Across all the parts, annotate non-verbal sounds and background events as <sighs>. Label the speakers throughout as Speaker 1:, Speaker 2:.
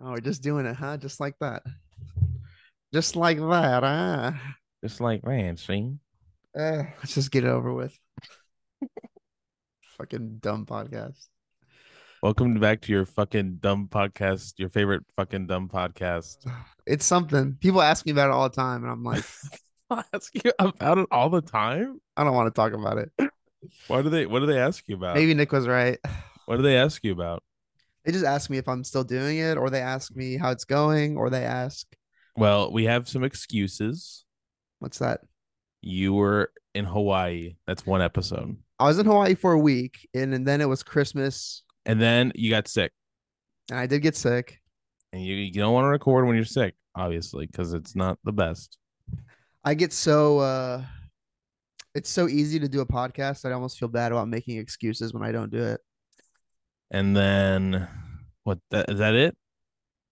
Speaker 1: Oh, we're just doing it, huh? Just like that. Just like that, huh?
Speaker 2: Just like man, see,
Speaker 1: Uh, let's just get it over with. Fucking dumb podcast.
Speaker 2: welcome back to your fucking dumb podcast, your favorite fucking dumb podcast.
Speaker 1: It's something. People ask me about it all the time, and I'm like,
Speaker 2: <laughs> I ask you about it all the time.
Speaker 1: I don't want to talk about it.
Speaker 2: Why do they? What do they ask you about?
Speaker 1: Maybe Nick was right.
Speaker 2: What do they ask you about?
Speaker 1: They just ask me if I'm still doing it, or they ask me how it's going, or they ask,
Speaker 2: Well, we have some excuses.
Speaker 1: what's that?
Speaker 2: You were in Hawaii. That's one episode,
Speaker 1: I was in Hawaii for a week, and, and then it was Christmas,
Speaker 2: and then you got sick,
Speaker 1: and I did get sick.
Speaker 2: and you you don't want to record when you're sick, obviously, because it's not the best.
Speaker 1: I get so uh it's so easy to do a podcast. I almost feel bad about making excuses when I don't do it.
Speaker 2: And then what? That, is that it?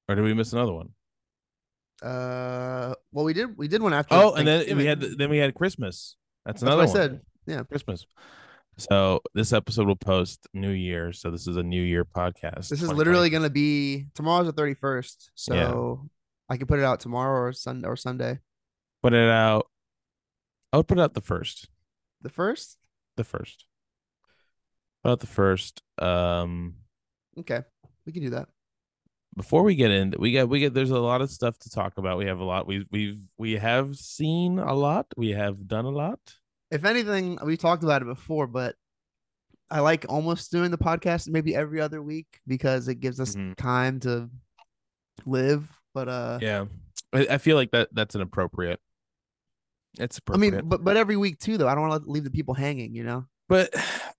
Speaker 2: Or did we miss another one?
Speaker 1: Uh, well, we did we did one after.
Speaker 2: Oh, and then we
Speaker 1: Thanksgiving.
Speaker 2: had then we had Christmas. That's
Speaker 1: That's
Speaker 2: another
Speaker 1: what I
Speaker 2: one.
Speaker 1: said. Yeah.
Speaker 2: Christmas. So this episode will post New Year. So this is a New Year podcast.
Speaker 1: This is
Speaker 2: 2020.
Speaker 1: literally gonna be tomorrow's the thirty first, so
Speaker 2: Yeah.
Speaker 1: I can put it out tomorrow or Sun or Sunday.
Speaker 2: put it out. I would put it out the first.
Speaker 1: The first,
Speaker 2: The first. Put out the first. Um
Speaker 1: okay, we can do that.
Speaker 2: before we get in, we got we get there's a lot of stuff to talk about. We have a lot. We we've we have seen a lot. We have done a lot.
Speaker 1: If anything, we talked about it before, but I like almost doing the podcast maybe every other week because it gives us
Speaker 2: Mhm.
Speaker 1: time to live. But uh,
Speaker 2: Yeah. I, I feel like that that's an appropriate. It's
Speaker 1: I
Speaker 2: appropriate.
Speaker 1: mean, but but every week too, though. I don't want to leave the people hanging, you know.
Speaker 2: but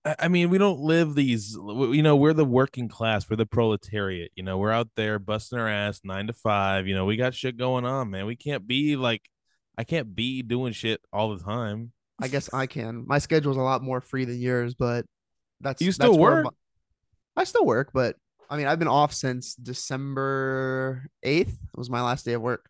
Speaker 2: I I mean, we don't live these. w- You know, we're the working class. We're the proletariat. You know, we're out there busting our ass nine to five. You know, we got shit going on, man. We can't be like, I can't be doing shit all the time.
Speaker 1: I guess I can. My schedule's a lot more free than yours, but that's
Speaker 2: You
Speaker 1: that's
Speaker 2: still
Speaker 1: where
Speaker 2: work?
Speaker 1: my- I still work, but I mean, I've been off since December eighth was my last day of work.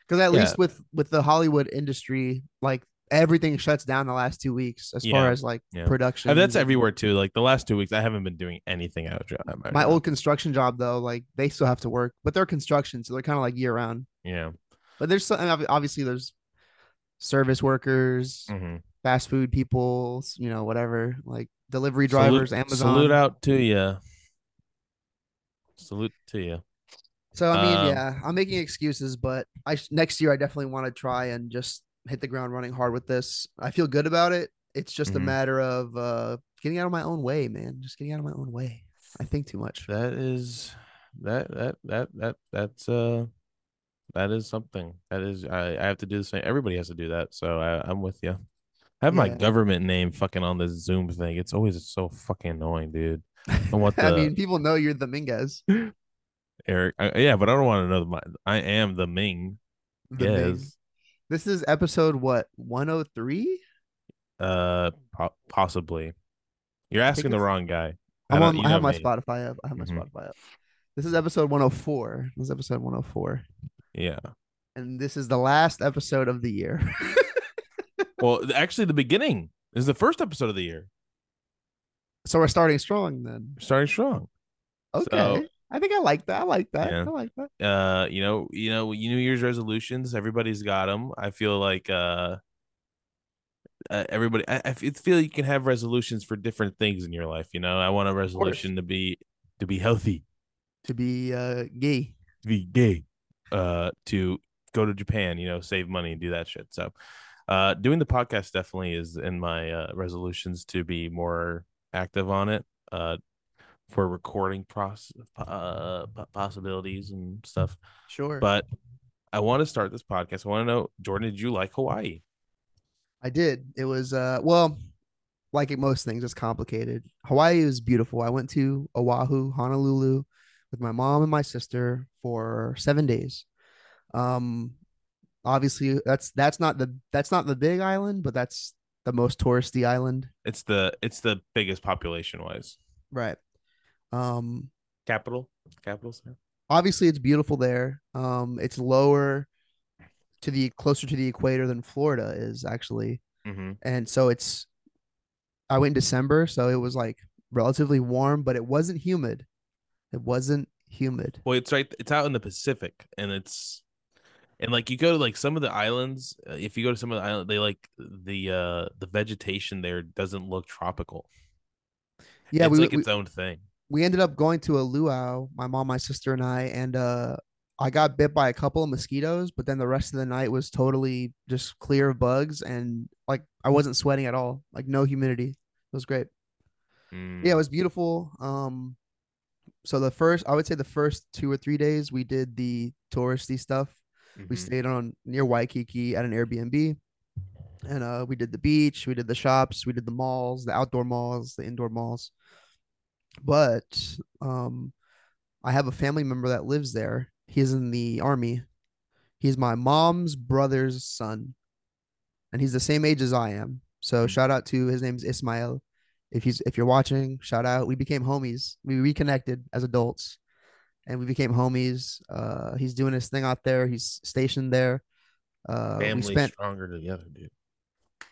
Speaker 1: Because at
Speaker 2: Yeah.
Speaker 1: least with with the Hollywood industry, like everything shuts down the last two weeks as far
Speaker 2: Yeah.
Speaker 1: as like
Speaker 2: Yeah.
Speaker 1: production.
Speaker 2: And Uh, that's everywhere too. Like the last two weeks, I haven't been doing anything out of job. at
Speaker 1: My
Speaker 2: job.
Speaker 1: old construction job though, like they still have to work, but they're construction, so they're kind of like year round.
Speaker 2: yeah.
Speaker 1: But there's some, and ob- obviously there's service workers,
Speaker 2: hmm
Speaker 1: fast food people, s- you know, whatever, like delivery
Speaker 2: Salute-
Speaker 1: drivers, Amazon.
Speaker 2: Salute out to you. Salute to you.
Speaker 1: So I mean,
Speaker 2: Um,
Speaker 1: yeah, I'm making excuses, but I sh- next year I definitely want to try and just hit the ground running hard with this. I feel good about it. It's just a
Speaker 2: Mhm.
Speaker 1: matter of uh, getting out of my own way, man. Just getting out of my own way. I think too much. <laughs>
Speaker 2: That is that that that that that's uh that is something. That is I, I have to do the same. Everybody has to do that. So I, I'm with you. I have my
Speaker 1: Yeah.
Speaker 2: government name fucking on this Zoom thing. It's always so fucking annoying, dude. I
Speaker 1: <laughs>
Speaker 2: want
Speaker 1: I
Speaker 2: the-
Speaker 1: mean, people know you're the
Speaker 2: <laughs>
Speaker 1: Minguez.
Speaker 2: Eric, I, yeah, but I don't want to know my. I am the Ming.
Speaker 1: The Ming.
Speaker 2: yes.
Speaker 1: This is episode what 103.
Speaker 2: Uh, po- possibly. You're asking the
Speaker 1: it's-
Speaker 2: wrong guy. I
Speaker 1: I'm
Speaker 2: don't-
Speaker 1: on,
Speaker 2: you
Speaker 1: I have
Speaker 2: know
Speaker 1: my
Speaker 2: me.
Speaker 1: Spotify up. I have my
Speaker 2: Mhm.
Speaker 1: Spotify up. This is episode 104. This is episode 104.
Speaker 2: Yeah.
Speaker 1: and this is the last episode of the year. <laughs>
Speaker 2: Well, th- actually, the beginning is the first episode of the year.
Speaker 1: so we're starting strong then.
Speaker 2: Starting strong. So-
Speaker 1: Okay. I think I like that. I like that.
Speaker 2: Yeah.
Speaker 1: I like that.
Speaker 2: uh you know you know you new year's resolutions everybody's got them i feel like uh uh, everybody I, I f- feel you can have resolutions for different things in your life you know i want a resolution to be to be healthy
Speaker 1: To be uh gay.
Speaker 2: to be gay uh to go to japan you know save money and do that shit so uh doing the podcast definitely is in my uh resolutions to be more active on it uh for recording process uh po- possibilities and stuff
Speaker 1: Sure.
Speaker 2: but I want to start this podcast. I want to know, Jordan, did you like Hawaii?
Speaker 1: I did. It was uh well, like it- most things, it's complicated. Hawaii is beautiful. I went to Oahu, Honolulu with my mom and my sister for seven days. Um obviously that's that's not the that's not the big island, but that's the most touristy island.
Speaker 2: It's the it's the biggest population wise
Speaker 1: Right. Um
Speaker 2: capital capital. sir?
Speaker 1: obviously it's beautiful there. Um, it's lower to the closer to the equator than Florida is actually,
Speaker 2: Mhm.
Speaker 1: and so it's. I went in December, so it was like relatively warm, but it wasn't humid. It wasn't humid.
Speaker 2: Well, it's right. It's out in the Pacific, and it's and like you go to like some of the islands. uh, If you go to some of the island, they like the uh the vegetation there doesn't look tropical.
Speaker 1: Yeah,
Speaker 2: it's
Speaker 1: we,
Speaker 2: like
Speaker 1: we
Speaker 2: its own thing.
Speaker 1: we ended up going to a luau, my mom, my sister, and I, and uh I got bit by a couple of mosquitoes, but then the rest of the night was totally just clear of bugs and like I wasn't sweating at all. Like no humidity. It was great.
Speaker 2: Hmm. Mm-hmm.
Speaker 1: yeah it was beautiful um so the first i would say the first two or three days we did the touristy stuff we
Speaker 2: Mm-hmm.
Speaker 1: stayed on near waikiki at an airbnb and uh we did the beach we did the shops we did the malls the outdoor malls the indoor malls but um i have a family member that lives there he's in the army he's my mom's brother's son and he's the same age as i am so
Speaker 2: Mm.
Speaker 1: shout out to his name's ismail if he's if you're watching shout out we became homies we reconnected as adults and we became homies uh he's doing his thing out there he's stationed there uh
Speaker 2: Family
Speaker 1: we spent
Speaker 2: stronger together, dude.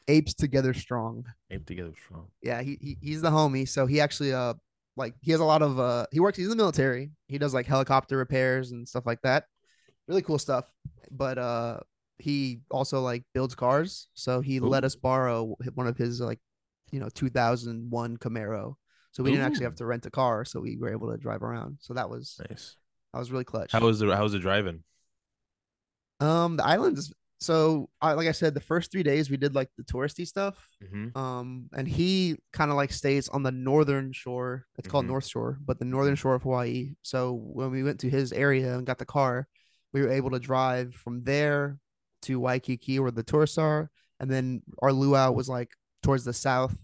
Speaker 1: apes together strong
Speaker 2: Aim together strong.
Speaker 1: yeah he, he he's the homie so he actually uh like he has a lot of uh he works he's in the military he does like helicopter repairs and stuff like that really cool stuff but uh he also like builds cars so he let
Speaker 2: Ooh.
Speaker 1: us borrow one of his like you know 2001 camaro so we didn't actually have
Speaker 2: Ooh.
Speaker 1: to rent a car so we were able to drive around so that was
Speaker 2: Nice.
Speaker 1: that was really clutch
Speaker 2: How was the how was the driving?
Speaker 1: um the islands so I, like i said the first three days we did like the touristy stuff
Speaker 2: Mm-hmm.
Speaker 1: um and he kind of like stays on the northern shore it's called
Speaker 2: Mhm.
Speaker 1: north shore but the northern shore of hawaii so when we went to his area and got the car we were able to drive from there to waikiki where the tourists are and then our luau was like towards the south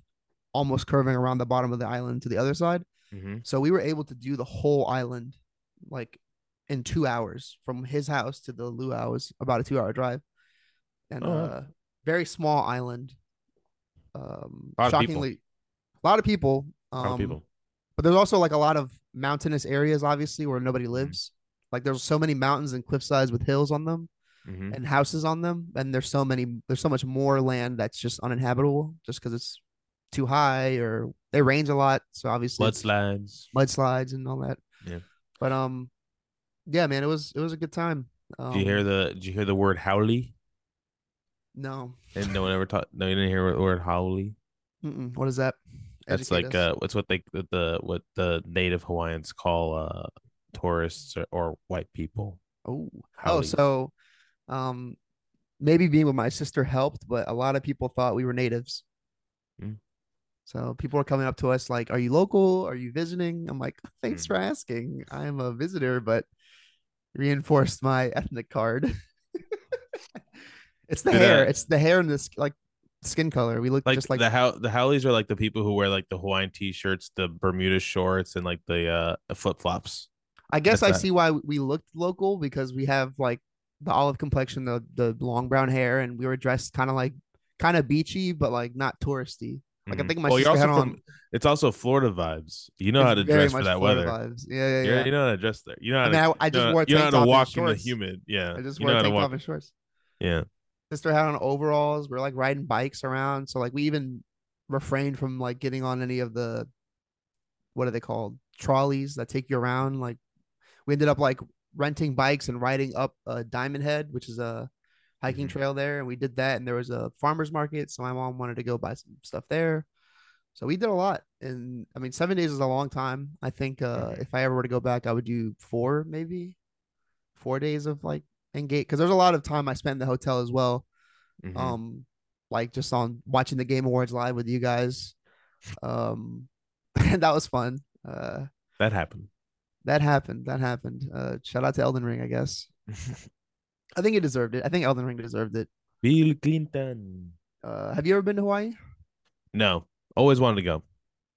Speaker 1: almost curving around the bottom of the island to the other side
Speaker 2: Mm-hmm.
Speaker 1: so we were able to do the whole island like in two hours from his house to the luau was about a two hour drive. And
Speaker 2: Oh, wow.
Speaker 1: uh very small island. Um
Speaker 2: Lot of people.
Speaker 1: shockingly a lot of people. Um
Speaker 2: people.
Speaker 1: but there's also like a lot of mountainous areas obviously where nobody
Speaker 2: Mm-hmm.
Speaker 1: lives. Like there's so many mountains and cliff sides with hills on them
Speaker 2: Mm-hmm.
Speaker 1: and houses on them and there's so many there's so much more land that's just uninhabitable just because it's too high or it rains a lot so obviously it's-
Speaker 2: Mudslides.
Speaker 1: mudslides and all that.
Speaker 2: Yeah.
Speaker 1: But um, yeah, man, it was it was a good time. Um,
Speaker 2: Do you hear the Did you hear the word howley?
Speaker 1: No.
Speaker 2: And no one ever taught. No, you didn't hear the word howley.
Speaker 1: Mm-mm. What is that?
Speaker 2: That's
Speaker 1: Educate
Speaker 2: like
Speaker 1: us.
Speaker 2: uh, what's what they the, the what the native Hawaiians call uh tourists or, or white people.
Speaker 1: oh oh
Speaker 2: howley.
Speaker 1: so, um, maybe being with my sister helped, but a lot of people thought we were natives.
Speaker 2: Mm.
Speaker 1: So people were coming up to us like, "Are you local? Are you visiting?" I'm like, "Thanks
Speaker 2: Mm.
Speaker 1: for asking. I am a visitor, but reinforced my <laughs> ethnic card." it's the
Speaker 2: Do
Speaker 1: hair.
Speaker 2: that.
Speaker 1: It's the hair and this like skin color. We look
Speaker 2: uh, like,
Speaker 1: just like
Speaker 2: the how the howleys are like the people who wear like the Hawaiian t-shirts, the Bermuda shorts, and like the uh flip flops.
Speaker 1: I guess
Speaker 2: That's
Speaker 1: I
Speaker 2: that.
Speaker 1: see why we looked local because we have like the olive complexion, the the long brown hair, and we were dressed kind of like kind of beachy, but like not touristy. Like
Speaker 2: Mm-hmm.
Speaker 1: I think my sister had on.
Speaker 2: It's also Florida vibes. You know how
Speaker 1: it's
Speaker 2: to
Speaker 1: very
Speaker 2: dress for
Speaker 1: much
Speaker 2: that
Speaker 1: Florida
Speaker 2: weather.
Speaker 1: Vibes. Yeah, yeah,
Speaker 2: You're-
Speaker 1: yeah.
Speaker 2: You know how to dress there. You know how
Speaker 1: I
Speaker 2: to.
Speaker 1: mean, I, I
Speaker 2: you
Speaker 1: just
Speaker 2: know,
Speaker 1: wore a
Speaker 2: you
Speaker 1: tank
Speaker 2: know how
Speaker 1: top
Speaker 2: to
Speaker 1: and
Speaker 2: walk in the
Speaker 1: shorts.
Speaker 2: humid. Yeah,
Speaker 1: I just
Speaker 2: you
Speaker 1: wore
Speaker 2: know
Speaker 1: a
Speaker 2: how to
Speaker 1: tank top
Speaker 2: walk.
Speaker 1: and shorts.
Speaker 2: Yeah,
Speaker 1: Sister had on overalls. We're like riding bikes around, so like we even refrained from like getting on any of the what are they called trolleys that take you around. Like we ended up like renting bikes and riding up uh, Diamond Head, which is a hiking
Speaker 2: Mhm.
Speaker 1: trail there, and we did that. And there was a farmers market, so my mom wanted to go buy some stuff there. So we did a lot, and I mean, seven days is a long time. I think uh,
Speaker 2: Mhm.
Speaker 1: if I ever were to go back, I would do four, maybe four days of like engage because there's a lot of time I spent in the hotel as well.
Speaker 2: Mhm.
Speaker 1: Um, like just on watching the Game Awards live with you guys. Um, <laughs> and that was fun. Uh,
Speaker 2: that happened.
Speaker 1: that happened. That happened. Uh, shout out to Elden Ring, I
Speaker 2: <laughs>
Speaker 1: guess. I think it deserved it. I think Elden Ring deserved it.
Speaker 2: Bill Clinton.
Speaker 1: Uh, have you ever been to Hawaii?
Speaker 2: No, always wanted to go.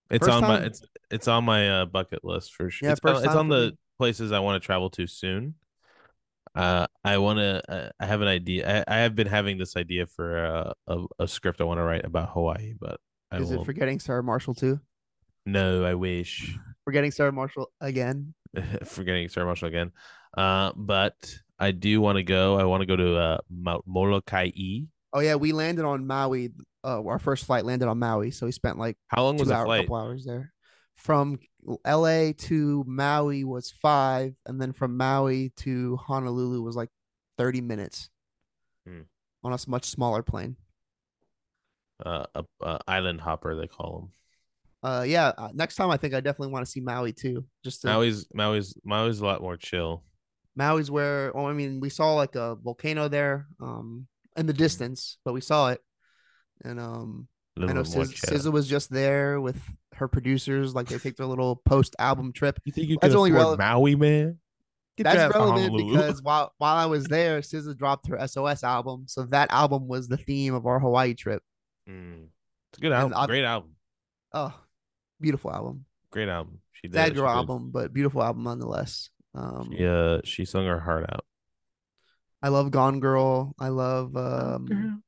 Speaker 2: It's
Speaker 1: First
Speaker 2: on
Speaker 1: time-
Speaker 2: my it's it's on my uh, bucket list for sure.
Speaker 1: Yeah,
Speaker 2: it's, on,
Speaker 1: first
Speaker 2: it's
Speaker 1: time
Speaker 2: on
Speaker 1: for
Speaker 2: the
Speaker 1: me.
Speaker 2: places I want to travel to soon. Uh, I want to. Uh, I have an idea. I, I have been having this idea for uh, a a script I want to write about Hawaii, but I
Speaker 1: Is
Speaker 2: will.
Speaker 1: it forgetting Sarah Marshall too?
Speaker 2: no, I wish <laughs>
Speaker 1: Forgetting Sarah Marshall again.
Speaker 2: forgetting Sarah Marshall again. Uh, but I do want to go. I want to go to uh Mo- Molokai.
Speaker 1: Oh yeah, we landed on Maui. Uh, our first flight landed on Maui, so we spent like
Speaker 2: How long was
Speaker 1: two
Speaker 2: the
Speaker 1: hour,
Speaker 2: flight?
Speaker 1: couple hours there. From LA to Maui was five, and then from Maui to Honolulu was like 30 minutes
Speaker 2: Hmm.
Speaker 1: on a s- much smaller plane.
Speaker 2: Uh, a, a island hopper they call them.
Speaker 1: Uh, yeah, uh, next time I think I definitely want to see Maui too. Just to,
Speaker 2: Maui's Maui's Maui's a lot more chill.
Speaker 1: Maui's where, well, I mean, we saw like a volcano there, um, in the
Speaker 2: Hmm.
Speaker 1: distance, but we saw it. And um,
Speaker 2: A little
Speaker 1: I know
Speaker 2: bit more
Speaker 1: SZA,
Speaker 2: chill.
Speaker 1: SZA was just there with her producers, like they take their little post album trip.
Speaker 2: You think you
Speaker 1: That's
Speaker 2: can
Speaker 1: only rele-
Speaker 2: afford Maui, man? Get your ass
Speaker 1: That's
Speaker 2: to
Speaker 1: relevant
Speaker 2: Honolulu.
Speaker 1: because while while I was there, SZA dropped her SOS album, so that album was the theme of our Hawaii trip.
Speaker 2: <laughs> Mm. it's a good
Speaker 1: And
Speaker 2: album.
Speaker 1: ob-
Speaker 2: Great album.
Speaker 1: Oh, beautiful album,
Speaker 2: Great album. She did. it.
Speaker 1: sad
Speaker 2: She
Speaker 1: girl
Speaker 2: did.
Speaker 1: album, but beautiful album nonetheless. Um,
Speaker 2: She, uh, she sung her heart out.
Speaker 1: I love Gone Girl. I love um,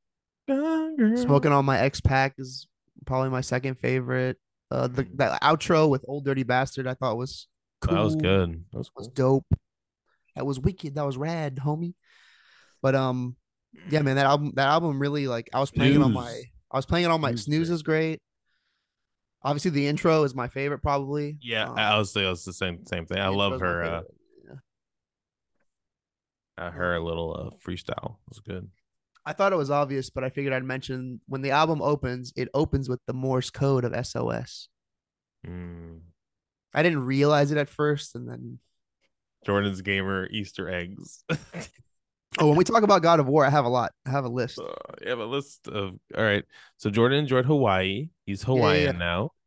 Speaker 1: Smoking on My X Pack is probably my second favorite. Uh, the
Speaker 2: Mm.
Speaker 1: that outro with Old Dirty Bastard I thought was cool.
Speaker 2: That was good. That was
Speaker 1: That was
Speaker 2: cool.
Speaker 1: dope. That was wicked. That was rad, homie. But um, yeah, man, that album that album really like I was playing it on my
Speaker 2: Snooze.
Speaker 1: I was playing it on my
Speaker 2: Snooze is
Speaker 1: snooze
Speaker 2: great.
Speaker 1: is great. Obviously, the intro is my favorite, probably.
Speaker 2: Yeah,
Speaker 1: Um,
Speaker 2: I was, I was the same same thing. I
Speaker 1: the
Speaker 2: love
Speaker 1: intro's my
Speaker 2: her uh,
Speaker 1: favorite.
Speaker 2: uh, her little uh, freestyle. It was good.
Speaker 1: I thought it was obvious, but I figured I'd mention when the album opens, it opens with the Morse code of SOS.
Speaker 2: Mm.
Speaker 1: I didn't realize it at first, and then
Speaker 2: Jordan's gamer Easter eggs. <laughs>
Speaker 1: oh, when we talk about God of War, I have a lot. I have a list.
Speaker 2: So, I have a list of uh, all right. So Jordan enjoyed Hawaii. He's
Speaker 1: yeah,
Speaker 2: Hawaiian
Speaker 1: yeah.
Speaker 2: now. <laughs>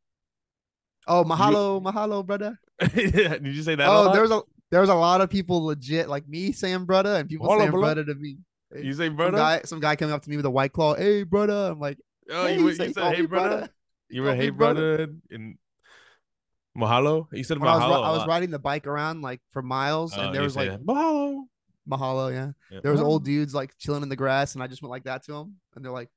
Speaker 1: Oh, mahalo, mahalo, brother.
Speaker 2: Did you say that? a
Speaker 1: Oh,
Speaker 2: lot?
Speaker 1: there was a there was a lot of people legit like me saying brother and people
Speaker 2: Mahalo,
Speaker 1: saying
Speaker 2: brother.
Speaker 1: brother to me.
Speaker 2: you say
Speaker 1: Some
Speaker 2: brother.
Speaker 1: guy, some guy coming up to me with a white claw. Hey, brother. I'm like,
Speaker 2: oh,
Speaker 1: "Hey,
Speaker 2: you, you
Speaker 1: say-
Speaker 2: said
Speaker 1: call
Speaker 2: hey
Speaker 1: me
Speaker 2: brother. You were
Speaker 1: Call me
Speaker 2: hey brother.
Speaker 1: brother."
Speaker 2: and mahalo. You said
Speaker 1: When
Speaker 2: mahalo.
Speaker 1: I was ri- I
Speaker 2: a
Speaker 1: was
Speaker 2: lot.
Speaker 1: riding the bike around like for miles,
Speaker 2: Oh,
Speaker 1: and there
Speaker 2: you
Speaker 1: was
Speaker 2: say
Speaker 1: like
Speaker 2: mahalo.
Speaker 1: mahalo, yeah.
Speaker 2: Yeah, Oh.
Speaker 1: There was old
Speaker 2: mahalo.
Speaker 1: dudes like chilling in the grass, and I just went like that to them, and they're like,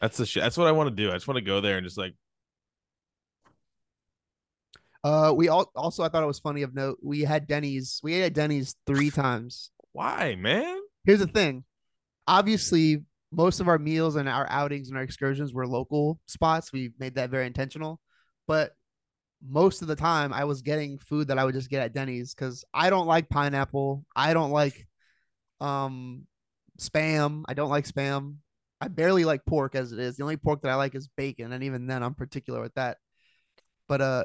Speaker 2: That's the shit. That's what I want to do. I just want to go there and just like
Speaker 1: uh, we all also I thought it was funny of note. We had Denny's, we ate at Denny's three times.
Speaker 2: why, man.
Speaker 1: Here's the thing, obviously. Most of our meals and our outings and our excursions were local spots. We made that very intentional. But most of the time I was getting food that I would just get at Denny's because I don't like pineapple. I don't like um spam. I don't like spam. I barely like pork as it is. The only pork that I like is bacon, and even then I'm particular with that. But uh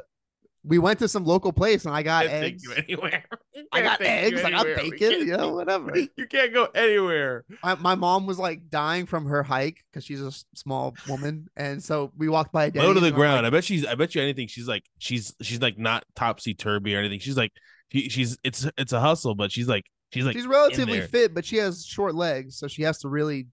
Speaker 1: we went to some local place and I got
Speaker 2: can't
Speaker 1: eggs.
Speaker 2: take you <laughs> anywhere. You
Speaker 1: I
Speaker 2: can't
Speaker 1: got
Speaker 2: take <laughs> you
Speaker 1: eggs, I got
Speaker 2: anywhere. We
Speaker 1: bacon,
Speaker 2: can't
Speaker 1: you know,
Speaker 2: take-
Speaker 1: whatever.
Speaker 2: <laughs> You can't go anywhere.
Speaker 1: My, my mom was like dying from her hike because she's a s- small woman. And so we walked by a Denny's.
Speaker 2: Low to the
Speaker 1: and I'm like,
Speaker 2: ground. I bet she's. I bet you anything. She's like. She's. She's like not topsy turvy or anything. She's like. She, she's. It's. It's a hustle, but she's like. She's like.
Speaker 1: she's relatively
Speaker 2: there.
Speaker 1: fit, but she has short legs. So she has to really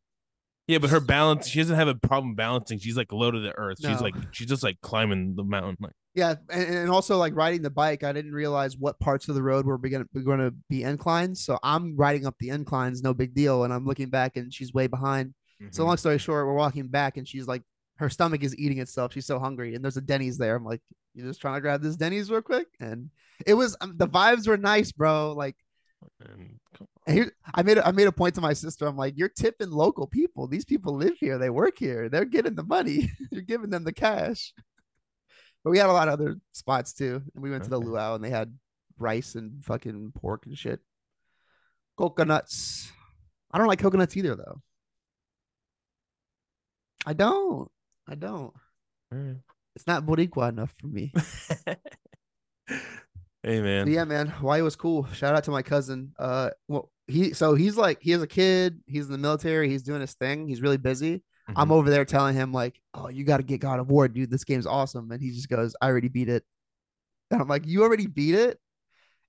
Speaker 2: Yeah, but her balance. She doesn't have a problem balancing. She's like low to the earth. She's
Speaker 1: No.
Speaker 2: like. She's just like climbing the mountain. Like
Speaker 1: Yeah, and, and also like riding the bike, I didn't realize what parts of the road were going to going to be inclines. So I'm riding up the inclines, no big deal, and I'm looking back, and she's way behind. Mm-hmm.
Speaker 2: Mm-hmm.
Speaker 1: So long story short, we're walking back, and she's like, her stomach is eating itself. She's so hungry, and there's a Denny's there. I'm like, you just trying to grab this Denny's real quick, and it was um, the vibes were nice, bro. Like
Speaker 2: And-
Speaker 1: and here, I made a, I made a point to my sister. I'm like, you're tipping local people. These people live here. They work here. They're getting the money. <laughs> you're giving them the cash. But we had a lot of other spots too. And we went to the
Speaker 2: Okay.
Speaker 1: luau and they had rice and fucking pork and shit. Coconuts. I don't like coconuts either though. I don't. I don't.
Speaker 2: Alright.
Speaker 1: It's not Boricua enough for me.
Speaker 2: hey man.
Speaker 1: But yeah, man, Hawaii was cool. Shout out to my cousin. Uh, well, he so he's like he has a kid. He's in the military. He's doing his thing. He's really busy. I'm
Speaker 2: Mhm.
Speaker 1: over there telling him like, "Oh, you got to get God of War, dude. This game's awesome." And he just goes, "I already beat it." And I'm like, "You already beat it?"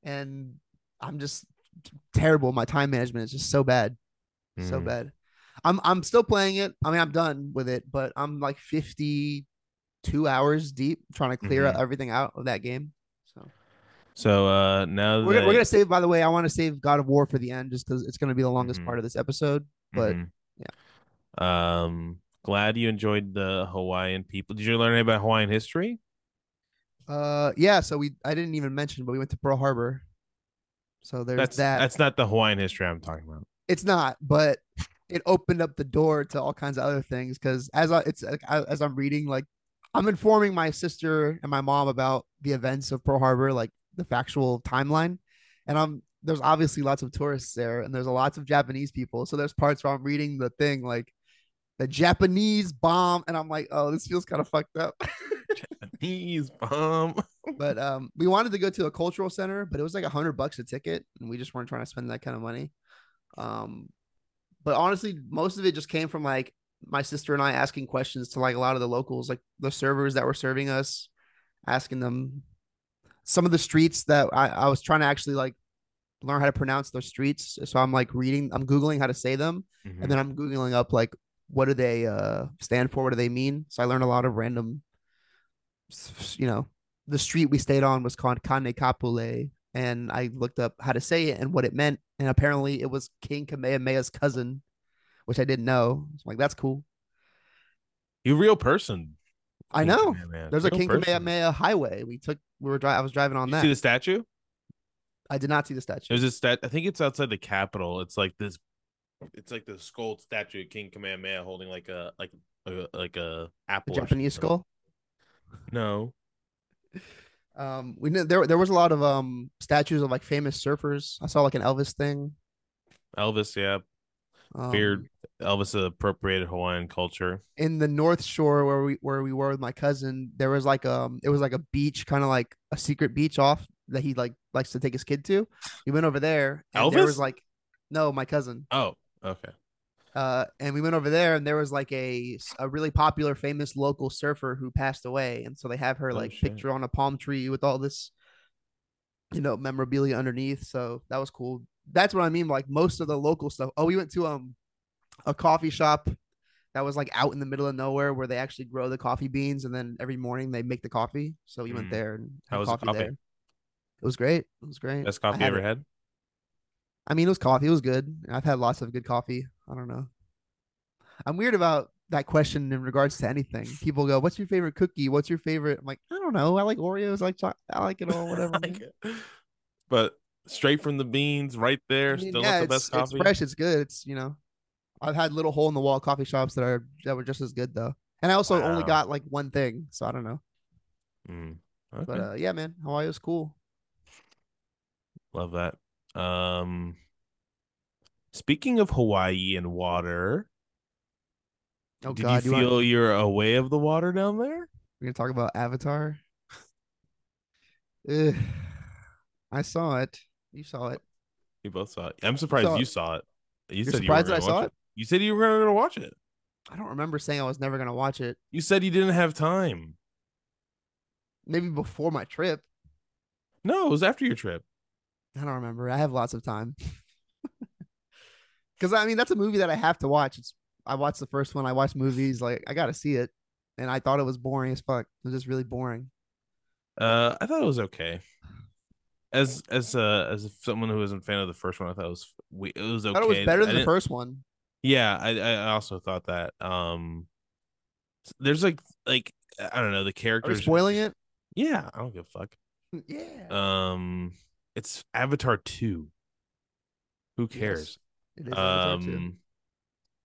Speaker 1: And I'm just terrible. My time management is just so bad, so
Speaker 2: Mm.
Speaker 1: bad. I'm I'm still playing it. I mean, I'm done with it, but I'm like 52 hours deep trying to clear
Speaker 2: Mhm.
Speaker 1: everything out of that game. So
Speaker 2: So uh now
Speaker 1: we're, gonna- we're
Speaker 2: that-
Speaker 1: gonna save. By the way, I want to save God of War for the end, just because it's gonna be the longest
Speaker 2: Mhm.
Speaker 1: part of this episode. But
Speaker 2: Mhm. Um, glad you enjoyed the Hawaiian people. Did you learn anything about Hawaiian history?
Speaker 1: uh, yeah. So we I didn't even mention, but we went to Pearl Harbor. So there's
Speaker 2: that's
Speaker 1: that.
Speaker 2: that's not the Hawaiian history I'm talking about. <laughs>
Speaker 1: it's not, but it opened up the door to all kinds of other things. Because as I it's like, I, as I'm reading like I'm informing my sister and my mom about the events of Pearl Harbor, like the factual timeline. And I'm there's obviously lots of tourists there, and there's a lots of Japanese people. So there's parts where I'm reading the thing like the Japanese bomb, and I'm like, oh, this feels kind of fucked up. <laughs>
Speaker 2: Knees bomb.
Speaker 1: but um, we wanted to go to a cultural center, but it was like a hundred bucks a ticket, and we just weren't trying to spend that kind of money. Um, but honestly, most of it just came from like my sister and I asking questions to like a lot of the locals, like the servers that were serving us, asking them some of the streets that I, I was trying to actually like learn how to pronounce those streets. So I'm like reading, I'm googling how to say them,
Speaker 2: Mhm.
Speaker 1: and then I'm googling up like what do they uh stand for? What do they mean? So I learned a lot of random, s- s- you know, the street we stayed on was called Kane Kapule, and I looked up how to say it and what it meant, and apparently it was King Kamehameha's cousin, which I didn't know. So I'm like, that's cool.
Speaker 2: You real person.
Speaker 1: I
Speaker 2: King
Speaker 1: know.
Speaker 2: Kamehameha.
Speaker 1: There's a
Speaker 2: Real
Speaker 1: King
Speaker 2: person.
Speaker 1: Kamehameha highway. We took, we were driving. I was driving on
Speaker 2: You
Speaker 1: that.
Speaker 2: see the statue?
Speaker 1: I did not see the statue.
Speaker 2: There's a stat. I think it's outside the Capitol. It's like this. It's like the skull statue of King Kamehameha holding like a like a, like a
Speaker 1: The
Speaker 2: apple. or
Speaker 1: Japanese
Speaker 2: something.
Speaker 1: skull.
Speaker 2: No.
Speaker 1: Um, we knew there there was a lot of um statues of like famous surfers. I saw like an Elvis thing.
Speaker 2: Elvis, yeah,
Speaker 1: Um,
Speaker 2: Beard. Elvis appropriated Hawaiian culture.
Speaker 1: in the North Shore where we where we were with my cousin, there was like um it was like a beach, kind of like a secret beach off that he like likes to take his kid to. We went over there. And There was
Speaker 2: Elvis?
Speaker 1: like no, my cousin.
Speaker 2: Oh, okay.
Speaker 1: Uh, and we went over there, and there was like a s- a really popular, famous local surfer who passed away, and so they have her
Speaker 2: Oh,
Speaker 1: like
Speaker 2: shit.
Speaker 1: picture on a palm tree with all this, you know, memorabilia underneath. So that was cool. That's what I mean. Like most of the local stuff. Oh, we went to um a coffee shop that was like out in the middle of nowhere where they actually grow the coffee beans, and then every morning they make the coffee. So we
Speaker 2: Mm.
Speaker 1: went there and
Speaker 2: How
Speaker 1: had
Speaker 2: was the coffee?
Speaker 1: there. It was great. It was great.
Speaker 2: Best
Speaker 1: I
Speaker 2: coffee you
Speaker 1: had
Speaker 2: ever
Speaker 1: it-
Speaker 2: had?
Speaker 1: I mean, it was coffee. It was good. I've had lots of good coffee. I don't know. I'm weird about that question in regards to <laughs> anything. People go, "What's your favorite cookie? What's your favorite?" I'm like, I don't know. I like Oreos. I like choc- <laughs> I like it all. Whatever. man."
Speaker 2: <laughs> but straight from the beans, right there.
Speaker 1: I mean,
Speaker 2: still
Speaker 1: yeah,
Speaker 2: not the
Speaker 1: it's,
Speaker 2: best coffee.
Speaker 1: it's fresh. It's good. It's you know, I've had little hole in the wall coffee shops that are that were just as good though. And I also only
Speaker 2: Wow.
Speaker 1: got like one thing, so I don't know.
Speaker 2: Mm, okay.
Speaker 1: But uh, yeah, man, Hawaii was cool.
Speaker 2: Love that. Um, speaking of Hawaii and water,
Speaker 1: Oh
Speaker 2: did
Speaker 1: God,
Speaker 2: you
Speaker 1: you want,
Speaker 2: feel you're away of the water down
Speaker 1: we're
Speaker 2: there?
Speaker 1: gonna talk about Avatar. Ugh. I saw it. You saw it.
Speaker 2: You both saw it. I'm surprised
Speaker 1: saw
Speaker 2: you
Speaker 1: it.
Speaker 2: saw it. You
Speaker 1: You're
Speaker 2: said
Speaker 1: surprised that
Speaker 2: you were
Speaker 1: I
Speaker 2: gonna
Speaker 1: saw
Speaker 2: watch
Speaker 1: it?
Speaker 2: You said you were going to watch it.
Speaker 1: I don't remember saying I was never gonna watch it.
Speaker 2: You said you didn't have time.
Speaker 1: Maybe before my trip.
Speaker 2: No, it was after your trip.
Speaker 1: I don't remember. I have lots of time. <laughs> Cause I mean that's a movie that I have to watch. It's I watched the first one, I watched movies, like I gotta see it. And I thought it was boring as fuck. It was just really boring.
Speaker 2: Uh, I thought it was okay. As as uh as someone who isn't a fan of the first one, I thought it was we it was
Speaker 1: I
Speaker 2: okay.
Speaker 1: thought it was better
Speaker 2: I
Speaker 1: than the
Speaker 2: didn't-
Speaker 1: first one.
Speaker 2: Yeah, I I also thought that. Um, s- there's like like I don't know the
Speaker 1: Are we
Speaker 2: characters.
Speaker 1: spoiling it?
Speaker 2: Yeah, I don't give a fuck.
Speaker 1: Yeah.
Speaker 2: Um, it's Avatar two. Who cares?
Speaker 1: It is Avatar two.
Speaker 2: um,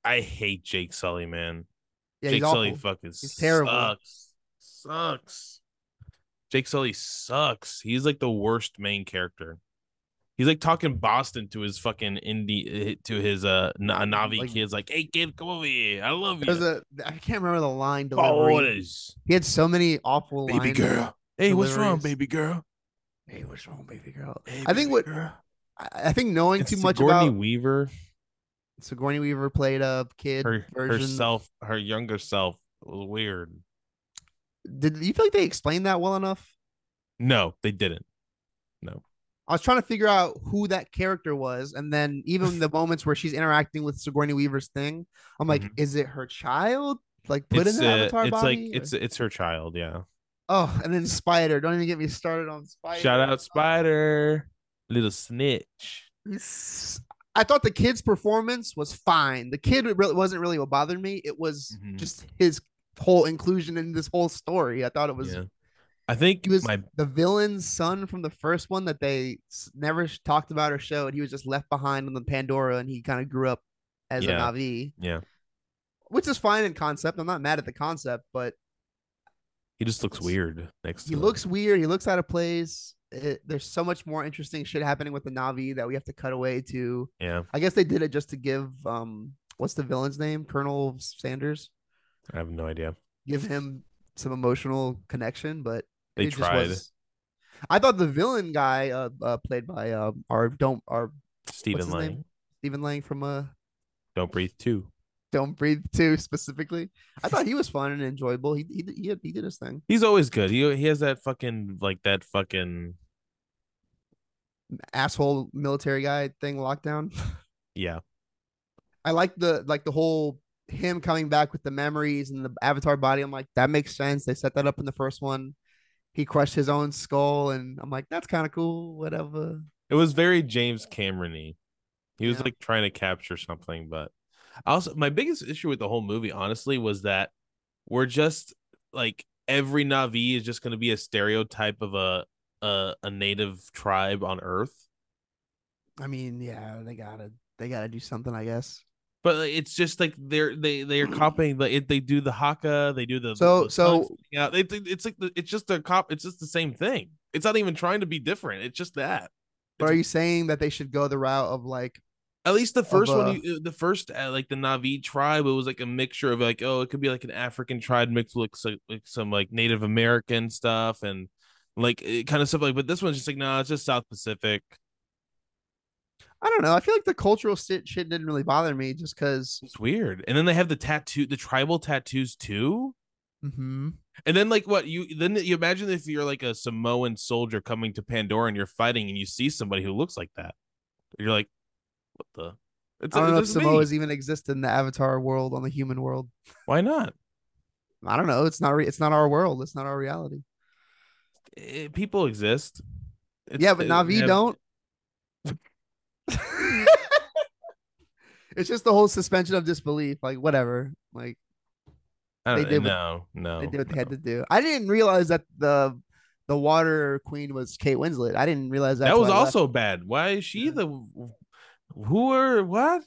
Speaker 2: I hate Jake Sully, man.
Speaker 1: yeah,
Speaker 2: Jake
Speaker 1: he's awful.
Speaker 2: Sully fucking
Speaker 1: He's terrible.
Speaker 2: sucks. Sucks. Jake Sully sucks. He's like the worst main character. He's like talking Boston to his fucking indie to his uh Na- Navi
Speaker 1: Like-
Speaker 2: kids, like, "Hey kid, come over here. I love
Speaker 1: There's
Speaker 2: you.
Speaker 1: a I can't remember the line delivery.
Speaker 2: Orders,
Speaker 1: He had so many awful
Speaker 2: baby
Speaker 1: lines.
Speaker 2: girl. Hey, what's wrong,
Speaker 1: deliveries.
Speaker 2: baby girl?
Speaker 1: Hey, what's wrong, baby girl?
Speaker 2: Hey,
Speaker 1: I think
Speaker 2: baby
Speaker 1: what-
Speaker 2: girl."
Speaker 1: I, I think knowing
Speaker 2: It's
Speaker 1: too much
Speaker 2: Sigourney
Speaker 1: about
Speaker 2: Weaver,
Speaker 1: Sigourney Weaver played a kid
Speaker 2: her
Speaker 1: version.
Speaker 2: herself, her younger self, was weird.
Speaker 1: Did you feel like they explained that well enough?
Speaker 2: No, they didn't.
Speaker 1: I was trying to figure out who that character was, and then even
Speaker 2: <laughs>
Speaker 1: the moments where she's interacting with Sigourney Weaver's thing, I'm like,
Speaker 2: Mhm.
Speaker 1: is it her child? Like put
Speaker 2: it's
Speaker 1: in
Speaker 2: uh,
Speaker 1: an avatar
Speaker 2: it's
Speaker 1: body?
Speaker 2: like
Speaker 1: Or-
Speaker 2: it's it's her child, yeah.
Speaker 1: oh, and then Spider. Don't even get me started on Spider.
Speaker 2: Shout out Spider, little snitch.
Speaker 1: He's- I thought the kid's performance was fine. The kid really wasn't really what bothered me. It was
Speaker 2: Mhm.
Speaker 1: just his whole inclusion in this whole story. I thought it was
Speaker 2: yeah. I think
Speaker 1: he was-
Speaker 2: my
Speaker 1: the villain's son from the first one that they s- never sh- talked about or showed. He was just left behind on the Pandora, and he kind of grew up as
Speaker 2: Yeah.
Speaker 1: a Navi,
Speaker 2: yeah.
Speaker 1: which is fine in concept. I'm not mad at the concept, but
Speaker 2: He just looks weird next to
Speaker 1: He
Speaker 2: him.
Speaker 1: looks weird. He looks out of place. It, there's so much more interesting shit happening with the Navi that we have to cut away to.
Speaker 2: Yeah.
Speaker 1: I guess they did it just to give um what's the villain's name? Colonel Sanders.
Speaker 2: I have no idea.
Speaker 1: Give him some emotional connection, but
Speaker 2: They
Speaker 1: it just
Speaker 2: tried
Speaker 1: was- I thought the villain guy, uh, uh played by uh, our don't our
Speaker 2: Stephen
Speaker 1: his
Speaker 2: Lang.
Speaker 1: name? Stephen Lang from uh
Speaker 2: Don't breathe too.
Speaker 1: Don't Breathe Two specifically. I thought he was fun and enjoyable. He he he, he did his thing.
Speaker 2: He's always good. He he has that fucking like that fucking
Speaker 1: Asshole military guy thing lockdown.
Speaker 2: yeah.
Speaker 1: I like the like the whole him coming back with the memories and the avatar body. I'm like, that makes sense. They set that up in the first one. He crushed his own skull, and I'm like, that's kind of cool. Whatever.
Speaker 2: It was very James Camerony. He was
Speaker 1: Yeah.
Speaker 2: like trying to capture something, but also my biggest issue with the whole movie, honestly, was that we're just like every Navi is just going to be a stereotype of a a, a native tribe on Earth.
Speaker 1: I mean, yeah, they gotta they gotta do something, I guess.
Speaker 2: But like, it's just like they're they they
Speaker 1: <clears throat>
Speaker 2: are copying the it, they do the haka they do the
Speaker 1: So-
Speaker 2: the
Speaker 1: so-
Speaker 2: tongues sticking out. They- they- it's like the, it's just a cop it's just the same thing it's not even trying to be different it's just that
Speaker 1: But
Speaker 2: It's
Speaker 1: are
Speaker 2: a-
Speaker 1: you saying that they should go the route of like,
Speaker 2: at least the first
Speaker 1: uh,
Speaker 2: one you, the first uh, like the Navi tribe it was like a mixture of like oh it could be like an African tribe mixed with some, like some like Native American stuff and like it, kind of stuff like but this one's just like no it's just South Pacific
Speaker 1: I don't know. I feel like the cultural shit, shit didn't really bother me just because.
Speaker 2: it's weird and then they have the tattoo the tribal tattoos too
Speaker 1: Mm-hmm.
Speaker 2: And then like what you then you imagine if you're like a Samoan soldier coming to Pandora and you're fighting and you see somebody who looks like that. You're like, what the? It's,
Speaker 1: I don't know if
Speaker 2: it's me.
Speaker 1: Samoas even exist in the Avatar world on the human world.
Speaker 2: Why not?
Speaker 1: I don't know. It's not. Re- it's not our world. It's not our reality.
Speaker 2: Eh, people exist. It's-
Speaker 1: yeah, but
Speaker 2: eh,
Speaker 1: Navi
Speaker 2: yeah,
Speaker 1: don't. it's just the whole suspension of disbelief. Like whatever. Like
Speaker 2: I don't
Speaker 1: They did what-
Speaker 2: know. Oh, no, no.
Speaker 1: they did what they had to do. I didn't realize that the the water queen was Kate Winslet. I didn't realize that.
Speaker 2: That
Speaker 1: till
Speaker 2: was
Speaker 1: I left.
Speaker 2: also bad. Why is she
Speaker 1: Yeah.
Speaker 2: the? Who are what?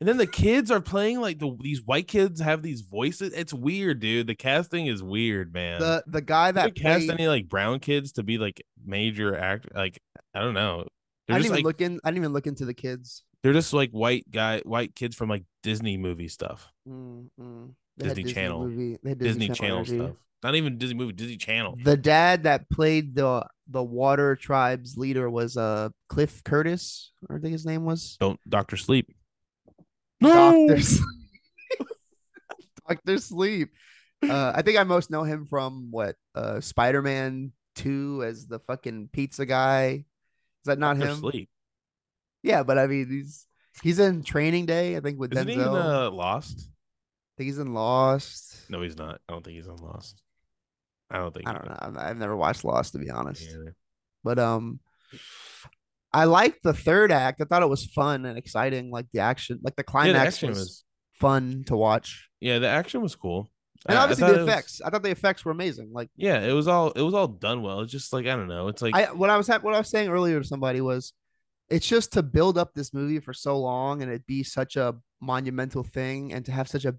Speaker 2: And then the kids are playing like the these white kids have these voices. It's weird, dude. The casting is weird, man.
Speaker 1: the the guy
Speaker 2: Did
Speaker 1: that
Speaker 2: they cast
Speaker 1: played-
Speaker 2: any like brown kids to be like major act like I don't know.
Speaker 1: I didn't
Speaker 2: They're just
Speaker 1: even
Speaker 2: like
Speaker 1: look in. I didn't even look into the kids.
Speaker 2: they're just like white guy white kids from like Disney movie stuff.
Speaker 1: Mm-hmm. They had
Speaker 2: Disney Channel.
Speaker 1: movie- they had
Speaker 2: Disney, Channel, Oh.
Speaker 1: energy.
Speaker 2: stuff. Not even Disney movie, Disney Channel.
Speaker 1: The dad that played the the water tribe's leader was uh Cliff Curtis, I think his name was.
Speaker 2: Don't Doctor Sleep.
Speaker 1: Doctor <laughs> Sleep. Doctor Sleep. Uh, I think I most know him from what uh Spider Man Two as the fucking pizza guy. Is that not
Speaker 2: Dr.
Speaker 1: him?
Speaker 2: Sleep.
Speaker 1: Yeah, but I mean he's he's in Training Day, I think with
Speaker 2: Isn't
Speaker 1: Denzel.
Speaker 2: he in uh, Lost?
Speaker 1: I think he's in Lost.
Speaker 2: No, he's not. I don't think he's in Lost. I don't think
Speaker 1: I don't know. I've- I've never watched Lost to be honest.
Speaker 2: he's in it.
Speaker 1: but um i liked the third act i thought it was fun and exciting like the action like the
Speaker 2: Yeah, the
Speaker 1: climax
Speaker 2: action
Speaker 1: was,
Speaker 2: was
Speaker 1: fun to watch
Speaker 2: yeah, the action was cool.
Speaker 1: and
Speaker 2: I- I
Speaker 1: obviously
Speaker 2: thought
Speaker 1: the
Speaker 2: it was-
Speaker 1: effects i thought the effects were amazing like
Speaker 2: yeah, it was all it was all done well. It's just like I don't know. It's like
Speaker 1: i what i was ha- what i was saying earlier to somebody was it's just to build up this movie for so long and it be such a monumental thing and to have such a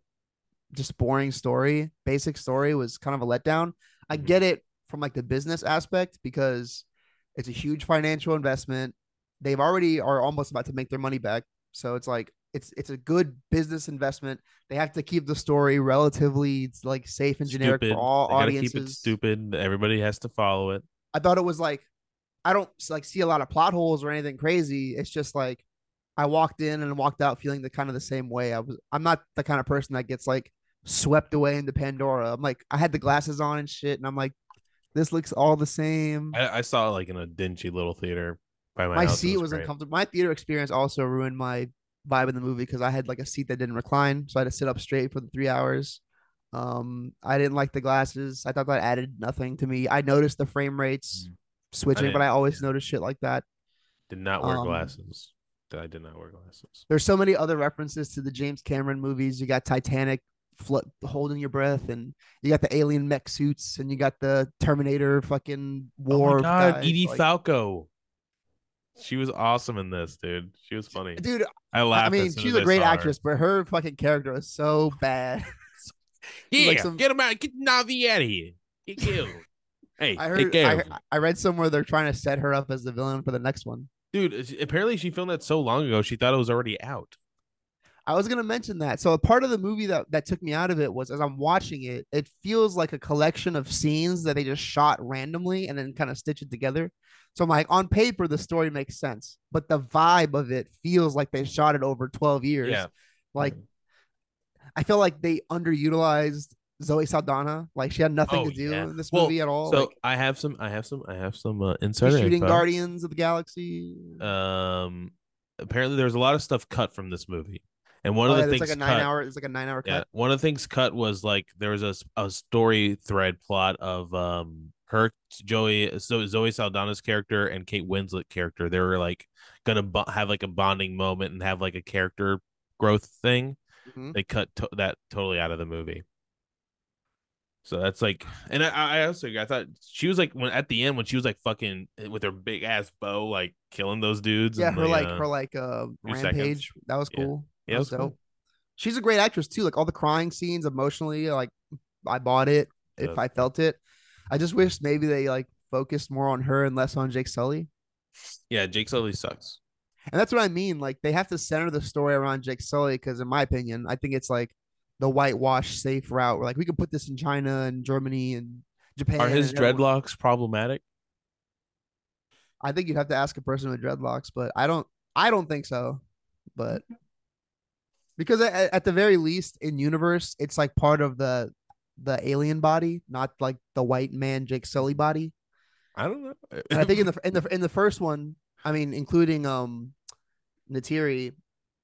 Speaker 1: just boring story basic story was kind of a letdown i
Speaker 2: Mhm.
Speaker 1: get it from like the business aspect because it's a huge financial investment they've already are almost about to make their money back so it's like it's it's a good business investment they have to keep the story relatively it's like safe and generic
Speaker 2: stupid.
Speaker 1: for all
Speaker 2: They gotta
Speaker 1: audiences
Speaker 2: Keep it stupid. Everybody has to follow it.
Speaker 1: I thought it was like I don't like see a lot of plot holes or anything crazy. It's just like I walked in and walked out feeling the kind of the same way. I was I'm not the kind of person that gets like swept away into Pandora. I'm like I had the glasses on and shit and I'm like this looks all the same.
Speaker 2: I, I saw it like in a dingy little theater by my
Speaker 1: My
Speaker 2: house. It
Speaker 1: seat was
Speaker 2: great.
Speaker 1: uncomfortable. My theater experience also ruined my vibe in the movie because I had like a seat that didn't recline, so I had to sit up straight for the 3 hours. Um I didn't like the glasses. I thought that added nothing to me. I noticed the frame rates
Speaker 2: Mm.
Speaker 1: switching, but
Speaker 2: didn't-
Speaker 1: I always notice shit like that.
Speaker 2: Did not wear
Speaker 1: um,
Speaker 2: glasses. I did not wear glasses.
Speaker 1: there's so many other references to the James Cameron movies. You got Titanic flo- holding your breath, and you got the alien mech suits, and you got the Terminator fucking war.
Speaker 2: oh my god,
Speaker 1: guys,
Speaker 2: Edie
Speaker 1: like-
Speaker 2: Falco. She was awesome in this, dude. She was funny.
Speaker 1: Dude,
Speaker 2: I
Speaker 1: I
Speaker 2: laughed. as
Speaker 1: mean,
Speaker 2: soon
Speaker 1: she's
Speaker 2: as
Speaker 1: a
Speaker 2: I
Speaker 1: great
Speaker 2: saw her.
Speaker 1: actress, but her fucking character is so bad.
Speaker 2: Yeah,
Speaker 1: like some-
Speaker 2: get him out. Get Navi out of here.
Speaker 1: <laughs>
Speaker 2: you. hey,
Speaker 1: I
Speaker 2: hey,
Speaker 1: heard.
Speaker 2: Gail.
Speaker 1: I, I read somewhere they're trying to set her up as the villain for the next one.
Speaker 2: dude. it's- Apparently, she filmed that so long ago, she thought it was already out.
Speaker 1: I was gonna mention that. So a part of the movie that that took me out of it was as I'm watching it, it feels like a collection of scenes that they just shot randomly and then kind of stitch it together. So I'm like, on paper, the story makes sense, but the vibe of it feels like they shot it over 12 years.
Speaker 2: Yeah.
Speaker 1: Like, I feel like they underutilized Zoe Saldana. Like she had nothing
Speaker 2: Oh,
Speaker 1: to do
Speaker 2: yeah.
Speaker 1: in this
Speaker 2: Well,
Speaker 1: movie at all.
Speaker 2: so
Speaker 1: Oh, like,
Speaker 2: I have some. I have some. I have some uh,
Speaker 1: she's
Speaker 2: insider
Speaker 1: shooting
Speaker 2: info.
Speaker 1: Guardians of the Galaxy.
Speaker 2: Um, apparently, there's a lot of stuff cut from this movie, and one
Speaker 1: Oh,
Speaker 2: of
Speaker 1: yeah,
Speaker 2: the
Speaker 1: there's
Speaker 2: things
Speaker 1: like a
Speaker 2: cut-
Speaker 1: nine hour. It's like a nine hour
Speaker 2: Yeah,
Speaker 1: cut.
Speaker 2: one of the things cut was like there was a, s- a story thread plot of um her Joey so Zoe Saldana's character and Kate Winslet character. They were like gonna bo- have like a bonding moment and have like a character growth thing.
Speaker 1: Mhm.
Speaker 2: They cut to- that totally out of the movie. So that's like, and I, I also I thought she was like when at the end when she was like fucking eh, with her big ass bow like killing those dudes.
Speaker 1: Yeah,
Speaker 2: and
Speaker 1: her
Speaker 2: the,
Speaker 1: like
Speaker 2: uh,
Speaker 1: her like uh
Speaker 2: few
Speaker 1: rampage.
Speaker 2: seconds.
Speaker 1: That was
Speaker 2: Yeah.
Speaker 1: cool.
Speaker 2: Yeah,
Speaker 1: that
Speaker 2: it
Speaker 1: was
Speaker 2: was cool.
Speaker 1: dope. She's a great actress too. Like all the crying scenes emotionally, like I bought it if
Speaker 2: Yeah.
Speaker 1: I felt it. I just wish maybe they like focused more on her and less on Jake Sully.
Speaker 2: yeah, Jake Sully sucks.
Speaker 1: And that's what I mean. Like they have to center the story around Jake Sully because, in my opinion, I think it's like the whitewash safe route. Where like we could put this in China and Germany and Japan.
Speaker 2: Are his
Speaker 1: and everywhere.
Speaker 2: dreadlocks problematic?
Speaker 1: I think you'd have to ask a person with dreadlocks, but I don't. I don't think so. But because at, at the very least, in universe, it's like part of the the alien body, not like the white man Jake Sully body.
Speaker 2: I don't know.
Speaker 1: And I
Speaker 2: <laughs>
Speaker 1: think in the in the in the first one, I mean, including um Natiri,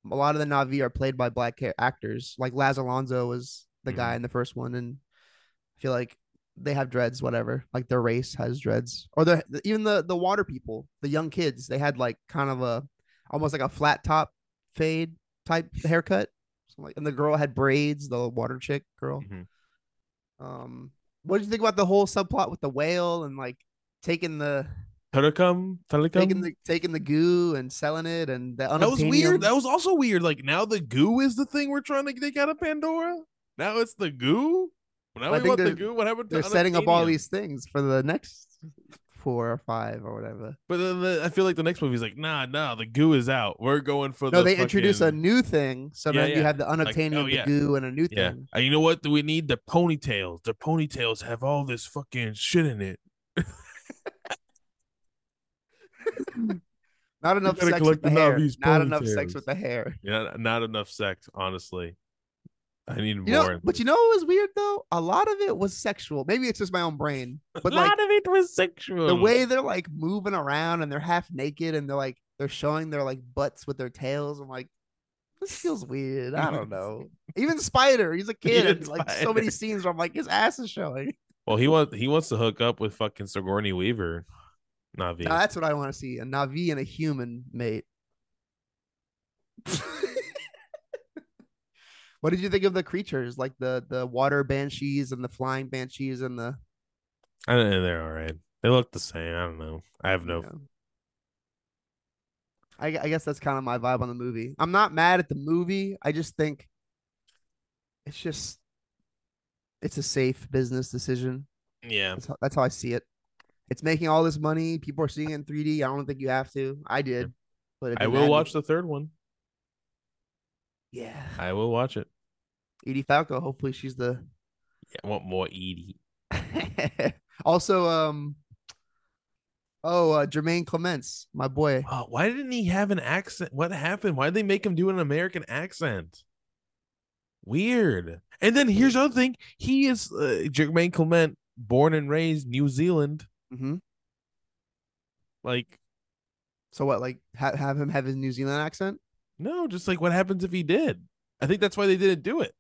Speaker 1: a lot of the Navi are played by black ca- actors. Like Laz Alonso was the guy
Speaker 2: Mm-hmm.
Speaker 1: in the first one, and I feel like they have dreads, whatever. Like their race has dreads, or the the- even the the water people, the young kids, they had like kind of a almost like a flat top fade
Speaker 2: <laughs>
Speaker 1: type haircut. So like, and the girl had braids, the water chick girl.
Speaker 2: Mhm.
Speaker 1: Um, what did you think about the whole subplot with the whale and like taking the
Speaker 2: Telecom, telecom.
Speaker 1: taking the taking the goo and selling it and the
Speaker 2: that was
Speaker 1: unobtainium-
Speaker 2: weird. That was also weird. Like now the goo is the thing we're trying to take out of Pandora. Now it's the goo. Now
Speaker 1: I
Speaker 2: we
Speaker 1: think
Speaker 2: want the
Speaker 1: they're-
Speaker 2: goo. What happened? to
Speaker 1: they're setting up all
Speaker 2: unobtainium?
Speaker 1: these things for the next four or five or whatever.
Speaker 2: But then the, I feel like the next movie's like, nah, nah. The goo is out. We're going for
Speaker 1: No,
Speaker 2: the
Speaker 1: they introduce a
Speaker 2: fucking-
Speaker 1: new thing, so
Speaker 2: Yeah,
Speaker 1: then you
Speaker 2: yeah.
Speaker 1: have the unobtainium,
Speaker 2: oh,
Speaker 1: the
Speaker 2: yeah.
Speaker 1: goo, and a new
Speaker 2: Yeah,
Speaker 1: thing.
Speaker 2: and you know what? Do we need the ponytails? The ponytails have all this fucking shit in it.
Speaker 1: Not enough sex
Speaker 2: gotta
Speaker 1: with
Speaker 2: collect
Speaker 1: the
Speaker 2: the
Speaker 1: hair.
Speaker 2: Na'vi's
Speaker 1: Not enough sex
Speaker 2: ponytails.
Speaker 1: with the hair.
Speaker 2: Yeah, not enough sex, honestly. I need
Speaker 1: You
Speaker 2: more.
Speaker 1: know, but you know what was weird though? A lot of it was sexual. Maybe it's just my own brain, but
Speaker 2: <laughs> a
Speaker 1: like
Speaker 2: lot of it was sexual.
Speaker 1: the way they're like moving around and they're half naked and they're like they're showing their like butts with their tails. I'm like, this feels weird. I
Speaker 2: <laughs>
Speaker 1: don't know. Even Spider, he's a kid.
Speaker 2: Even
Speaker 1: and, like so many
Speaker 2: Spider.
Speaker 1: scenes where I'm like, his ass is showing.
Speaker 2: Well, he wants he wants to hook up with fucking Sigourney Weaver, Navi.
Speaker 1: Now that's what I want to see. A Navi and a human mate. <laughs> what did you think of the creatures? Like the the water banshees and the flying banshees and the
Speaker 2: I don't know. They're all right. They look the same. I don't know. I have no.
Speaker 1: Yeah. I, gu- I guess that's kind of my vibe on the movie. I'm not mad at the movie. I just think it's just it's a safe business decision.
Speaker 2: Yeah.
Speaker 1: That's how, that's how I see it. It's making all this money. People are seeing it in 3D. I don't think you have to. I did, but it
Speaker 2: I
Speaker 1: didn't
Speaker 2: will
Speaker 1: add
Speaker 2: watch
Speaker 1: anything.
Speaker 2: the third one.
Speaker 1: Yeah,
Speaker 2: I will watch it.
Speaker 1: Uh, Edie Falco. Hopefully, she's <laughs> the.
Speaker 2: Yeah, I want more Edie.
Speaker 1: also, um, oh, uh, Jermaine Clements, my boy.
Speaker 2: Oh, why didn't he have an accent? What happened? Why did they make him do an American accent? Weird. And then here's the other thing. He is uh, Jermaine Clement, born and raised New Zealand.
Speaker 1: Mm-hmm.
Speaker 2: Like,
Speaker 1: So what? Like, ha- have him have his New Zealand accent?
Speaker 2: No, just like what happens if he did? I think that's why they didn't do it.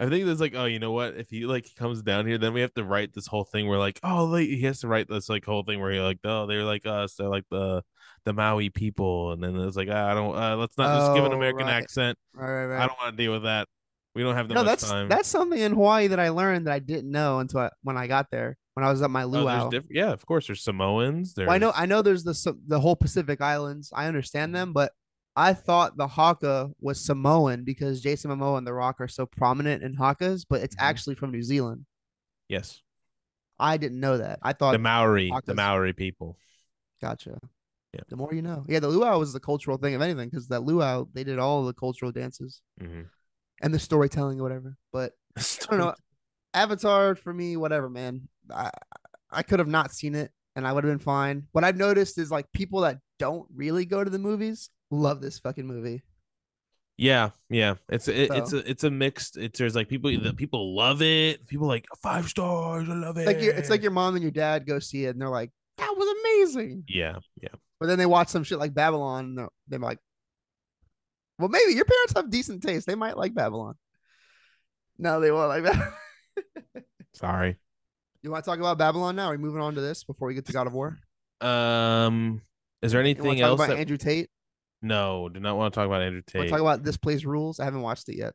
Speaker 2: I think there's like, oh, you know what? If he like comes down here, then we have to write this whole thing where like, oh, like, he has to write this like whole thing where you're like, oh, they're like us, they're like the the Maui people, and then it's like, ah, I don't, uh, let's not just give an
Speaker 1: Oh,
Speaker 2: American
Speaker 1: right.
Speaker 2: accent.
Speaker 1: Right, right, right.
Speaker 2: I don't want to deal with that. We don't have that
Speaker 1: no,
Speaker 2: much
Speaker 1: that's
Speaker 2: time.
Speaker 1: that's something in Hawaii that I learned that I didn't know until I, when I got there when I was at my
Speaker 2: oh, there's
Speaker 1: luau.
Speaker 2: diff- yeah, of course, there's Samoans. There's
Speaker 1: well, I know I know there's the Sa- the whole Pacific Islands. I understand
Speaker 2: Mm-hmm.
Speaker 1: them, but I thought the Haka was Samoan because Jason Momoa and The Rock are so prominent in Hakas, but it's
Speaker 2: Mhm.
Speaker 1: actually from New Zealand.
Speaker 2: yes,
Speaker 1: I didn't know that. I thought
Speaker 2: The Maori, the
Speaker 1: Tacos.
Speaker 2: Maori people.
Speaker 1: Gotcha.
Speaker 2: Yeah.
Speaker 1: The more you know. Yeah, the luau was the cultural thing of anything because that luau they did all the cultural dances
Speaker 2: <laughs> hmm
Speaker 1: and the storytelling or whatever. But I don't know. Avatar for me, whatever, man. I I could have not seen it and I would have been fine. What I've noticed is like people that don't really go to the movies love this fucking movie.
Speaker 2: Yeah, yeah. It's it, it's
Speaker 1: So-
Speaker 2: a it's a mixed. It's there's like people that people love it. People like five stars. I love it.
Speaker 1: It's like your it's like your mom and your dad go see it and they're like, that was amazing.
Speaker 2: yeah, yeah.
Speaker 1: But then they watch some shit like Babylon and they're, they're like, well, maybe your parents have decent taste. They might like Babylon. No, they won't like that.
Speaker 2: Sorry.
Speaker 1: <laughs> You want to talk about Babylon now? Are we moving on to this before we get to God of War?
Speaker 2: Um, is there
Speaker 1: You want
Speaker 2: anything
Speaker 1: to talk
Speaker 2: else?
Speaker 1: about
Speaker 2: that-
Speaker 1: Andrew Tate?
Speaker 2: no, do not want to talk about Andrew
Speaker 1: Want
Speaker 2: Tate.
Speaker 1: to talk about This Place Rules? I haven't watched it yet.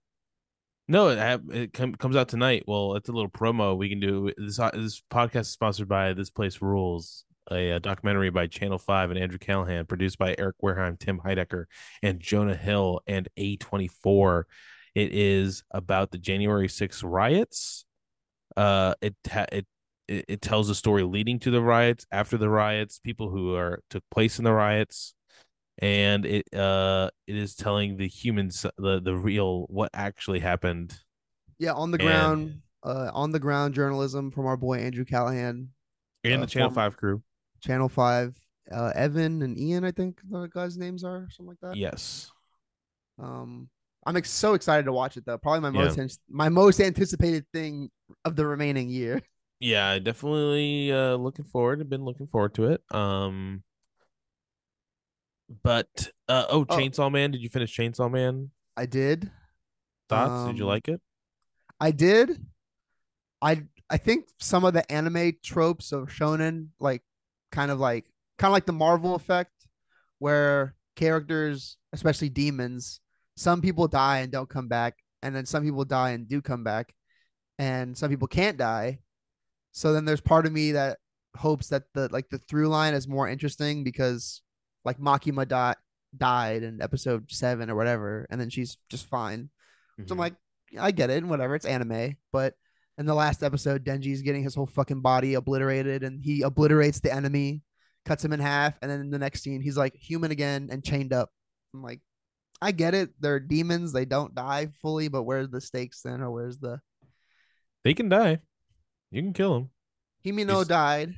Speaker 2: No, it, hap- it com- comes out tonight. Well, it's a little promo we can do. This uh, this podcast is sponsored by This Place Rules, a, uh documentary by Channel Five and Andrew Callahan, produced by Eric Wareheim, Tim Heidecker, and Jonah Hill and A twenty four. It is about the January 6th riots. Uh, it ta- it it it tells the story leading to the riots, after the riots, people who are took place in the riots, and it uh it is telling the humans the the real what actually happened.
Speaker 1: Yeah, on the
Speaker 2: And-
Speaker 1: ground, uh, on the ground journalism from our boy Andrew Callahan,
Speaker 2: And
Speaker 1: Uh,
Speaker 2: the Channel
Speaker 1: form-
Speaker 2: Five crew.
Speaker 1: Channel Five, uh, Evan and Ian. I think the guys' names are something like that.
Speaker 2: Yes.
Speaker 1: Um, I'm ex- so excited to watch it though. Probably my
Speaker 2: Yeah.
Speaker 1: most an- my most anticipated thing of the remaining year.
Speaker 2: Yeah, I definitely uh looking forward. I've been looking forward to it. Um but uh oh,
Speaker 1: Oh.
Speaker 2: Chainsaw Man, did you finish Chainsaw Man?
Speaker 1: I did.
Speaker 2: Thoughts? did you
Speaker 1: Um,
Speaker 2: like it?
Speaker 1: I did. I I think some of the anime tropes of shonen, like kind of like kind of like the Marvel effect, where characters, especially demons, some people die and don't come back, and then some people die and do come back, and some people can't die. So then there's part of me that hopes that the like the through line is more interesting because like Makima di- died in episode seven or whatever, and then she's just fine. So I'm
Speaker 2: Mhm.
Speaker 1: like, I get it, and whatever, it's anime. But in the last episode, Denji's getting his whole fucking body obliterated, and he obliterates the enemy, cuts him in half, and then in the next scene, he's like human again and chained up. I'm like, I get it. They're demons; they don't die fully, but where's the stakes then, or where's the
Speaker 2: they can die. You can kill them.
Speaker 1: Himino
Speaker 2: Is-
Speaker 1: died?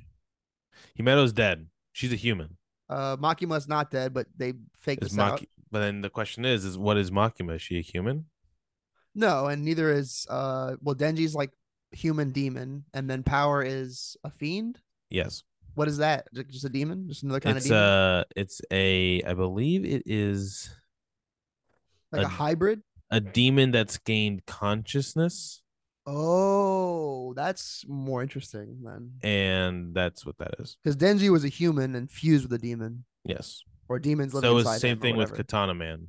Speaker 2: Himeno's dead. She's a human.
Speaker 1: Uh, Makima's not dead, but they faked
Speaker 2: Is
Speaker 1: this out.
Speaker 2: Maki- but then the question is, is what is Makima? Is she a human?
Speaker 1: No, and neither is uh. Well, Denji's like human demon, and then Power is a fiend.
Speaker 2: Yes.
Speaker 1: What is that? Ju- Just a demon? Just another kind
Speaker 2: It's
Speaker 1: of demon?
Speaker 2: uh it's a I believe it is
Speaker 1: like
Speaker 2: a-
Speaker 1: a hybrid?
Speaker 2: a demon that's gained consciousness
Speaker 1: Oh, that's more interesting then.
Speaker 2: and that's what that is.
Speaker 1: Because Denji was a human and fused with a demon,
Speaker 2: Yes.
Speaker 1: or demons living
Speaker 2: So it's the
Speaker 1: inside
Speaker 2: same
Speaker 1: him or
Speaker 2: thing with
Speaker 1: whatever.
Speaker 2: Katana Man.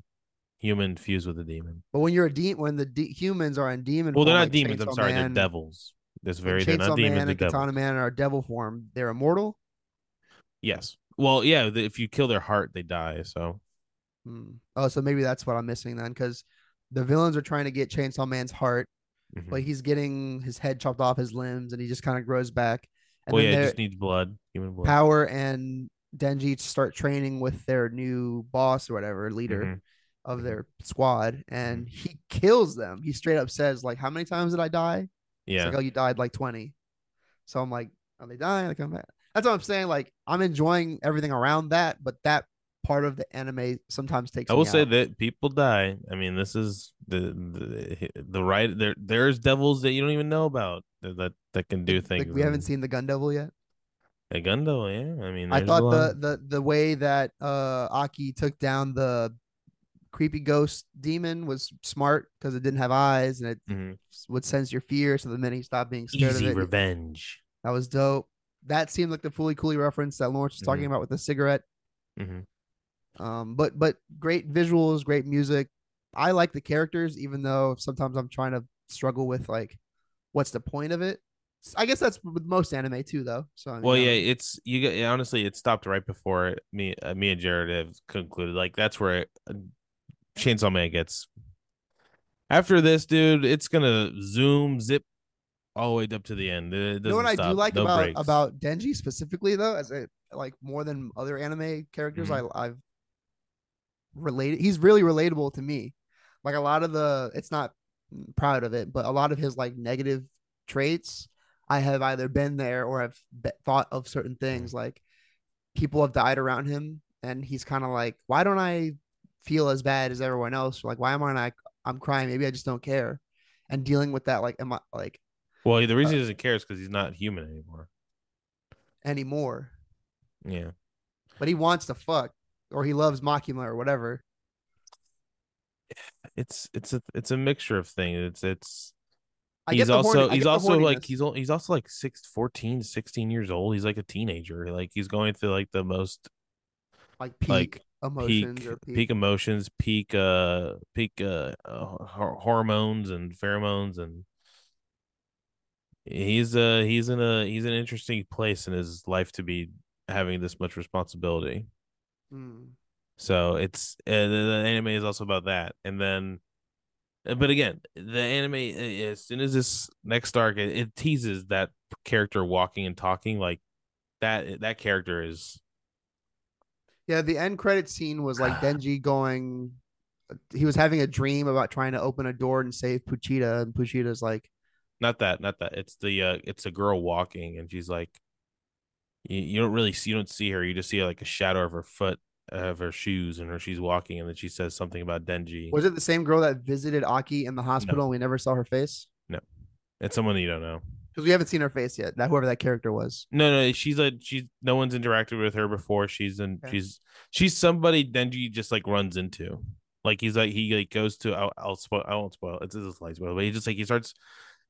Speaker 2: Human fused with a demon.
Speaker 1: But when you're a demon, when the de- humans are in demon,
Speaker 2: Well, they're
Speaker 1: form,
Speaker 2: not
Speaker 1: like
Speaker 2: demons. I'm
Speaker 1: Chainsaw
Speaker 2: sorry,
Speaker 1: Man-
Speaker 2: they're devils. That's
Speaker 1: when
Speaker 2: very they're
Speaker 1: Chainsaw
Speaker 2: not demons.
Speaker 1: Man
Speaker 2: They're
Speaker 1: and
Speaker 2: devils.
Speaker 1: Katana Man are devil form. They're immortal.
Speaker 2: Yes. Well, yeah. the- If you kill their heart, they die. So
Speaker 1: Hmm. Oh, so maybe that's what I'm missing then, because the villains are trying to get Chainsaw Man's heart,
Speaker 2: Mhm.
Speaker 1: but he's getting his head chopped off his limbs, and he just kind of grows back. And
Speaker 2: well,
Speaker 1: then
Speaker 2: yeah, it
Speaker 1: they're-
Speaker 2: just needs blood, human blood.
Speaker 1: Power and Denji start training with their new boss or whatever leader
Speaker 2: Mhm.
Speaker 1: of their squad, and
Speaker 2: Mm-hmm.
Speaker 1: he kills them. He straight up says, "Like, how many times did I die?" It's
Speaker 2: Yeah.
Speaker 1: like, "Oh, you died like 20. So I'm like, "Are they dying?" Like, I'm back. That's what I'm saying. Like, I'm enjoying everything around that, but that part of the anime sometimes takes.
Speaker 2: I will
Speaker 1: me
Speaker 2: say
Speaker 1: out.
Speaker 2: that people die. I mean, this is the the, the right there. There's devils that you don't even know about that that, that can do things.
Speaker 1: like, we haven't
Speaker 2: and-
Speaker 1: seen the Gun Devil yet.
Speaker 2: a gun devil. Yeah, I mean,
Speaker 1: I
Speaker 2: there's a
Speaker 1: thought the,
Speaker 2: lot.
Speaker 1: the the way that uh Aki took down the creepy ghost demon was smart because it didn't have eyes and it
Speaker 2: Mhm.
Speaker 1: would sense your fear. So the minute you stop being scared
Speaker 2: easy
Speaker 1: of it,
Speaker 2: revenge.
Speaker 1: that was dope. That seemed like the fully coolly reference that Lawrence was talking
Speaker 2: Mhm.
Speaker 1: about with the cigarette.
Speaker 2: hmm
Speaker 1: Um, but but great visuals, great music. I like the characters, even though sometimes I'm trying to struggle with like, what's the point of it? S- I guess that's with most anime too, though. So I mean,
Speaker 2: Well,
Speaker 1: I don't-
Speaker 2: yeah, it's you. get- yeah, Honestly, it stopped right before me. Uh, me and Jared have concluded. Like that's where uh, Chainsaw Man gets. After this, dude, it's gonna zoom, zip, all the way up to the end. It
Speaker 1: You know what
Speaker 2: doesn't
Speaker 1: I do
Speaker 2: stop.
Speaker 1: like
Speaker 2: No
Speaker 1: about
Speaker 2: breaks.
Speaker 1: about Denji specifically though, as a like more than other anime characters,
Speaker 2: Mm-hmm.
Speaker 1: I I've related. He's really relatable to me. Like a lot of the, it's not proud of it, but a lot of his like negative traits, I have either been there or I've be- thought of certain things.
Speaker 2: Mm-hmm.
Speaker 1: Like people have died around him, and he's kind of like, why don't I feel as bad as everyone else? Like why am I not? I'm crying. Maybe I just don't care. And dealing with that, like, am I like
Speaker 2: well, the reason
Speaker 1: uh,
Speaker 2: he doesn't care is because he's not human anymore.
Speaker 1: anymore?
Speaker 2: Yeah.
Speaker 1: but he wants to fuck or he loves Makima or whatever.
Speaker 2: It's it's a it's a mixture of things. It's it's
Speaker 1: I
Speaker 2: he's
Speaker 1: get the horny- I
Speaker 2: also
Speaker 1: get
Speaker 2: he's
Speaker 1: the
Speaker 2: also like
Speaker 1: horniness.
Speaker 2: he's al- he's also like six, 14, 16 years old. He's like a teenager. Like he's going through like the most
Speaker 1: like peak
Speaker 2: like,
Speaker 1: emotions
Speaker 2: peak,
Speaker 1: or
Speaker 2: peak
Speaker 1: peak.
Speaker 2: emotions, peak uh peak uh, uh hor- hormones and pheromones and he's uh he's in a he's in an interesting place in his life to be having this much responsibility.
Speaker 1: Mm.
Speaker 2: So it's uh, the, the anime is also about that, and then, uh, but again, the anime uh, as soon as this next arc, it, it teases that character walking and talking like that. That character is
Speaker 1: Yeah, the end credit scene was
Speaker 2: <sighs>
Speaker 1: like Denji going he was having a dream about trying to open a door and save Puchita and Puchita's like
Speaker 2: not that, not that. It's the uh, it's a girl walking, and she's like, you, you don't really see, you don't see her. You just see like a shadow of her foot, of her shoes, and her she's walking, and then she says something about Denji.
Speaker 1: was it the same girl that visited Aki in the hospital and we never saw her face?
Speaker 2: It's someone you don't know.
Speaker 1: Because we haven't seen her face yet, that whoever that character was.
Speaker 2: No, no, she's a she's no one's interacted with her before. She's in
Speaker 1: Okay.
Speaker 2: she's she's somebody Denji just like runs into. Like he's like he like goes to I'll, I'll spoil I won't spoil it's a slight spoil, but he just like he starts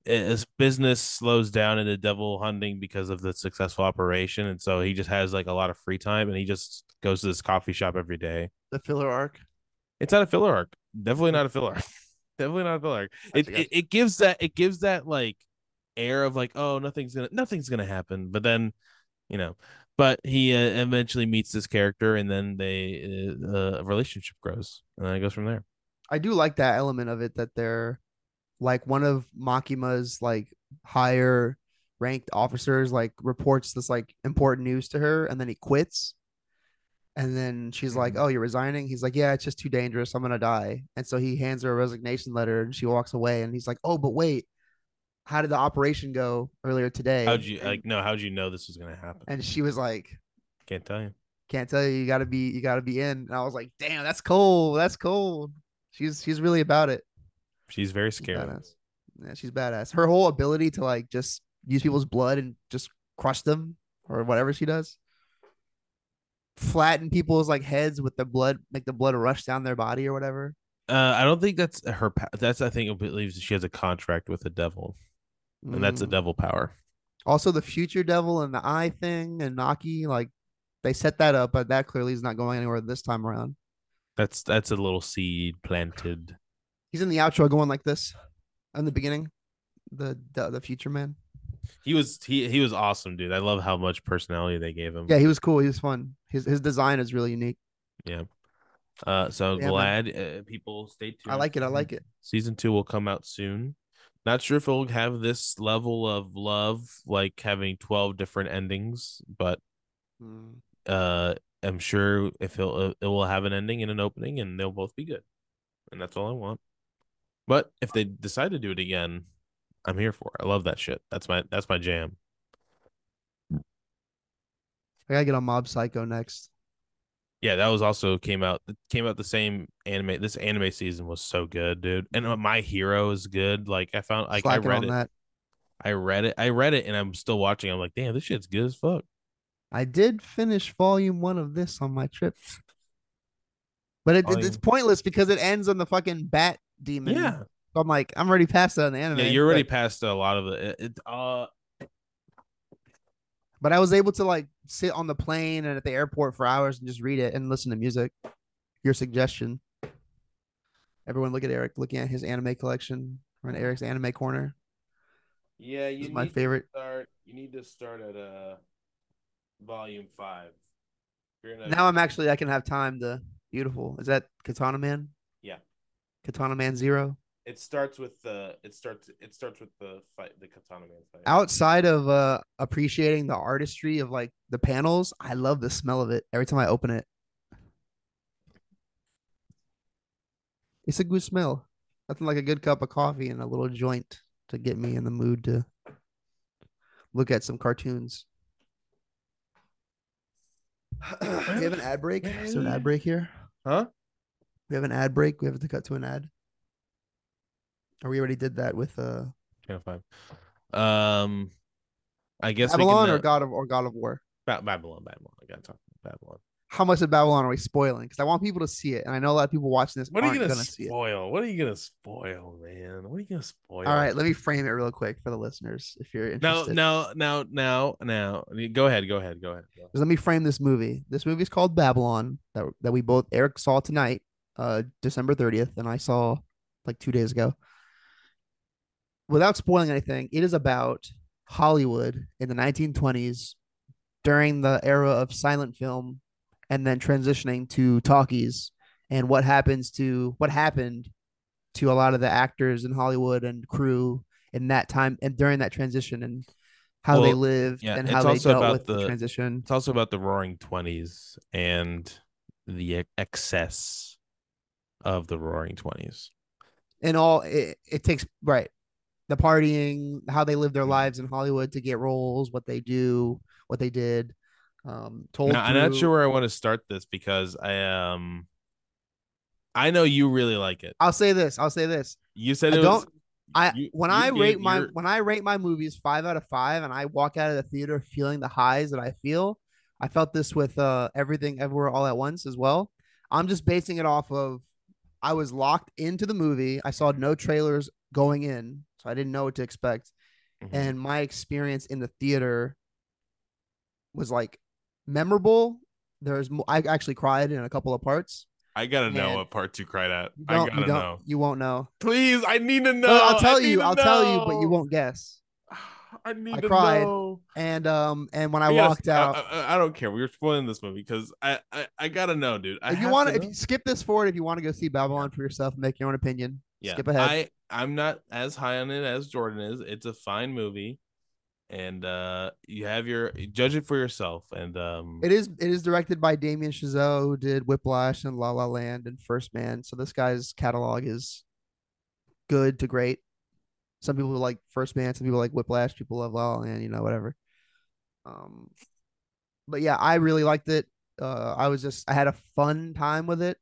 Speaker 2: eh, his business slows down into devil hunting because of the successful operation, and so he just has like a lot of free time, and he just goes to this coffee shop every day.
Speaker 1: The filler arc.
Speaker 2: It's not a filler arc, definitely not a filler, arc. <laughs> definitely not a filler arc. It,
Speaker 1: Gotcha,
Speaker 2: it it gives that it gives that like air of like oh nothing's gonna nothing's gonna happen, but then you know but he uh, eventually meets this character and then they uh, a relationship grows and then it goes from there
Speaker 1: I do like that element of it that they're like one of Makima's like higher ranked officers like reports this like important news to her and then he quits. And then she's like,
Speaker 2: Mhm.
Speaker 1: "Oh, you're resigning?" He's like, "Yeah, it's just too dangerous. I'm going to die." And so he hands her a resignation letter and she walks away and he's like, "Oh, but wait. How did the operation go earlier today?"
Speaker 2: how'd you
Speaker 1: and,
Speaker 2: like no how'd you know this was gonna happen
Speaker 1: and she was like,
Speaker 2: can't tell you
Speaker 1: can't tell you you gotta be you gotta be in and i was like damn that's cold that's cold she's she's really about it
Speaker 2: she's very
Speaker 1: She's
Speaker 2: scary
Speaker 1: badass. Yeah, she's badass. Her whole ability to like just use people's blood and just crush them or whatever she does. Flatten people's like heads with the blood, make the blood rush down their body or whatever.
Speaker 2: uh i don't think that's her pa- that's i think it believes she has a contract with the devil and that's a
Speaker 1: Mm.
Speaker 2: devil power
Speaker 1: also the future devil and the eye thing and Naki. Like they set that up, but that clearly is not going anywhere this time around.
Speaker 2: that's that's a little seed planted
Speaker 1: He's in the outro going like this in the beginning. The the, the future man.
Speaker 2: he was he he was awesome dude i love how much personality they gave him
Speaker 1: Yeah, he was cool. He was fun. His his design is really unique.
Speaker 2: uh so
Speaker 1: Yeah, man.
Speaker 2: glad uh, people stay tuned
Speaker 1: I like it. I
Speaker 2: Mhm.
Speaker 1: like it.
Speaker 2: season two will come out soon. Not sure if it'll have this level of love, like having twelve different endings, but uh, I'm sure if it'll uh, it will have an ending and an opening, and they'll both be good, and that's all I want. But if they decide to do it again, I'm here for. It. I love that shit. That's my that's my jam.
Speaker 1: I gotta get on Mob Psycho next.
Speaker 2: Yeah, that was also came out it came out the same anime. This anime season was so good, dude. And uh, my hero is good. Like I found, like I
Speaker 1: Slacking
Speaker 2: read
Speaker 1: on
Speaker 2: it,
Speaker 1: that.
Speaker 2: I read it, I read it, and I'm still watching. I'm like, damn, this shit's good as fuck.
Speaker 1: I did finish volume one of this on my trip, but it, it- it's
Speaker 2: Volume-
Speaker 1: pointless because it ends on the fucking bat demon.
Speaker 2: Yeah,
Speaker 1: so I'm like, I'm already past that on the anime.
Speaker 2: yeah, you're already
Speaker 1: But,
Speaker 2: past a lot of it. it uh,
Speaker 1: but I was able to like sit on the plane and at the airport for hours and just read it and listen to music. Your suggestion. Everyone, look at Eric looking at his anime collection. We're in Eric's anime corner.
Speaker 2: yeah,
Speaker 1: This
Speaker 2: you
Speaker 1: is my favorite.
Speaker 2: start. You need to start at uh, volume five.
Speaker 1: Now I'm actually I can have time to beautiful. Is that Katana Man?
Speaker 2: Yeah.
Speaker 1: Katana Man Zero.
Speaker 2: It starts with the it starts it starts with the fight the katana man fight. <clears throat>
Speaker 1: Outside of uh appreciating the artistry of like the panels, I love the smell of it every time I open it. It's a good smell. Nothing like a good cup of coffee and a little joint to get me in the mood to look at some cartoons. <sighs> Do we have an ad break? Is there an ad break here?
Speaker 2: Huh?
Speaker 1: We have an ad break. We have to cut to an ad. Or we already did that with uh
Speaker 2: Channel five. Um I guess we can,
Speaker 1: Babylon or
Speaker 2: uh,
Speaker 1: God of or God of War.
Speaker 2: Ba- Babylon, Babylon. I gotta talk about Babylon.
Speaker 1: How much of Babylon are we spoiling? Because I want people to see it, and I know a lot of people watching this
Speaker 2: What are
Speaker 1: aren't
Speaker 2: you gonna,
Speaker 1: gonna see it.
Speaker 2: spoil? What are you gonna spoil, man? What are you gonna spoil?
Speaker 1: All right, let me frame it real quick for the listeners if you're
Speaker 2: No,
Speaker 1: interested.
Speaker 2: no, no, no, no. Go ahead, go ahead, go ahead. go ahead.
Speaker 1: Let me frame this movie. This movie is called Babylon that that we both Eric saw tonight, uh, December thirtieth, and I saw like two days ago. Without spoiling anything, it is about Hollywood in the nineteen twenties, during the era of silent film, and then transitioning to talkies, and what happens to what happened to a lot of the actors in Hollywood and crew in that time and during that transition and how they
Speaker 2: Well,
Speaker 1: lived
Speaker 2: yeah,
Speaker 1: and
Speaker 2: it's
Speaker 1: how they
Speaker 2: also
Speaker 1: dealt
Speaker 2: about
Speaker 1: with the
Speaker 2: the-
Speaker 1: transition.
Speaker 2: It's also about the roaring 20s and the ex- excess of the roaring 20s.
Speaker 1: and all it, it takes right the partying how they live their
Speaker 2: Mhm.
Speaker 1: lives in hollywood to get roles what they do what they did um told
Speaker 2: Now, I'm not
Speaker 1: through-
Speaker 2: sure where I want to start this because I um I know you really like it.
Speaker 1: i'll say this i'll say this
Speaker 2: You said
Speaker 1: I
Speaker 2: it was
Speaker 1: don't- i
Speaker 2: you-
Speaker 1: when
Speaker 2: you
Speaker 1: i
Speaker 2: gave
Speaker 1: rate my
Speaker 2: your-
Speaker 1: when i rate my movies five out of five and i walk out of the theater feeling the highs that i feel i felt this with uh everything everywhere all at once as well i'm just basing it off of i was locked into the movie i saw no trailers going in so i didn't know what to expect
Speaker 2: Mhm.
Speaker 1: and my experience in the theater was like memorable. There's mo- I actually cried in a couple of parts.
Speaker 2: I gotta know
Speaker 1: man.
Speaker 2: what part you cried at.
Speaker 1: You
Speaker 2: I
Speaker 1: don't,
Speaker 2: gotta
Speaker 1: you don't,
Speaker 2: know.
Speaker 1: you won't know.
Speaker 2: Please, I need to know.
Speaker 1: Well, I'll tell
Speaker 2: I need
Speaker 1: you,
Speaker 2: to
Speaker 1: I'll tell you, but you
Speaker 2: know.
Speaker 1: won't guess.
Speaker 2: <sighs> I need
Speaker 1: I
Speaker 2: to
Speaker 1: cried.
Speaker 2: know.
Speaker 1: And um, and when I
Speaker 2: We gotta- uh,
Speaker 1: walked out,
Speaker 2: I, I, I don't care. We were spoiling this movie because I, I I gotta know, dude. I
Speaker 1: if you
Speaker 2: have
Speaker 1: want
Speaker 2: to
Speaker 1: to, if
Speaker 2: know.
Speaker 1: you skip this forward, if you want to go see Babylon for yourself, and make your own opinion.
Speaker 2: yeah,
Speaker 1: Skip ahead.
Speaker 2: I I'm not as high on it as Jordan is. It's a fine movie, and uh, you have your judge it for yourself. And um,
Speaker 1: It is it is directed by Damien Chazelle, who did Whiplash and La La Land and First Man. So this guy's catalog is good to great. Some people like First Man, some people like Whiplash, people love La La Land, you know, whatever. Um, but yeah, I really liked it. Uh, I was just I had a fun time with it.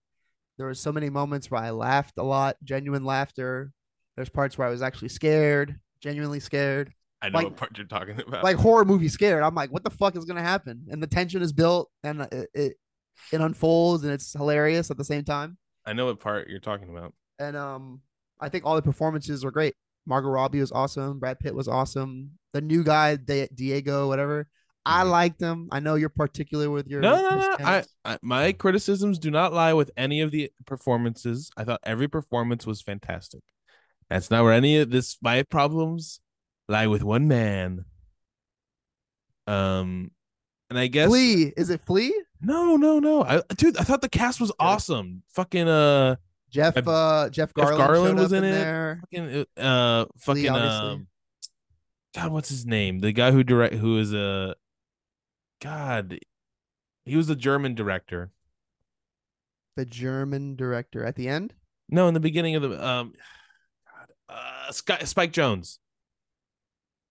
Speaker 1: There were so many moments where I laughed a lot, genuine laughter. There's parts where I was actually scared, genuinely scared
Speaker 2: I know
Speaker 1: like-
Speaker 2: what part you're talking <laughs>
Speaker 1: <laughs>
Speaker 2: about.
Speaker 1: like horror movie scared. I'm like, what the fuck is gonna happen? And the tension is built, and it it, it unfolds, and it's hilarious at the same time.
Speaker 2: I know what part you're talking about.
Speaker 1: And um, I think all the performances were great. Margot Robbie was awesome. Brad Pitt was awesome. The new guy, Di- Diego, whatever. I
Speaker 2: Mhm.
Speaker 1: liked him. I know you're particular with your
Speaker 2: No, no,
Speaker 1: Chris
Speaker 2: no. I,
Speaker 1: Evans.
Speaker 2: I my criticisms do not lie with any of the performances. I thought every performance was fantastic. That's not where any of this my problems lie with one man. Um, and I guess
Speaker 1: Flea is it Flea?
Speaker 2: no, no, no. I dude, I thought the cast was
Speaker 1: Yeah.
Speaker 2: awesome. Fucking uh,
Speaker 1: Jeff
Speaker 2: I-
Speaker 1: uh Jeff Garland,
Speaker 2: Garland
Speaker 1: showed
Speaker 2: was
Speaker 1: up
Speaker 2: in it.
Speaker 1: there.
Speaker 2: fucking uh, fucking
Speaker 1: obviously.
Speaker 2: um, God, what's his name? The guy who direct who is a God, he was a German director.
Speaker 1: The German director at the end.
Speaker 2: No, in the beginning of the um, God, uh, Sky, Spike Jones.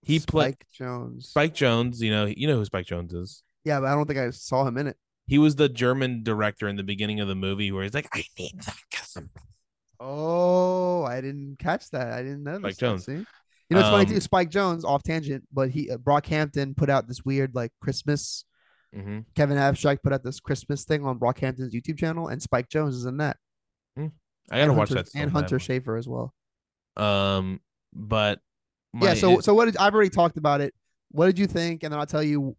Speaker 2: He played
Speaker 1: Spike Jones.
Speaker 2: Spike Jones. You know, you know who Spike Jones is.
Speaker 1: Yeah, but I don't think I saw him in it.
Speaker 2: He was the German director in the beginning of the movie where he's like, "I need that custom."
Speaker 1: Oh, I didn't catch that. I didn't know.
Speaker 2: Spike
Speaker 1: that,
Speaker 2: Jonze.
Speaker 1: see? You know, it's funny
Speaker 2: Um,
Speaker 1: too. Spike Jones, off tangent, but he uh, Brockhampton put out this weird like Christmas.
Speaker 2: hmm
Speaker 1: Kevin Abstract put out this Christmas thing on Brockhampton's YouTube channel, and Spike Jones is in that.
Speaker 2: I gotta
Speaker 1: and
Speaker 2: watch
Speaker 1: Hunter,
Speaker 2: that.
Speaker 1: And
Speaker 2: sometime.
Speaker 1: Hunter Schaefer as well.
Speaker 2: Um, but
Speaker 1: yeah.
Speaker 2: my-
Speaker 1: So, so what did I've already talked about it? What did you think? And then I'll tell you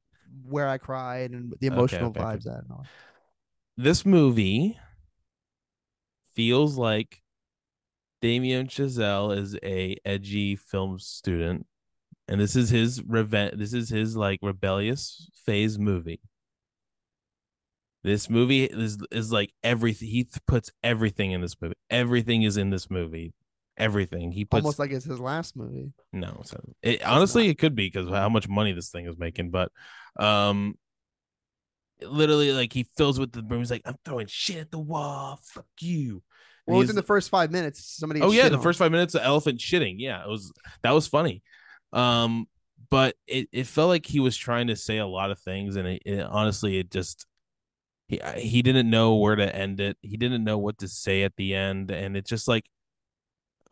Speaker 1: where I cried and the
Speaker 2: Okay,
Speaker 1: emotional
Speaker 2: okay, okay.
Speaker 1: vibes at. And all.
Speaker 2: this movie feels like Damien Chazelle is a edgy film student, and this is his revenge. This is his like rebellious phase movie. This movie is is like everything. He th- puts everything in this movie. Everything is in this movie. everything. He puts
Speaker 1: Almost like it's his last movie.
Speaker 2: no. So it, honestly, it could be because how much money this thing is making, but um, literally like he fills with the room. He's like, I'm throwing shit at the wall. Fuck you. And
Speaker 1: Well,
Speaker 2: he's-
Speaker 1: within the first five minutes, somebody.
Speaker 2: oh yeah,
Speaker 1: shit
Speaker 2: the
Speaker 1: on
Speaker 2: first five minutes, the elephant shitting. Yeah, it was that was funny. Um, but it, it felt like he was trying to say a lot of things, and it, it- honestly, it just he I- he didn't know where to end it. He didn't know what to say at the end, and it's just like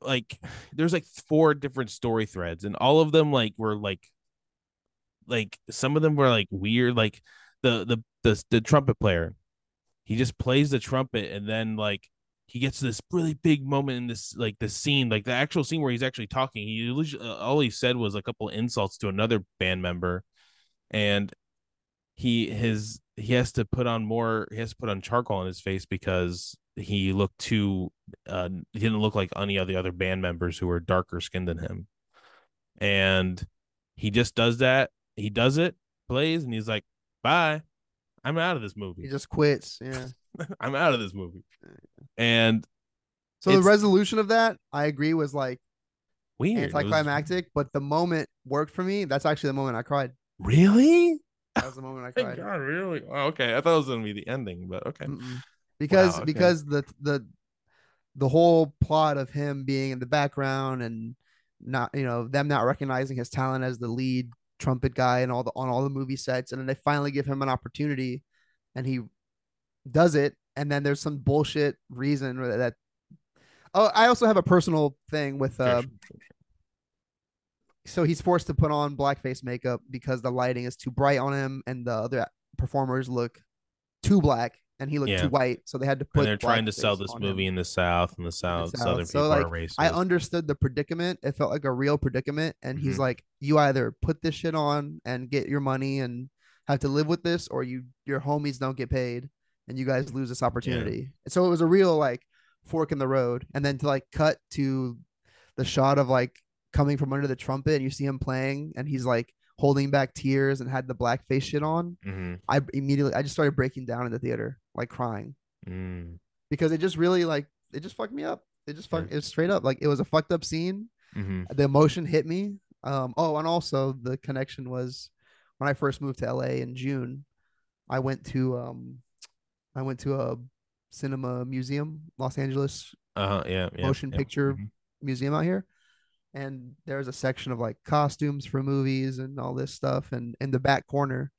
Speaker 2: like there's like four different story threads, and all of them like were like like some of them were like weird, like the the the, the trumpet player. He just plays the trumpet and then like he gets this really big moment in this like the scene like the actual scene where he's actually talking he lit- uh, all he said was a couple insults to another band member and he his he has to put on more he has to put on charcoal on his face because he looked too uh he didn't look like any of the other band members who were darker skinned than him and he just does that he does it plays and he's like bye i'm out of this
Speaker 1: He
Speaker 2: movie
Speaker 1: just quits. Yeah.
Speaker 2: <laughs> i'm out of this movie and
Speaker 1: So the
Speaker 2: It's-
Speaker 1: resolution of that, I agree, was like
Speaker 2: weird It was-
Speaker 1: anticlimactic, but the moment worked for me. That's actually the moment I cried.
Speaker 2: Really?
Speaker 1: That was the
Speaker 2: <laughs>
Speaker 1: moment I
Speaker 2: My
Speaker 1: cried.
Speaker 2: God, really? Wow, okay. I thought it was gonna be the ending, but okay.
Speaker 1: Mm-mm. Because
Speaker 2: okay.
Speaker 1: because the the the whole plot of him being in the background and not you know them not recognizing his talent as the lead trumpet guy and all the on all the movie sets and then they finally give him an opportunity and he does it and then there's some bullshit reason where that oh I also have a personal thing with
Speaker 2: Sure,
Speaker 1: uh,
Speaker 2: sure, sure, sure.
Speaker 1: so he's forced to put on blackface makeup because the lighting is too bright on him and the other performers look too black and he looked
Speaker 2: Yeah.
Speaker 1: too white so they had to put
Speaker 2: And they're trying to sell
Speaker 1: blackface
Speaker 2: this
Speaker 1: on him.
Speaker 2: movie in the South, and the South,
Speaker 1: South.
Speaker 2: Southern
Speaker 1: So,
Speaker 2: people
Speaker 1: like,
Speaker 2: are racist.
Speaker 1: i understood the predicament it felt like a real predicament and he's like you either put this shit on and get your money and have to live with this or you your homies don't get paid and you guys lose this opportunity And so it was a real like fork in the road and then to like cut to the shot of like coming from under the trumpet and you see him playing and he's like holding back tears and had the blackface shit on
Speaker 2: Mhm,
Speaker 1: i immediately i just started breaking down in the theater like crying
Speaker 2: mm,
Speaker 1: because it just really like it just fucked me up it just fucked
Speaker 2: Yeah.
Speaker 1: it was straight up like it was a fucked up scene
Speaker 2: mhm.
Speaker 1: the emotion hit me um oh and also the connection was when i first moved to la in june i went to um i went to a cinema museum los angeles
Speaker 2: Uh-huh, yeah, yeah,
Speaker 1: motion
Speaker 2: yeah,
Speaker 1: picture
Speaker 2: mhm.
Speaker 1: museum out here and there's a section of like costumes for movies and all this stuff and in the back corner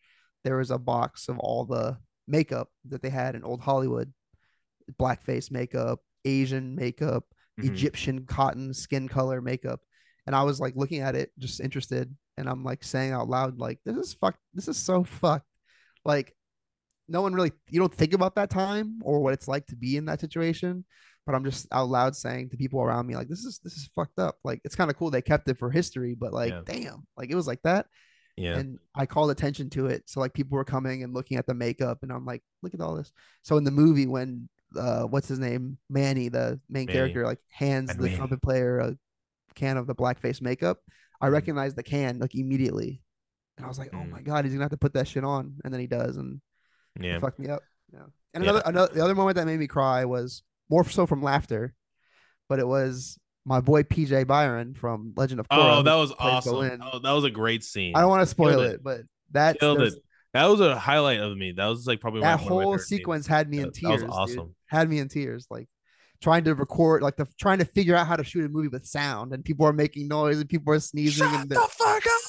Speaker 1: there was a box of all the makeup that they had in old hollywood blackface makeup asian makeup
Speaker 2: Mhm.
Speaker 1: egyptian cotton skin color makeup and i was like looking at it just interested and i'm like saying out loud like this is fuck this is so fucked like no one really you don't think about that time or what it's like to be in that situation but I'm just out loud saying to people around me, like, this is this is fucked up. Like, it's kind of cool they kept it for history, but like,
Speaker 2: Yeah.
Speaker 1: damn, like it was like that.
Speaker 2: Yeah,
Speaker 1: And I called attention to it, so like people were coming and looking at the makeup, and I'm like, look at all this. So in the movie, when uh, what's his name, Manny, the main
Speaker 2: Manny.
Speaker 1: character, like hands
Speaker 2: Manny
Speaker 1: the
Speaker 2: Manny.
Speaker 1: trumpet player a can of the blackface makeup, I
Speaker 2: Mhm.
Speaker 1: recognized the can like immediately, and I was like, oh
Speaker 2: Mm.
Speaker 1: my god, he's gonna have to put that shit on, and then he does, and
Speaker 2: yeah.
Speaker 1: fucked me up. Yeah. And
Speaker 2: Yeah.
Speaker 1: another, another the other moment that made me cry was more so from laughter, but it was my boy PJ Byron from Legend of Korra.
Speaker 2: Oh,
Speaker 1: who
Speaker 2: that was
Speaker 1: plays
Speaker 2: awesome.
Speaker 1: Balin.
Speaker 2: Oh, that was a great scene.
Speaker 1: I don't want to spoil
Speaker 2: Killed
Speaker 1: it.
Speaker 2: it.
Speaker 1: but that
Speaker 2: Killed it. That was a highlight of me. That was like probably
Speaker 1: that
Speaker 2: one of my
Speaker 1: whole
Speaker 2: favorite scenes.
Speaker 1: sequence had me in
Speaker 2: That- that was
Speaker 1: tears. dude.
Speaker 2: awesome.
Speaker 1: Had me in tears. Like trying to record, like the trying to figure out how to shoot a movie with sound, and people are making noise, and people are sneezing,
Speaker 2: Shut
Speaker 1: and
Speaker 2: the
Speaker 1: the-
Speaker 2: fuck up.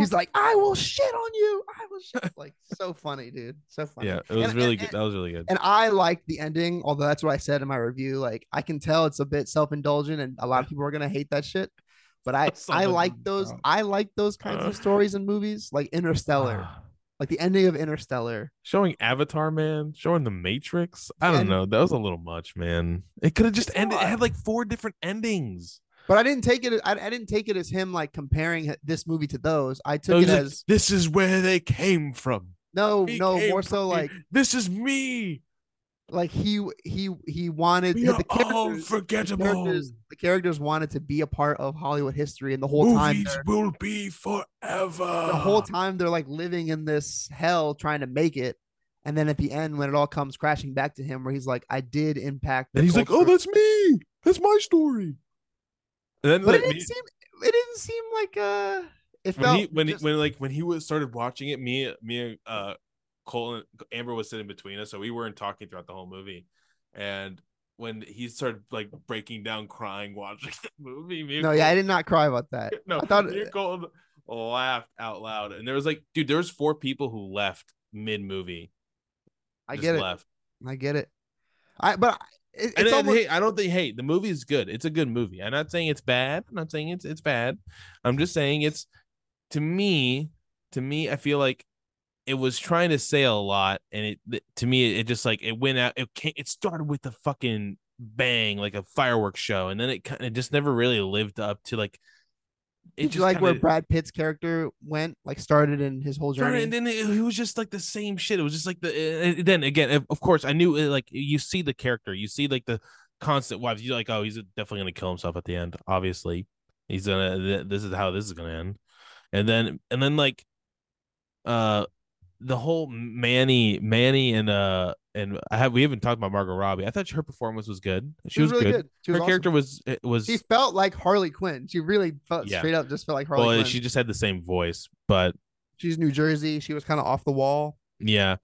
Speaker 1: he's like, "I will shit on you. I will
Speaker 2: <laughs>
Speaker 1: shit." like so funny, dude. So funny.
Speaker 2: Yeah, it was
Speaker 1: And-
Speaker 2: really
Speaker 1: and-
Speaker 2: good. That was really good.
Speaker 1: and I like the ending, although that's what I said in my review. Like I can tell it's a bit self-indulgent and a lot of people are gonna hate that shit. But
Speaker 2: <laughs>
Speaker 1: I I like those
Speaker 2: Self-indulgent.
Speaker 1: I like those kinds
Speaker 2: <sighs> Uh.
Speaker 1: of stories and movies, like Interstellar,
Speaker 2: <sighs> Ah.
Speaker 1: like the ending of Interstellar.
Speaker 2: showing Avatar, man, showing The Matrix. I don't
Speaker 1: And-
Speaker 2: know. That was a little much, man. It could have just ended. It had
Speaker 1: God.
Speaker 2: like four different endings.
Speaker 1: But I didn't take it I, I didn't take it as him like comparing h- this movie to those. I
Speaker 2: So
Speaker 1: took it
Speaker 2: he's like,
Speaker 1: as
Speaker 2: this is where they came from.
Speaker 1: no,
Speaker 2: We
Speaker 1: no,
Speaker 2: came
Speaker 1: more
Speaker 2: from
Speaker 1: so
Speaker 2: the-
Speaker 1: like
Speaker 2: this is me.
Speaker 1: like he he he wanted
Speaker 2: We
Speaker 1: the
Speaker 2: are all
Speaker 1: characters- the
Speaker 2: forgettable.
Speaker 1: characters, the characters wanted to be a part of Hollywood history and the whole time
Speaker 2: Movies
Speaker 1: they're-
Speaker 2: will be forever. The
Speaker 1: the whole time they're like living in this hell trying to make it and then at the end when it all comes crashing back to him where he's like i did impact the
Speaker 2: And he's like, oh,
Speaker 1: culture."
Speaker 2: that's me. That's my story. And then
Speaker 1: But it
Speaker 2: like,
Speaker 1: didn't
Speaker 2: me-
Speaker 1: seem it didn't seem like uh it
Speaker 2: when
Speaker 1: felt
Speaker 2: he when he-
Speaker 1: just-
Speaker 2: when like when he was started watching it, me me and uh Cole and Amber was sitting between us, so we weren't talking throughout the whole movie. And when he started like breaking down, crying, <laughs> watching the movie, me and
Speaker 1: no,
Speaker 2: Cole-
Speaker 1: yeah, I did not cry about that.
Speaker 2: no,
Speaker 1: I thought-
Speaker 2: me and Cole laughed out loud. And there was like, dude, there was four people who left mid movie.
Speaker 1: I get it.
Speaker 2: Left.
Speaker 1: I get it. I but I- it,
Speaker 2: And,
Speaker 1: it's
Speaker 2: and
Speaker 1: almost
Speaker 2: hey, I don't think hey, the movie is good. It's a good movie. I'm not saying it's bad. I'm not saying it's it's bad. I'm just saying it's to me, to me, I feel like it was trying to say a lot, and it th- to me, it just like it went out. It came, it started with a fucking bang, like a fireworks show, and then it kind of just never really lived up to like. It
Speaker 1: did you like where
Speaker 2: kinda-
Speaker 1: Brad Pitt's character went, like started in his whole
Speaker 2: Right,
Speaker 1: journey.
Speaker 2: And then it, it was just like the same shit. It was just like the. and then again, of- of course, I knew uh, like you see the character, you see like the constant wives. You're like, oh, he's definitely gonna kill himself at the end. Obviously, he's gonna. th- This is how this is gonna end. And then and then like, uh, the whole Manny Manny and uh and I have we haven't talked about Margot Robbie. I thought her performance was good. She, was,
Speaker 1: really
Speaker 2: good.
Speaker 1: good. She
Speaker 2: Her
Speaker 1: was awesome.
Speaker 2: character was it was
Speaker 1: She felt like Harley Quinn. She really felt
Speaker 2: Yeah.
Speaker 1: straight up just felt like Harley
Speaker 2: well.
Speaker 1: Quinn.
Speaker 2: She just had the same voice, but
Speaker 1: She's New Jersey. She was kind of off the wall.
Speaker 2: yeah.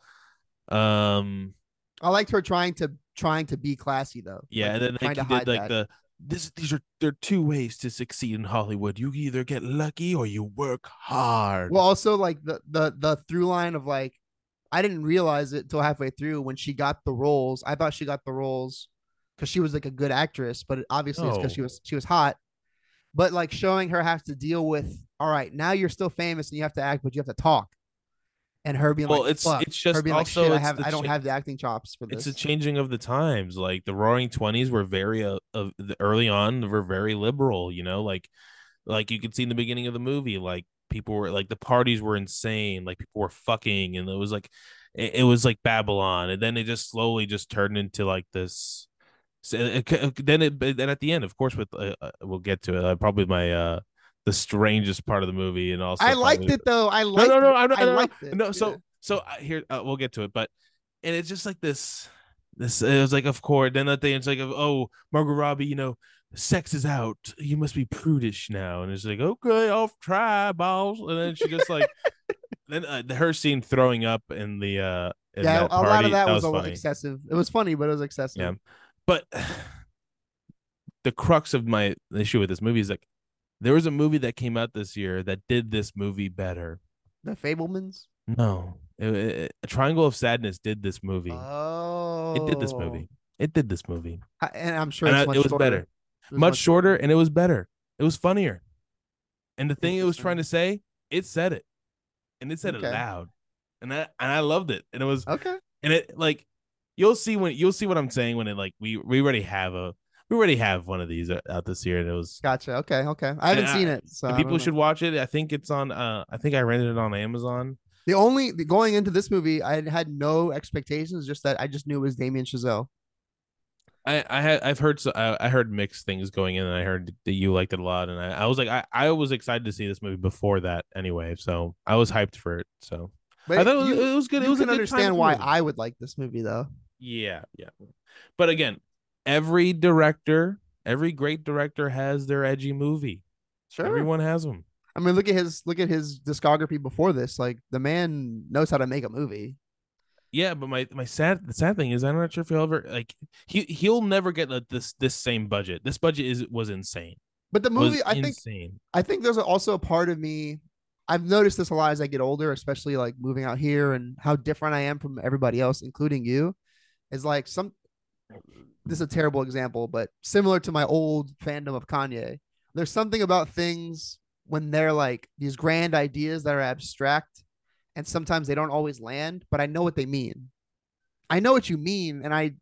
Speaker 2: Um.
Speaker 1: I liked her trying to trying to be classy though.
Speaker 2: Yeah,
Speaker 1: Like,
Speaker 2: and then
Speaker 1: trying
Speaker 2: like
Speaker 1: to
Speaker 2: you
Speaker 1: hide
Speaker 2: did like
Speaker 1: that.
Speaker 2: the this these are there are two ways to succeed in Hollywood. You either get lucky or you work hard.
Speaker 1: Well, also like the the the through line of like, I didn't realize it till halfway through when she got the roles. I thought she got the roles because she was like a good actress, but it- obviously it's because she
Speaker 2: No.
Speaker 1: was she was hot. But like showing her has to deal with, all right, now you're still famous and you have to act, but you have to talk. And her being
Speaker 2: Well,
Speaker 1: like,
Speaker 2: it's-
Speaker 1: Fuck.
Speaker 2: it's just
Speaker 1: her being
Speaker 2: also
Speaker 1: like, shit, I
Speaker 2: it's
Speaker 1: have,
Speaker 2: the
Speaker 1: I don't
Speaker 2: cha-
Speaker 1: have the acting chops for
Speaker 2: it's
Speaker 1: this.
Speaker 2: a changing of the times. Like the Roaring Twenties were very uh, of the early on were very liberal. You know, like like you could see in the beginning of the movie, like people were like the parties were insane, like people were fucking, and it was like it, it was like Babylon, and then it just slowly just turned into like this. So it, it- then it but then at the end, of course, with uh, uh, we'll get to it. Uh, probably my uh the strangest part of the movie, and also
Speaker 1: I liked
Speaker 2: probably-
Speaker 1: it though. I
Speaker 2: No,
Speaker 1: liked
Speaker 2: no, no,
Speaker 1: it.
Speaker 2: I'm not,
Speaker 1: I
Speaker 2: no, no,
Speaker 1: liked it.
Speaker 2: no,
Speaker 1: Yeah.
Speaker 2: so so uh, here uh, we'll get to it, but and it's just like this. This it was like of course. Then that thing it's like oh Margot Robbie, you know, sex is out. You must be prudish now. And it's like okay, I'll try balls. And then she
Speaker 1: <laughs>
Speaker 2: just like then uh, her scene throwing up in the uh in
Speaker 1: yeah,
Speaker 2: that
Speaker 1: a lot
Speaker 2: party,
Speaker 1: of that, was,
Speaker 2: was
Speaker 1: a little
Speaker 2: funny.
Speaker 1: excessive. It was funny, but it was excessive.
Speaker 2: Yeah. But <sighs> the crux of my issue with this movie is like there was a movie that came out this year that did this movie better.
Speaker 1: The Fablemans.
Speaker 2: No, it- it- a Triangle of Sadness did this movie.
Speaker 1: Oh,
Speaker 2: It did this movie. It did this movie.
Speaker 1: I- and I'm sure
Speaker 2: And
Speaker 1: it's
Speaker 2: I-
Speaker 1: much
Speaker 2: it was
Speaker 1: shorter.
Speaker 2: better.
Speaker 1: It was
Speaker 2: Much shorter, and it was better. It was funnier. And the thing it was trying
Speaker 1: Interesting.
Speaker 2: to say, it said it, and it said
Speaker 1: Okay. Uh.
Speaker 2: it loud, and I and I loved it. And it was
Speaker 1: Okay.
Speaker 2: and it like you'll see when you'll see what I'm saying when it like we we already have a we already have one of these out this year, and it was
Speaker 1: Gotcha. Okay. Okay. I haven't
Speaker 2: I-
Speaker 1: seen it, so I
Speaker 2: And
Speaker 1: don't
Speaker 2: people
Speaker 1: know.
Speaker 2: should watch it. I think it's on. Uh, I think I rented it on Amazon.
Speaker 1: The only the- going into this movie, I had- had no expectations. Just that I just knew it was Damien Chazelle.
Speaker 2: I I had I've heard so I, I heard mixed things going in, and I heard that you liked it a lot, and I, I was like I I was excited to see this movie before that anyway, so I was hyped for it. So
Speaker 1: But
Speaker 2: I thought it was,
Speaker 1: you,
Speaker 2: it was good.
Speaker 1: you
Speaker 2: it was
Speaker 1: can
Speaker 2: a good time
Speaker 1: understand
Speaker 2: with
Speaker 1: why
Speaker 2: the movie.
Speaker 1: I would like this movie, though.
Speaker 2: Yeah, yeah. But again, every director, every great director has their edgy movie.
Speaker 1: Sure.
Speaker 2: Everyone has them.
Speaker 1: I mean, look at his look at his discography before this. Like the man knows how to make a movie.
Speaker 2: Yeah, but my my sad the sad thing is I'm not sure if he'll ever like he he'll never get like, this this same budget. This budget is was insane.
Speaker 1: But the
Speaker 2: Was
Speaker 1: movie, I think,
Speaker 2: insane.
Speaker 1: I think there's also a part of me. I've noticed this a lot as I get older, especially like moving out here and how different I am from everybody else, including you. Is like some. This is a terrible example, but similar to my old fandom of Kanye, there's something about things when they're like these grand ideas that are abstract, and sometimes they don't always land. But I know what they mean. I know what you mean, and I,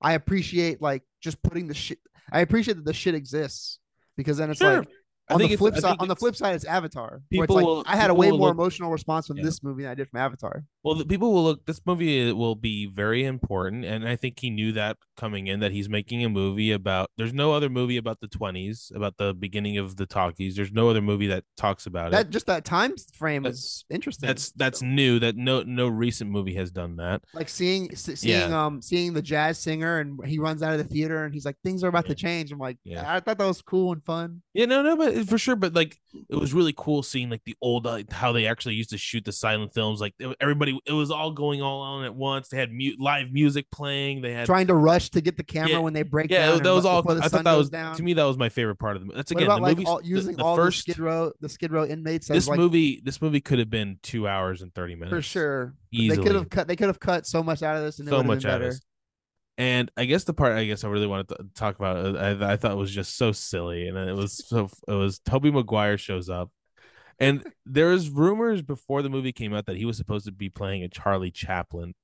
Speaker 1: I appreciate like just putting the shit. I appreciate that the shit exists because then it's like
Speaker 2: I
Speaker 1: on
Speaker 2: think
Speaker 1: the
Speaker 2: it's-
Speaker 1: flip
Speaker 2: I
Speaker 1: side,
Speaker 2: think
Speaker 1: on the
Speaker 2: it's-
Speaker 1: flip side, it's Avatar. where it's
Speaker 2: People
Speaker 1: like,
Speaker 2: will-
Speaker 1: I had a
Speaker 2: people
Speaker 1: way
Speaker 2: will
Speaker 1: more
Speaker 2: look-
Speaker 1: emotional response from
Speaker 2: Yeah.
Speaker 1: this movie than I did from Avatar.
Speaker 2: Well, the people will look. This movie uh, will be very important, and I think he knew that coming in that he's making a movie about. There's no other movie about the 20s, about the beginning of the talkies. There's no other movie that talks about
Speaker 1: That
Speaker 2: it.
Speaker 1: just that time frame
Speaker 2: That's-
Speaker 1: is interesting.
Speaker 2: That's that's new. That no no recent movie has done that.
Speaker 1: like seeing s- seeing um seeing the jazz singer and he runs out of the theater and he's like things are about to
Speaker 2: Yeah.
Speaker 1: change. I'm like,
Speaker 2: Yeah.
Speaker 1: I thought that was cool and fun.
Speaker 2: Yeah, no, no, but uh, for sure. But like, it was really cool seeing like the old like, how they actually used to shoot the silent films. Like it- everybody, it was all going all on at once. They had mute live music playing. They had
Speaker 1: Trying to rush to get the camera
Speaker 2: Yeah.
Speaker 1: when they break
Speaker 2: yeah,
Speaker 1: down.
Speaker 2: that
Speaker 1: and
Speaker 2: was
Speaker 1: bu-
Speaker 2: all.
Speaker 1: before the
Speaker 2: I
Speaker 1: sun
Speaker 2: thought that
Speaker 1: goes
Speaker 2: was
Speaker 1: down.
Speaker 2: to me that was my favorite part of the. That's
Speaker 1: What
Speaker 2: again
Speaker 1: about
Speaker 2: the
Speaker 1: like
Speaker 2: movie.
Speaker 1: all, using all
Speaker 2: first
Speaker 1: the Skid Row the Skid Row inmates as
Speaker 2: this
Speaker 1: like
Speaker 2: movie this movie could have been two hours and 30 minutes
Speaker 1: for sure. They
Speaker 2: easily
Speaker 1: could have cut they could have cut so much out of this and it
Speaker 2: so
Speaker 1: would have
Speaker 2: much
Speaker 1: been
Speaker 2: out of
Speaker 1: better.
Speaker 2: this. and i guess the part i guess i really wanted to talk about uh, i, I thought was just so silly and it was so it was toby maguire shows up
Speaker 1: <laughs>
Speaker 2: and there was rumors before the movie came out that he was supposed to be playing a charlie chaplin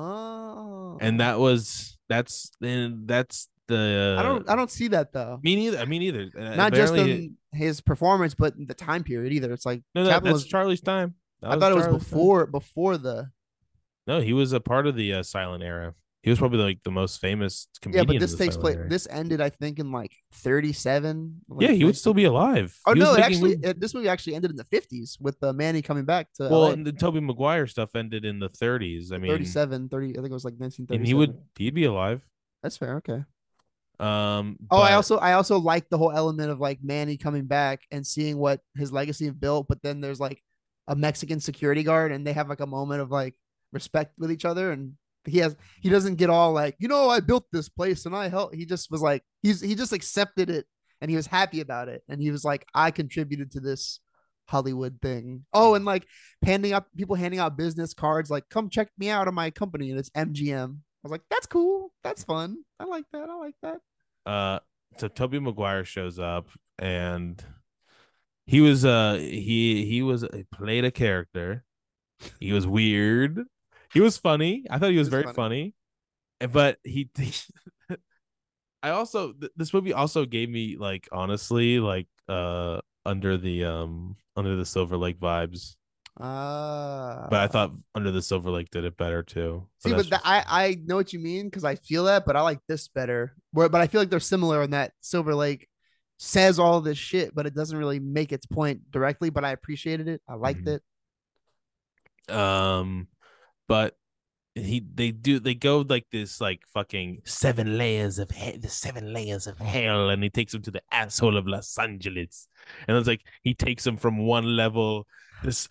Speaker 1: Oh
Speaker 2: and that was that's and that's the
Speaker 1: I don't I don't see that though.
Speaker 2: me neither me neither And
Speaker 1: Not just
Speaker 2: apparently-
Speaker 1: in his performance, but in the time period either. It's like
Speaker 2: no, that,
Speaker 1: Chaplin
Speaker 2: that's
Speaker 1: was-
Speaker 2: charlie's time That
Speaker 1: I thought it was
Speaker 2: Charlie's time.
Speaker 1: before before the
Speaker 2: No, he was a part of the uh, silent era. He was probably like the most famous
Speaker 1: yeah,
Speaker 2: comedian.
Speaker 1: but
Speaker 2: of
Speaker 1: this
Speaker 2: the
Speaker 1: takes
Speaker 2: silent
Speaker 1: place.
Speaker 2: era.
Speaker 1: This ended, I think, in like thirty-seven.
Speaker 2: yeah,
Speaker 1: like,
Speaker 2: he would
Speaker 1: like-
Speaker 2: still be alive.
Speaker 1: Oh
Speaker 2: He was
Speaker 1: no! It
Speaker 2: making
Speaker 1: actually,
Speaker 2: movies.
Speaker 1: it, this movie actually ended in the fifties with uh, Manny coming back to
Speaker 2: well,
Speaker 1: LA,
Speaker 2: and the Toby Maguire stuff ended in the 30s. I mean,
Speaker 1: 37, 30, I think it was like nineteen thirty.
Speaker 2: and he would he'd be alive.
Speaker 1: That's fair. Okay.
Speaker 2: Um,
Speaker 1: Oh, I
Speaker 2: but-
Speaker 1: also I also like the whole element of like Manny coming back and seeing what his legacy have built. But then there's like a Mexican security guard, and they have like a moment of like respect with each other. And he has he doesn't get all like you know I built this place and I helped. He just was like he's he just accepted it and he was happy about it. And he was like I contributed to this Hollywood thing. Oh, and like handing out people handing out business cards like come check me out on my company and it's MGM. I was like that's cool, that's fun. I like that. I like that.
Speaker 2: uh so Toby Maguire shows up and he was uh he he was he played a character. He was weird. He was funny. I thought he was
Speaker 1: was
Speaker 2: very
Speaker 1: funny.
Speaker 2: funny. And But he <laughs> I also th- this movie also gave me like honestly like uh under the um under the Silver Lake vibes.
Speaker 1: Ah.
Speaker 2: But I thought under the Silver Lake did it better too.
Speaker 1: See, but
Speaker 2: that's
Speaker 1: that,
Speaker 2: just-
Speaker 1: I I know what you mean because I feel that, but I like this better. Where, but I feel like they're similar in that Silver Lake says all this shit, but it doesn't really make its point directly. But I appreciated it. I liked
Speaker 2: Mhm.
Speaker 1: it.
Speaker 2: um but he they do they go like this like fucking seven layers of hell the seven layers of hell and he takes him to the asshole of los angeles and it's like he takes him from one level this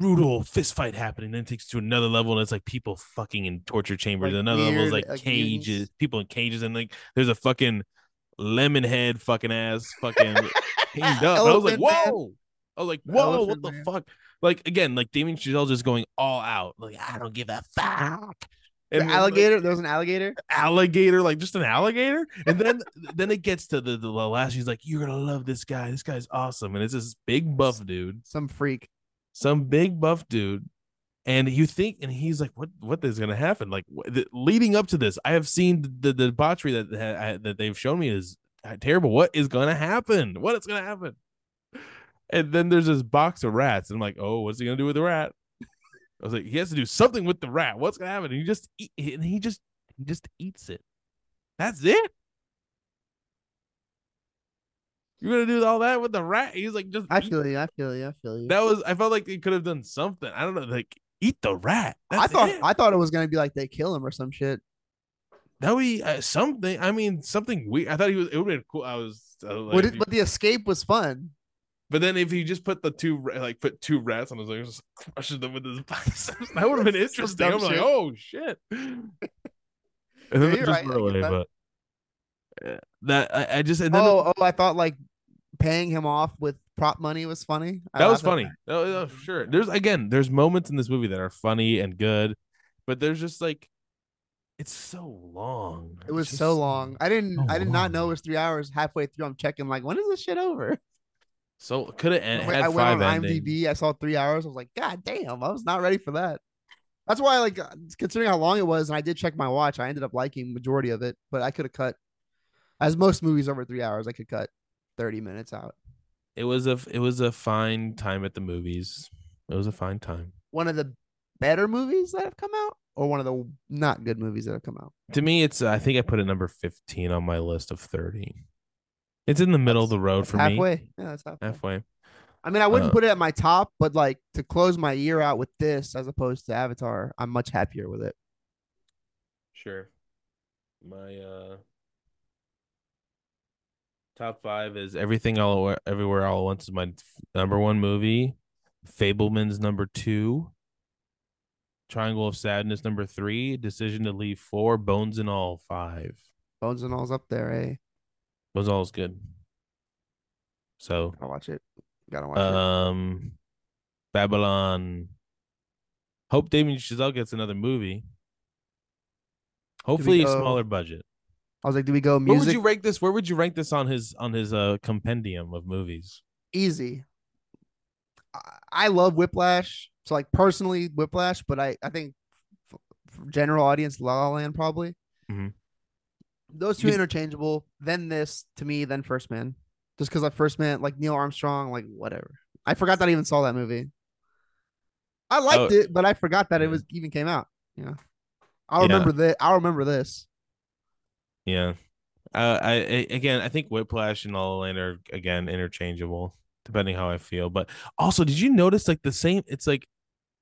Speaker 2: brutal fist fight happening then takes to another level and it's like people fucking in torture chambers
Speaker 1: Like
Speaker 2: another level is
Speaker 1: weird,
Speaker 2: like,
Speaker 1: like,
Speaker 2: cages
Speaker 1: mutants.
Speaker 2: people in cages and like there's a fucking lemon head fucking ass
Speaker 1: <laughs>
Speaker 2: fucking cleaned up. And I was like,
Speaker 1: Elephant Man.
Speaker 2: whoa. I was like, whoa, what
Speaker 1: Elephant
Speaker 2: the
Speaker 1: Man.
Speaker 2: fuck? Like again, like Damien Chazelle just going all out. Like, I don't give a fuck.
Speaker 1: The
Speaker 2: then, like,
Speaker 1: alligator. there was an alligator.
Speaker 2: alligator, like just an alligator. And then <laughs> then it gets to the, the last. She's like, You're gonna love this guy. This guy's awesome. And it's this big buff dude,
Speaker 1: Some freak.
Speaker 2: some big buff dude. And you think, and he's like, "What? What is gonna happen?" Like wh- the, leading up to this, I have seen the, the debauchery that that- that they've shown me is uh, terrible. What is gonna happen? What is gonna happen? And then there's this box of rats. And I'm like, oh, what's he gonna do with the rat? I was like, he has to do something with the rat. What's gonna happen? And he just eat, and he just he just eats it. That's it. You're gonna do all that with the rat? He's like, just
Speaker 1: I
Speaker 2: eat-
Speaker 1: feel you. I feel you. I feel you.
Speaker 2: that was I felt like they could have done something. I don't know, like eat the rat.
Speaker 1: I
Speaker 2: That's
Speaker 1: thought
Speaker 2: it.
Speaker 1: I thought it was gonna be like they kill him or some shit.
Speaker 2: that would be uh, something. I mean, something weird. I thought he was. It would have been cool. I was. Uh, like,
Speaker 1: But
Speaker 2: if
Speaker 1: it,
Speaker 2: you-
Speaker 1: but the escape was fun.
Speaker 2: But then if you just put the two ra- like put two rats on his legs, just crushing them with his biceps, <laughs> that would have been
Speaker 1: Some
Speaker 2: interesting.
Speaker 1: dumb
Speaker 2: I'm like,
Speaker 1: shit.
Speaker 2: oh
Speaker 1: <laughs>
Speaker 2: shit. And then
Speaker 1: Yeah,
Speaker 2: they
Speaker 1: you're
Speaker 2: just
Speaker 1: right, I
Speaker 2: run away,
Speaker 1: get
Speaker 2: but
Speaker 1: that.
Speaker 2: Yeah, that I, I just and then it-
Speaker 1: Oh, oh, I thought like paying him off with prop money was funny. I
Speaker 2: that was
Speaker 1: laughed at Mm-hmm.
Speaker 2: funny. Oh, yeah, sure. There's again, there's moments in this movie that are funny and good, but there's just like it's so long.
Speaker 1: It was
Speaker 2: It's
Speaker 1: so
Speaker 2: just- Oh,
Speaker 1: long. I didn't.
Speaker 2: so
Speaker 1: I did not
Speaker 2: long.
Speaker 1: know it was three hours. Halfway through, I'm checking like, when is this shit over?
Speaker 2: So could have had
Speaker 1: I'm like- I went
Speaker 2: five
Speaker 1: on
Speaker 2: endings.
Speaker 1: IMDb. I saw three hours. I was like, God damn! I was not ready for that. That's why, like, uh, considering how long it was, and I did check my watch, I ended up liking majority of it. But I could have cut, as most movies over three hours, I could cut thirty minutes out.
Speaker 2: It was a it was a fine time at the movies. It was a fine time.
Speaker 1: One of the better movies that have come out or one of the not good movies that have come out?
Speaker 2: To me, it's I think I put it number fifteen on my list of thirty. It's in the middle of the road
Speaker 1: That's
Speaker 2: for me.
Speaker 1: halfway. Yeah, that's halfway.
Speaker 2: Halfway.
Speaker 1: I mean, I wouldn't
Speaker 2: Uh,
Speaker 1: put it at my top, but like to close my year out with this as opposed to Avatar, I'm much happier with it.
Speaker 2: Sure. My uh top five is everything all at- everywhere all at once is my f- number one movie. Fableman's number two. Triangle of Sadness number three. Decision to Leave four. Bones and All five.
Speaker 1: Bones and all's up there, eh?
Speaker 2: Bones and All is good. So,
Speaker 1: I'll watch it. Gotta watch it.
Speaker 2: um, Babylon. Hope Damien Chazelle gets another movie. Hopefully, a
Speaker 1: go-
Speaker 2: smaller budget.
Speaker 1: I was like, do we go
Speaker 2: Where would
Speaker 1: music
Speaker 2: you rank this? Where would you rank this on his on his uh compendium of movies?
Speaker 1: easy? I- I love Whiplash. So like personally, Whiplash, but I I think f- f- general audience, La La Land probably.
Speaker 2: Mhm.
Speaker 1: Those two
Speaker 2: You-
Speaker 1: interchangeable. Then this to me, then First Man, just because I First Man like Neil Armstrong, like whatever. I forgot that I even saw that movie. I liked it, but I forgot that it
Speaker 2: Oh. yeah.
Speaker 1: was even came out. You know, I'll
Speaker 2: Yeah.
Speaker 1: remember that. I'll remember this.
Speaker 2: Yeah. Uh, I, I again, I think Whiplash and La La Land are again interchangeable, depending how I feel. But also, did you notice like the same? It's like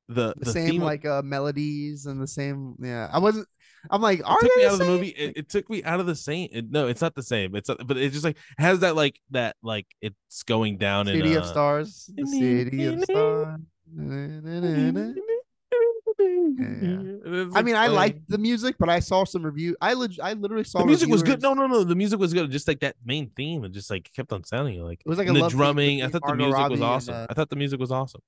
Speaker 2: the
Speaker 1: The, same
Speaker 2: theme of-
Speaker 1: like uh, melodies and the same. Yeah, I wasn't. I'm like, are
Speaker 2: it took
Speaker 1: they
Speaker 2: me
Speaker 1: the
Speaker 2: out of the
Speaker 1: same?
Speaker 2: movie. It, it took me out of the same. It, no, it's not the same. It's not, but it just like has that like that like it's going down in
Speaker 1: City of
Speaker 2: uh,
Speaker 1: Stars. The City of Stars.
Speaker 2: <laughs> It's,
Speaker 1: I mean, I
Speaker 2: playing.
Speaker 1: liked the music, but I saw some review. I leg- I literally saw
Speaker 2: the music was good.
Speaker 1: reviewers-
Speaker 2: No, no, no. The music was good. Just like that main theme, and just like kept on sounding like
Speaker 1: It was like a
Speaker 2: and the
Speaker 1: love theme
Speaker 2: drumming. I
Speaker 1: between
Speaker 2: thought the
Speaker 1: Margot
Speaker 2: music
Speaker 1: Robbie
Speaker 2: was
Speaker 1: and,
Speaker 2: awesome.
Speaker 1: uh,
Speaker 2: I thought the music was awesome.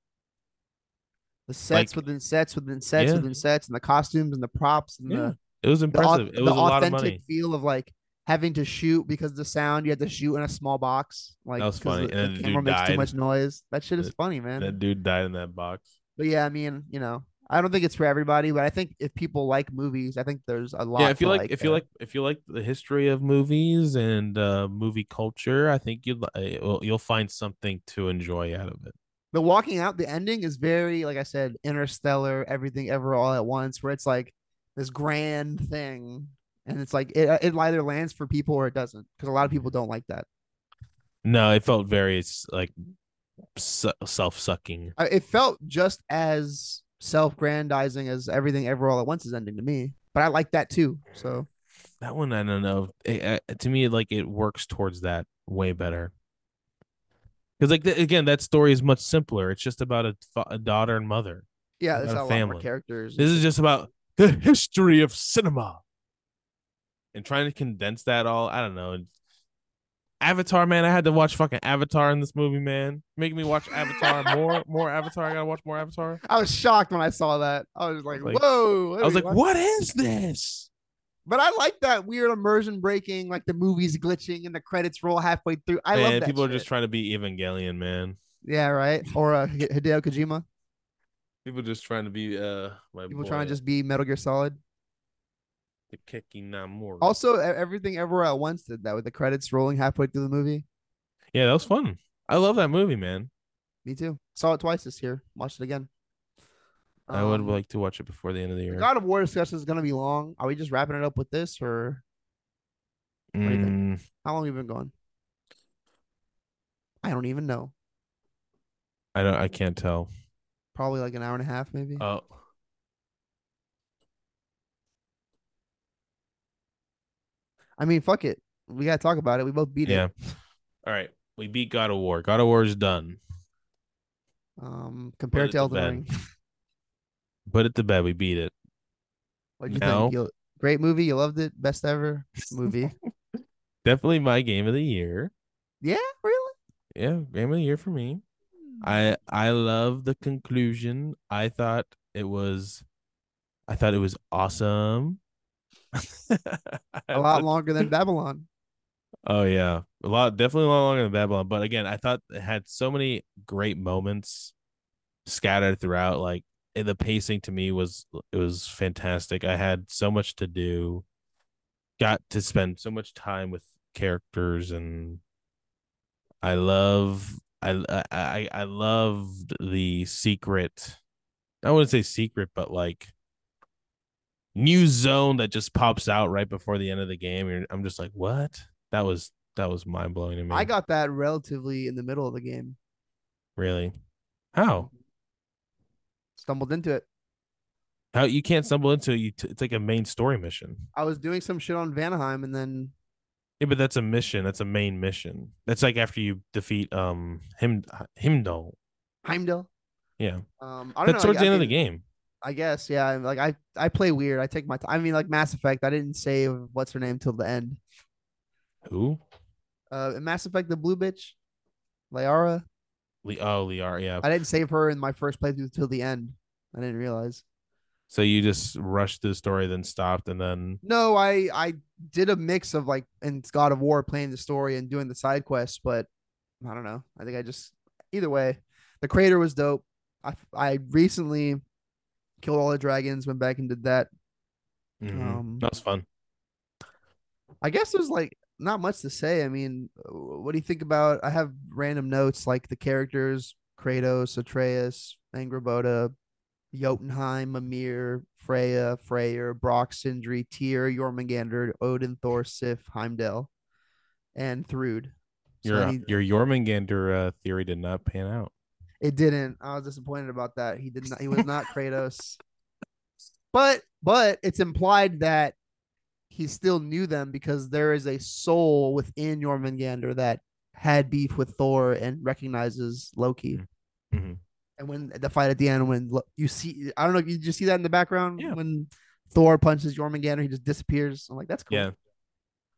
Speaker 1: The sets
Speaker 2: like-
Speaker 1: within sets within sets
Speaker 2: Yeah.
Speaker 1: within sets, and the costumes and the props and
Speaker 2: Yeah,
Speaker 1: the
Speaker 2: it was
Speaker 1: the, au-
Speaker 2: impressive. it
Speaker 1: the
Speaker 2: was a lot of
Speaker 1: authentic
Speaker 2: money.
Speaker 1: feel of like having to shoot because the sound you had to shoot in a small box. Like
Speaker 2: was
Speaker 1: 'cause
Speaker 2: funny,
Speaker 1: The,
Speaker 2: and then
Speaker 1: the
Speaker 2: the dude
Speaker 1: camera makes too
Speaker 2: died.
Speaker 1: much noise. That shit is
Speaker 2: That-
Speaker 1: funny, man.
Speaker 2: That dude died in that box.
Speaker 1: but yeah, I mean, you know, I don't think it's for everybody, but I think if people like movies, I think there's a lot.
Speaker 2: Yeah, if you
Speaker 1: to
Speaker 2: like, if you
Speaker 1: there.
Speaker 2: like, if you like the history of movies and uh, movie culture, I think you'd li- eh, well, you'll find something to enjoy out of it.
Speaker 1: the walking out the ending is very like i said interstellar everything ever all at once where it's like this grand thing and it's like it, it either lands for people or it doesn't because a lot of people don't like that
Speaker 2: No, it felt very s- like su- self-sucking.
Speaker 1: I- it felt just as self-grandizing as everything ever all at once is ending to me but i like that too so
Speaker 2: That one, I don't know. It, uh, to me, like it works towards that way better. Because, like th- again, that story is much simpler. It's just about a, fa- a daughter and mother.
Speaker 1: yeah
Speaker 2: About
Speaker 1: there's
Speaker 2: a
Speaker 1: not a lot more
Speaker 2: family.
Speaker 1: characters
Speaker 2: This is just about the history of cinema. And trying to condense that all, I don't know. Avatar, man, I had to watch fucking Avatar in this movie, man. Making me watch
Speaker 1: <laughs>
Speaker 2: Avatar more, more Avatar. I gotta watch more Avatar.
Speaker 1: i was shocked when i saw that i was like,
Speaker 2: Like,
Speaker 1: whoa
Speaker 2: I
Speaker 1: are
Speaker 2: was
Speaker 1: we
Speaker 2: like,
Speaker 1: watching?
Speaker 2: what is this?
Speaker 1: but i like that weird immersion breaking like the movies glitching and the credits roll halfway through i
Speaker 2: man,
Speaker 1: love that
Speaker 2: people are
Speaker 1: shit.
Speaker 2: just trying to be Evangelion, man.
Speaker 1: Yeah, right. Or uh, H- Hideo Kojima.
Speaker 2: People just trying to be uh my
Speaker 1: People
Speaker 2: boy,
Speaker 1: trying to just be Metal Gear Solid.
Speaker 2: Hideki Namori.
Speaker 1: Also, e- everything everywhere at once did that with the credits rolling halfway through the movie.
Speaker 2: Yeah, that was fun. I love that movie, man.
Speaker 1: Me too. Saw it twice this year. Watched it again.
Speaker 2: I would
Speaker 1: Um,
Speaker 2: like to watch it before the end of the
Speaker 1: the
Speaker 2: year.
Speaker 1: God of War discussion is gonna be long. Are we just wrapping it up with this, or do you think?
Speaker 2: Mm,
Speaker 1: how long have we been going? I don't even know.
Speaker 2: I don't I can't tell.
Speaker 1: Probably like an hour and a half, maybe.
Speaker 2: Oh.
Speaker 1: I mean, fuck it. We gotta talk about it. We both beat
Speaker 2: Yeah.
Speaker 1: it.
Speaker 2: All right, we beat God of War. God of War is done.
Speaker 1: Um, compared
Speaker 2: it
Speaker 1: to
Speaker 2: to
Speaker 1: Elden
Speaker 2: bed.
Speaker 1: Ring,
Speaker 2: Put it to bed. We beat it.
Speaker 1: what do you
Speaker 2: Now-
Speaker 1: think? You, great movie. You loved it. Best ever
Speaker 2: <laughs>
Speaker 1: movie.
Speaker 2: Definitely my game of the year.
Speaker 1: yeah, really.
Speaker 2: Yeah, game of the year for me. I I love the conclusion. I thought it was, I thought it was awesome. <laughs>
Speaker 1: a lot longer than Babylon.
Speaker 2: Oh yeah, a lot definitely a lot longer than Babylon. But again, I thought it had so many great moments scattered throughout. Like and the pacing to me was it was fantastic. I had so much to do, got to spend so much time with characters, and I love I I I I loved the secret I wouldn't say secret, but like new zone that just pops out right before the end of the game. You're, I'm just like, what? That was that was mind blowing to me.
Speaker 1: I got that relatively in the middle of the game.
Speaker 2: really how
Speaker 1: Stumbled into it.
Speaker 2: how you can't stumble into it, you. T- it's like a main story mission.
Speaker 1: I was doing some shit on Vanaheim, and then
Speaker 2: Yeah, but that's a mission. That's a main mission. That's like after you defeat um him Himdall.
Speaker 1: Heimdall.
Speaker 2: Yeah,
Speaker 1: Um, I don't
Speaker 2: that's
Speaker 1: know.
Speaker 2: towards
Speaker 1: I,
Speaker 2: the end
Speaker 1: I
Speaker 2: of the
Speaker 1: think-
Speaker 2: game.
Speaker 1: I guess. Yeah. I'm Like I, I play weird. I take my time. I mean, like Mass Effect. I didn't save what's her name till the end.
Speaker 2: Who?
Speaker 1: Uh, in Mass Effect, the blue bitch, Liara.
Speaker 2: Le- oh, Liar. Yeah.
Speaker 1: I didn't save her in my first playthrough till the end. I didn't realize.
Speaker 2: So you just rushed the story, then stopped, and then
Speaker 1: No, I I did a mix of like in God of War playing the story and doing the side quests, but I don't know. I think I just either way, the creator was dope. I f- I recently killed all the dragons, went back and did that.
Speaker 2: Mhm.
Speaker 1: Um,
Speaker 2: that was fun.
Speaker 1: I guess there's like not much to say. I mean, uh, what do you think about? I have random notes like the characters: Kratos, Atreus, Angraboda, Jotunheim, Amir, Freya, Freyr, Brock, Sindri, Tyr, Jormungandr, Odin, Thor, Sif, Heimdall, and Thrud. So
Speaker 2: Your
Speaker 1: I need-
Speaker 2: your Jormungandr uh, theory did not pan out.
Speaker 1: it didn't. I was disappointed about that. He did not. He was not Kratos. But but it's implied that he still knew them because there is a soul within Jormungandr that had beef with Thor and recognizes Loki.
Speaker 2: Mhm.
Speaker 1: And when the fight at the end, when Lo- you see, I don't know, you just see that in the background
Speaker 2: Yeah.
Speaker 1: when Thor punches Jormungandr, he just disappears. I'm like, that's cool.
Speaker 2: Yeah.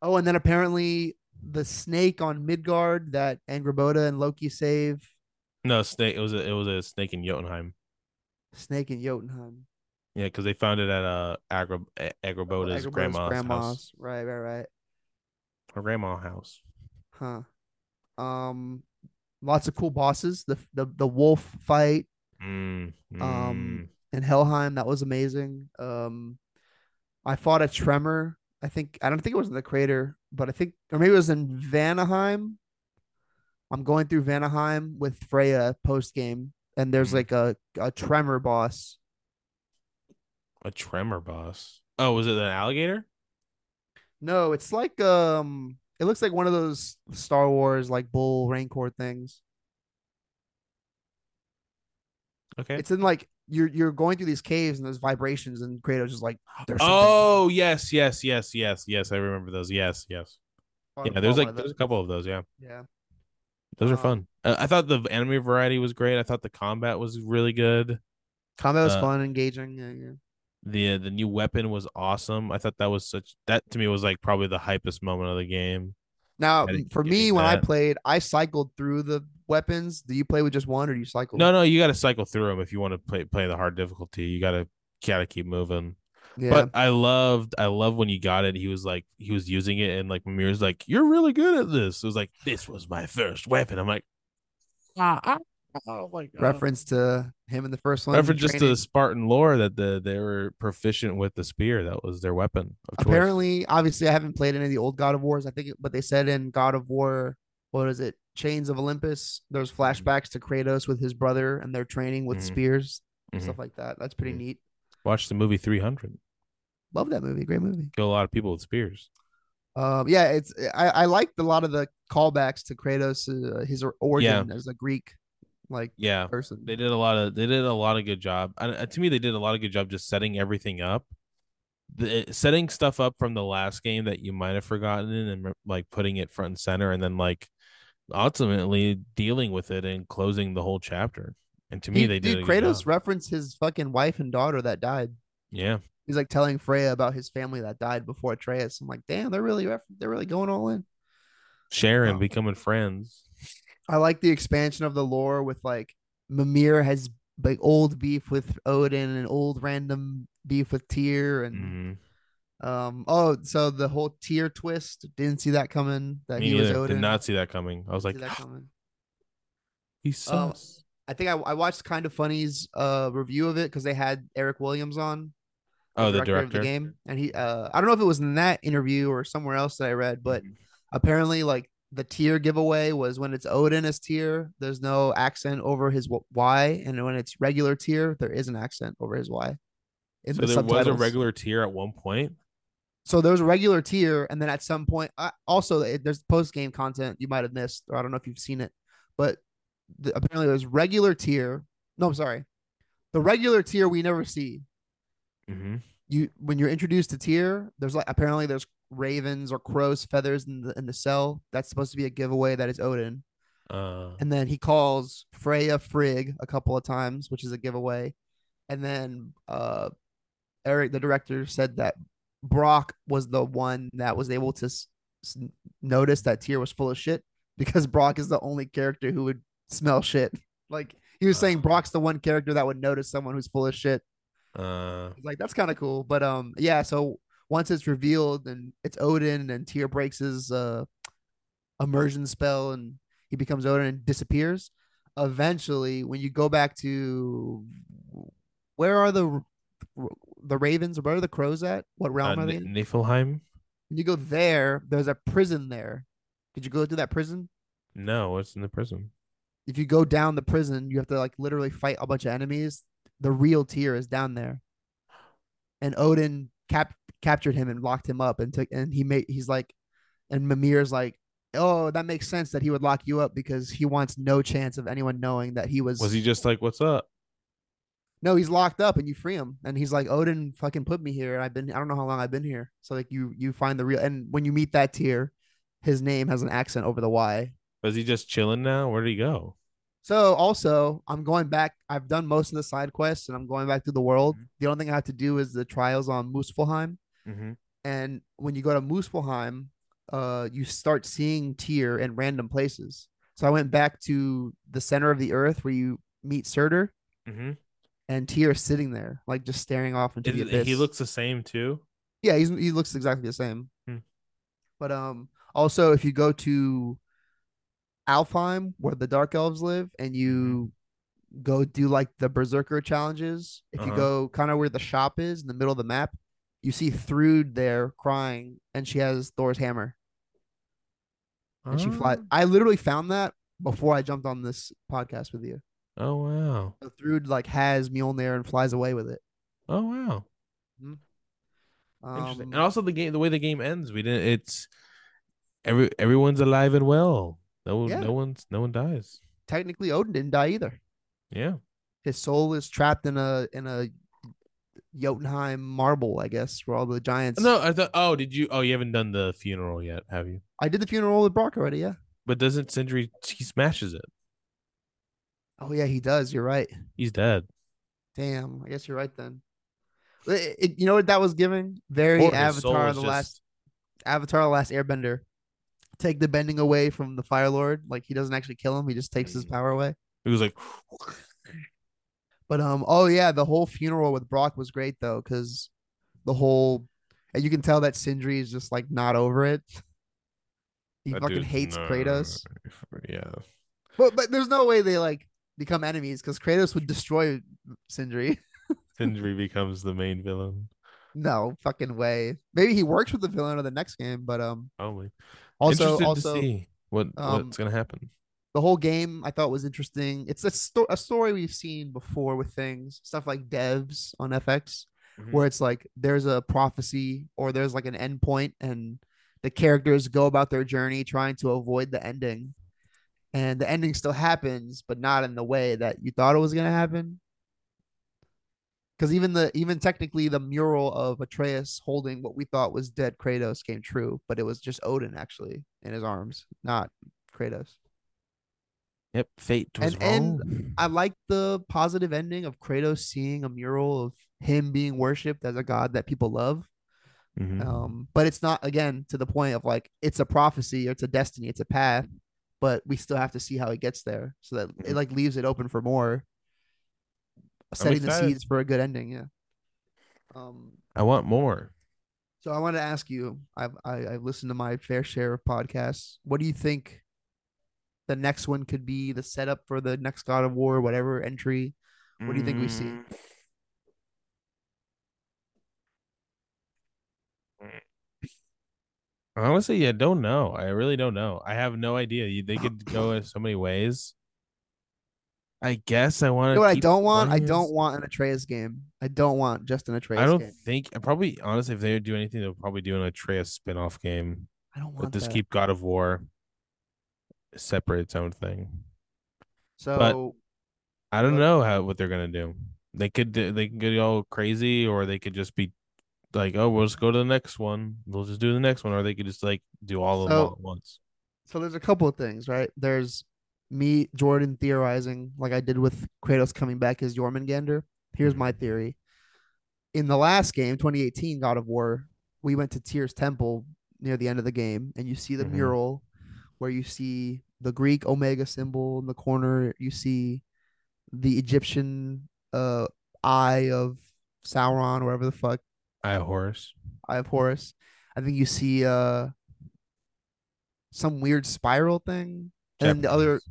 Speaker 1: Oh, and then apparently the snake on Midgard that Angraboda and Loki save,
Speaker 2: No snake. It was a it was a snake in Jotunheim.
Speaker 1: snake in Jotunheim.
Speaker 2: Yeah, because they found it at uh Agra A-
Speaker 1: Agraboda's
Speaker 2: Agraboda's Oh, grandma's, house.
Speaker 1: grandma's. Right, right, right.
Speaker 2: Her grandma's house.
Speaker 1: Huh. Um, lots of cool bosses. The the the wolf fight
Speaker 2: Mm,
Speaker 1: Um, in Helheim that was amazing. Um, I fought a tremor. I think I don't think it was in the crater, but I think or maybe it was in Vanaheim. I'm going through Vanaheim with Freya post game, and there's
Speaker 2: Mhm.
Speaker 1: like a a tremor boss.
Speaker 2: mm. a tremor boss. Oh, was it an alligator?
Speaker 1: No, it's like um, it looks like one of those Star Wars like bull rancor things.
Speaker 2: Okay.
Speaker 1: It's in like you're you're going through these caves and there's vibrations and Kratos is like there's something
Speaker 2: Oh yes, yes, yes, yes, yes. I remember those. Yes, yes.
Speaker 1: on-
Speaker 2: Yeah,
Speaker 1: on one
Speaker 2: there's like
Speaker 1: of those.
Speaker 2: there's a couple of those. Yeah.
Speaker 1: yeah.
Speaker 2: Those are
Speaker 1: Um,
Speaker 2: fun. Uh, I thought the anime variety was great. I thought the combat was really good.
Speaker 1: Combat was
Speaker 2: Uh,
Speaker 1: fun, engaging. Yeah, yeah.
Speaker 2: The uh, the new weapon was awesome. I thought that was such that to me was like probably the hypest moment of the game.
Speaker 1: Now
Speaker 2: I
Speaker 1: for
Speaker 2: get
Speaker 1: me, when I
Speaker 2: that.
Speaker 1: played, I cycled through the weapons. Do you play with just one or do you cycle?
Speaker 2: No, no, you got to cycle through them if you want to play play the hard difficulty. You got to got to keep moving.
Speaker 1: yeah.
Speaker 2: But I loved I loved when you got it. He was like he was using it and like Mimir's like you're really good at this. It was like this was my first weapon. I'm like ah, ah, oh my god.
Speaker 1: reference to him in the first one. in
Speaker 2: reference just to
Speaker 1: training.
Speaker 2: the Spartan lore that the they were proficient with the spear. That was their weapon of choice.
Speaker 1: apparently, obviously, I haven't played any of the old God of Wars. I think, it- but they said in God of War, what is it, Chains of Olympus? There's
Speaker 2: Mm-hmm.
Speaker 1: flashbacks to Kratos with his brother and their training with
Speaker 2: Mhm.
Speaker 1: spears, and
Speaker 2: Mhm.
Speaker 1: stuff like that. That's pretty
Speaker 2: Mhm.
Speaker 1: neat.
Speaker 2: Watch the movie 300.
Speaker 1: Love that movie. Great movie.
Speaker 2: Kill a lot of people with spears.
Speaker 1: Um, yeah, it's I, I liked a lot of the callbacks to Kratos, uh, his or- origin as a Greek, like
Speaker 2: Yeah,
Speaker 1: person.
Speaker 2: they did a lot of they did a lot of good job. And uh, to me, they did a lot of good job just setting everything up, the, eh, setting stuff up from the last game that you might have forgotten, and re- like putting it front and center, and then like ultimately dealing with it and closing the whole chapter. And to me,
Speaker 1: Dude-
Speaker 2: they did
Speaker 1: dude,
Speaker 2: a good
Speaker 1: Kratos
Speaker 2: job.
Speaker 1: referenced his fucking wife and daughter that died.
Speaker 2: yeah,
Speaker 1: He's like telling Freya about his family that died before Atreus. I'm like, damn, they're really refer- they're really going all in.
Speaker 2: Sharon
Speaker 1: Wow.
Speaker 2: becoming friends.
Speaker 1: I like the expansion of the lore with like Mimir has like old beef with Odin and old random beef with Tyr and
Speaker 2: hmm
Speaker 1: um oh so the whole Tyr twist didn't see that coming that
Speaker 2: Me
Speaker 1: he was
Speaker 2: neither.
Speaker 1: Odin
Speaker 2: Did not see that coming. I was like,
Speaker 1: Didn't see that coming.
Speaker 2: he's
Speaker 1: Um,
Speaker 2: sus.
Speaker 1: I think I, I watched Kind of Funny's uh review of it because they had Eric Williams on
Speaker 2: oh, the
Speaker 1: director of
Speaker 2: director.
Speaker 1: the
Speaker 2: Mm-hmm.
Speaker 1: game and he uh I don't know if it was in that interview or somewhere else that I read but apparently like the tier giveaway was when it's Odin as tier, there's no accent over his w- Y, and when it's regular tier, there is an accent over his Y. In
Speaker 2: So
Speaker 1: the
Speaker 2: there was a
Speaker 1: subtitles.
Speaker 2: regular tier at one point.
Speaker 1: So there's a regular tier, and then at some point, I, also it, there's post game content you might have missed, or I don't know if you've seen it, but the, apparently there's regular tier. No, I'm sorry, the regular tier we never see.
Speaker 2: Mhm.
Speaker 1: You when you're introduced to tier, there's like apparently there's ravens or crows feathers in the in the cell. That's supposed to be a giveaway that is Odin.
Speaker 2: Uh,
Speaker 1: And then he calls Freya Frigg a couple of times, which is a giveaway. And then uh, Eric, the director, said that Brock was the one that was able to s- s- notice that Tyr was full of shit because Brock is the only character who would smell shit. <laughs> Like he was saying,
Speaker 2: Oh.
Speaker 1: Brock's the one character that would notice someone who's full of shit.
Speaker 2: uh,
Speaker 1: It's like that's kind of cool. But um, yeah. So once it's revealed and it's Odin and Tyr breaks his uh immersion spell and he becomes Odin and disappears. Eventually, when you go back to where are the r- the ravens? Where are the crows at? What
Speaker 2: uh,
Speaker 1: realm are
Speaker 2: N-
Speaker 1: they? in?
Speaker 2: Niflheim?
Speaker 1: When you go there, there's a prison there. Did you go through that prison?
Speaker 2: No, it's in the prison.
Speaker 1: If you go down the prison, you have to like literally fight a bunch of enemies. The real tier is down there, and Odin cap captured him and locked him up and took and he made he's like, and Mimir's like, oh that makes sense that he would lock you up because he wants no chance of anyone knowing that he was.
Speaker 2: Was he just like, "What's up"?
Speaker 1: no, he's locked up and you free him. And he's like, Odin fucking put me here. And I've been, I don't know how long I've been here. So like you, you find the real, and when you meet that tier, his name has an accent over the Y.
Speaker 2: Was he just chilling now? Where did he go?
Speaker 1: So also I'm going back. I've done most of the side quests and I'm going back through the world.
Speaker 2: Mhm.
Speaker 1: The only thing I have to do is the trials on Muspelheim.
Speaker 2: Mm-hmm.
Speaker 1: And when you go to Muspelheim, uh, you start seeing tier in random places. So I went back to the center of the earth where you meet Surtur
Speaker 2: Mm-hmm.
Speaker 1: and tier is sitting there, like just staring off into the abyss.
Speaker 2: he looks the same too.
Speaker 1: Yeah, he's, he looks exactly the same.
Speaker 2: Hmm.
Speaker 1: But um, also if you go to Alfheim, where the Dark Elves live, and you go do like the Berserker challenges, if you
Speaker 2: Mm-hmm. Uh-huh.
Speaker 1: go kind of where the shop is in the middle of the map, you see Thrud there crying, and she has Thor's hammer, and she flies.
Speaker 2: Oh.
Speaker 1: I literally found that before I jumped on this podcast with you.
Speaker 2: Oh wow!
Speaker 1: So Thrud like has Mjolnir and flies away with it.
Speaker 2: Oh wow!
Speaker 1: Um,
Speaker 2: Interesting. and also the game, the way the game ends, we didn't. It's every everyone's alive and well. No, one
Speaker 1: Yeah.
Speaker 2: no one's no one dies.
Speaker 1: technically, Odin didn't die either.
Speaker 2: Yeah.
Speaker 1: his soul is trapped in a in a Jotunheim marble, I guess, where all the giants.
Speaker 2: No, I thought. Oh, did you? Oh, you haven't done the funeral yet, have you?
Speaker 1: I did the funeral with Brock already. Yeah.
Speaker 2: But doesn't Sindri? He smashes it.
Speaker 1: Oh yeah, he does. You're right.
Speaker 2: He's dead.
Speaker 1: Damn. I guess you're right then. It- it- you know what that was giving? Very
Speaker 2: Or his soul
Speaker 1: Avatar,
Speaker 2: is
Speaker 1: the
Speaker 2: just-
Speaker 1: last Avatar, the last Airbender. Take the bending away from the Fire Lord. Like he doesn't actually kill him. He just takes his
Speaker 2: Mm.
Speaker 1: power away.
Speaker 2: He was like,
Speaker 1: But um, oh yeah, the whole funeral with Brock was great though, because the whole and you can tell that Sindri is just like not over it. He
Speaker 2: "That
Speaker 1: fucking
Speaker 2: dude's
Speaker 1: hates
Speaker 2: not-
Speaker 1: Kratos.
Speaker 2: Yeah.
Speaker 1: But but there's no way they like become enemies because Kratos would destroy Sindri. <laughs>
Speaker 2: Sindri becomes the main villain.
Speaker 1: No fucking way. Maybe he works with the villain of the next game, but um
Speaker 2: Probably.
Speaker 1: also
Speaker 2: Interested
Speaker 1: also
Speaker 2: to see what
Speaker 1: um,
Speaker 2: what's gonna happen.
Speaker 1: the whole game I thought was interesting. It's a, sto- a story we've seen before with things, stuff like devs on FX,
Speaker 2: Mhm.
Speaker 1: where it's like there's a prophecy or there's like an endpoint, and the characters go about their journey trying to avoid the ending. And the ending still happens, but not in the way that you thought it was going to happen. Because even the even technically the mural of Atreus holding what we thought was dead Kratos came true, but it was just Odin actually in his arms, not Kratos.
Speaker 2: Yep. Fate was
Speaker 1: and- and
Speaker 2: wrong.
Speaker 1: I like the positive ending of Kratos seeing a mural of him being worshipped as a god that people love.
Speaker 2: Mhm.
Speaker 1: Um, but it's not again to the point of like it's a prophecy, it's a destiny, it's a path, but we still have to see how it gets there. So that it
Speaker 2: Mhm.
Speaker 1: like leaves it open for more, setting the
Speaker 2: excited.
Speaker 1: seeds for a good ending. Yeah. Um.
Speaker 2: I want more.
Speaker 1: So I want to ask you. I've I, I've listened to my fair share of podcasts. What do you think the next one could be? The setup for the next God of War, whatever entry. What do you think we see?
Speaker 2: Mm. Mm. Honestly, I don't know. I really don't know. I have no idea. You- They could go
Speaker 1: <clears throat>
Speaker 2: in so many ways. I guess I want
Speaker 1: You
Speaker 2: to.
Speaker 1: know what I don't want? I don't want an Atreus game. I don't want just an Atreus
Speaker 2: I don't
Speaker 1: game.
Speaker 2: think. I probably honestly, if they would do anything, they'll probably do an Atreus spin-off game.
Speaker 1: I don't
Speaker 2: But
Speaker 1: want
Speaker 2: just
Speaker 1: that.
Speaker 2: keep God of War separate its own thing.
Speaker 1: So
Speaker 2: I don't
Speaker 1: But-
Speaker 2: know how what they're gonna do. They could do- they could get all crazy, or they could just be like, "Oh, we'll just go to the next one. We'll just do the next one," or they could just like do all of them all
Speaker 1: So-
Speaker 2: at once.
Speaker 1: so there's a couple of things, right? There's me, Jordan theorizing, like I did with Kratos coming back as Jormungandr. Here's my
Speaker 2: Mhm.
Speaker 1: theory. In the last game, 2018 God of War, we went to Tyr's temple near the end of the game, and you see the
Speaker 2: Mhm.
Speaker 1: mural where you see the Greek Omega symbol in the corner. You see the Egyptian uh, eye of Sauron, whatever the fuck.
Speaker 2: I horse.
Speaker 1: Eye of Horus. I think you see uh some weird spiral thing. And then the other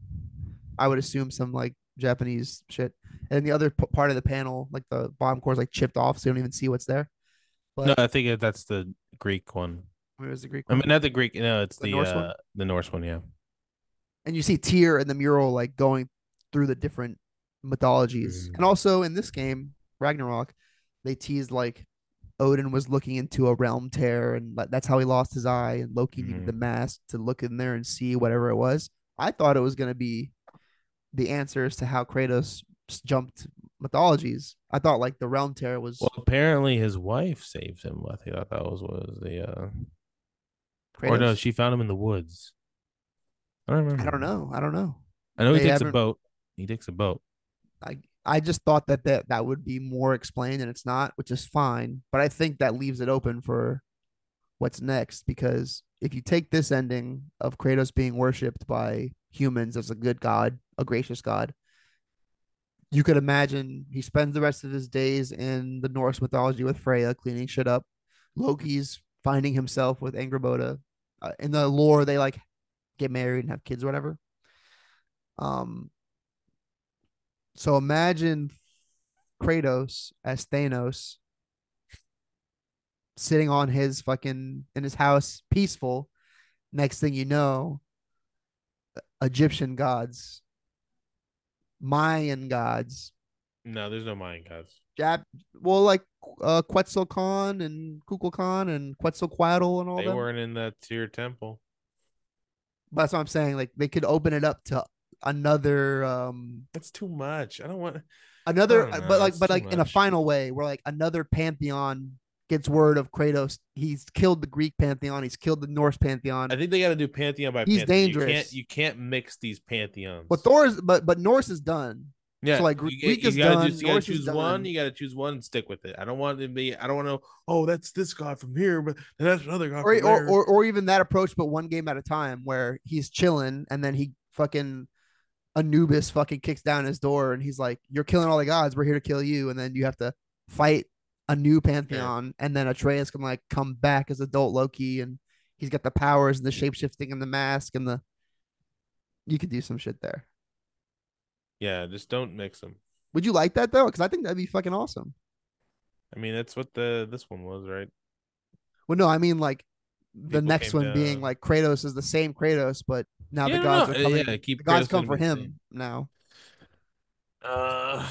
Speaker 1: I would assume some like Japanese shit. And the other p- part of the panel, like the bottom core is like chipped off, so you don't even see what's there. But
Speaker 2: No, I think that- that's the Greek one.
Speaker 1: where is the Greek
Speaker 2: I mean,
Speaker 1: one?
Speaker 2: not the Greek. No, it's
Speaker 1: The
Speaker 2: the
Speaker 1: Norse
Speaker 2: uh,
Speaker 1: one?
Speaker 2: the Norse one. Yeah.
Speaker 1: and you see Tyr and the mural like going through the different mythologies.
Speaker 2: Mm.
Speaker 1: And also in this game, Ragnarok, they teased like Odin was looking into a realm tear and like, that's how he lost his eye and Loki
Speaker 2: Mm.
Speaker 1: needed the mask to look in there and see whatever it was. I thought it was going to be the answers to how Kratos s- jumped mythologies. I thought like the realm tear was
Speaker 2: Well, apparently his wife saved him. I think that was was the. Uh...
Speaker 1: Kratos.
Speaker 2: Or no, she found him in the woods. I don't remember.
Speaker 1: I don't know. I don't know.
Speaker 2: I know he
Speaker 1: They
Speaker 2: takes a
Speaker 1: haven't-
Speaker 2: boat. He takes a boat.
Speaker 1: I I just thought that, that that would be more explained and it's not, which is fine. But I think that leaves it open for what's next because if you take this ending of Kratos being worshipped by humans as a good god, a gracious god, you could imagine he spends the rest of his days in the Norse mythology with Freya cleaning shit up. Loki's finding himself with Angraboda. Uh, in the lore, they like get married and have kids, or whatever. Um, so imagine Kratos as Thanos sitting on his fucking in his house, peaceful. Next thing you know, Egyptian gods, Mayan gods,
Speaker 2: No, there's no Mayan gods.
Speaker 1: Jap, well, like uh, Quetzalcoatl and Kukulkan and Quetzalcoatl and all
Speaker 2: They
Speaker 1: that.
Speaker 2: weren't in that tier temple.
Speaker 1: But that's what I'm saying. Like they could open it up to another um
Speaker 2: That's too much. I don't want.
Speaker 1: another
Speaker 2: don't
Speaker 1: uh,
Speaker 2: know,
Speaker 1: but like
Speaker 2: it's
Speaker 1: but
Speaker 2: too
Speaker 1: like in a
Speaker 2: much.
Speaker 1: final way where like another pantheon gets word of kratos he's killed the greek pantheon he's killed the norse pantheon
Speaker 2: I think they got to do pantheon by
Speaker 1: He's
Speaker 2: pantheon. You can't
Speaker 1: dangerous.
Speaker 2: you can't mix these pantheons.
Speaker 1: but thor is but but norse is done
Speaker 2: Yeah,
Speaker 1: So, like, Gre-
Speaker 2: you,
Speaker 1: Greek
Speaker 2: you
Speaker 1: is
Speaker 2: gotta,
Speaker 1: done,
Speaker 2: choose- you gotta
Speaker 1: Norse is
Speaker 2: choose one.
Speaker 1: done.
Speaker 2: You gotta choose one and stick with it. I don't want it to be. I don't want to. Oh, that's this god from here, but then that's another god.
Speaker 1: or,
Speaker 2: from
Speaker 1: or
Speaker 2: there."
Speaker 1: or or even that approach but one game at a time where he's chilling and then he fucking anubis fucking kicks down his door and he's like you're killing all the gods we're here to kill you and then you have to fight a new pantheon and then atreus can like come back as adult loki and he's got the powers and the shapeshifting and the mask and the you could do some shit there
Speaker 2: yeah, just don't mix them.
Speaker 1: Would you like that though? Because I think that'd be fucking awesome.
Speaker 2: I mean, that's what the this one was, right?
Speaker 1: Well, no, I mean like the
Speaker 2: People
Speaker 1: next
Speaker 2: came
Speaker 1: one being
Speaker 2: down.
Speaker 1: like Kratos is the same Kratos, but now
Speaker 2: Yeah,
Speaker 1: the
Speaker 2: no,
Speaker 1: gods
Speaker 2: no, uh,
Speaker 1: are coming.
Speaker 2: yeah, keep
Speaker 1: the gods
Speaker 2: Kratos
Speaker 1: come
Speaker 2: in
Speaker 1: for
Speaker 2: the
Speaker 1: him
Speaker 2: same.
Speaker 1: now.
Speaker 2: Uh,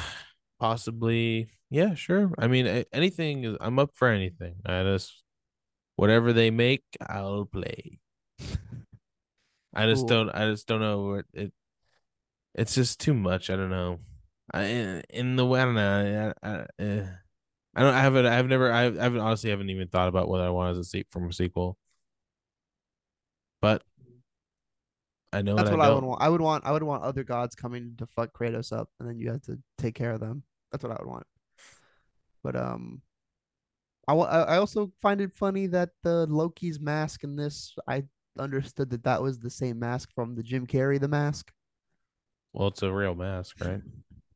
Speaker 2: possibly. Yeah, sure. I mean, a- anything. is- I'm up for anything. I just whatever they make, I'll play. <laughs> I just
Speaker 1: Cool.
Speaker 2: don't. I just don't know. What it. It's just too much. I don't know. I in- in the way. I don't know. I, I, eh. I don't. I haven't. I've never. I haven't. Honestly, haven't even thought about what I want as a sequel from a sequel. But I know
Speaker 1: That's
Speaker 2: and
Speaker 1: what I,
Speaker 2: Oh, don't.
Speaker 1: would want. I would want. I would want other gods coming to fuck Kratos up, and then you have to take care of them. That's what I would want. But um, I wa- I I also find it funny that the Loki's mask in this, I understood that that was the same mask from the Jim Carrey the mask,
Speaker 2: Well, it's a real mask, right?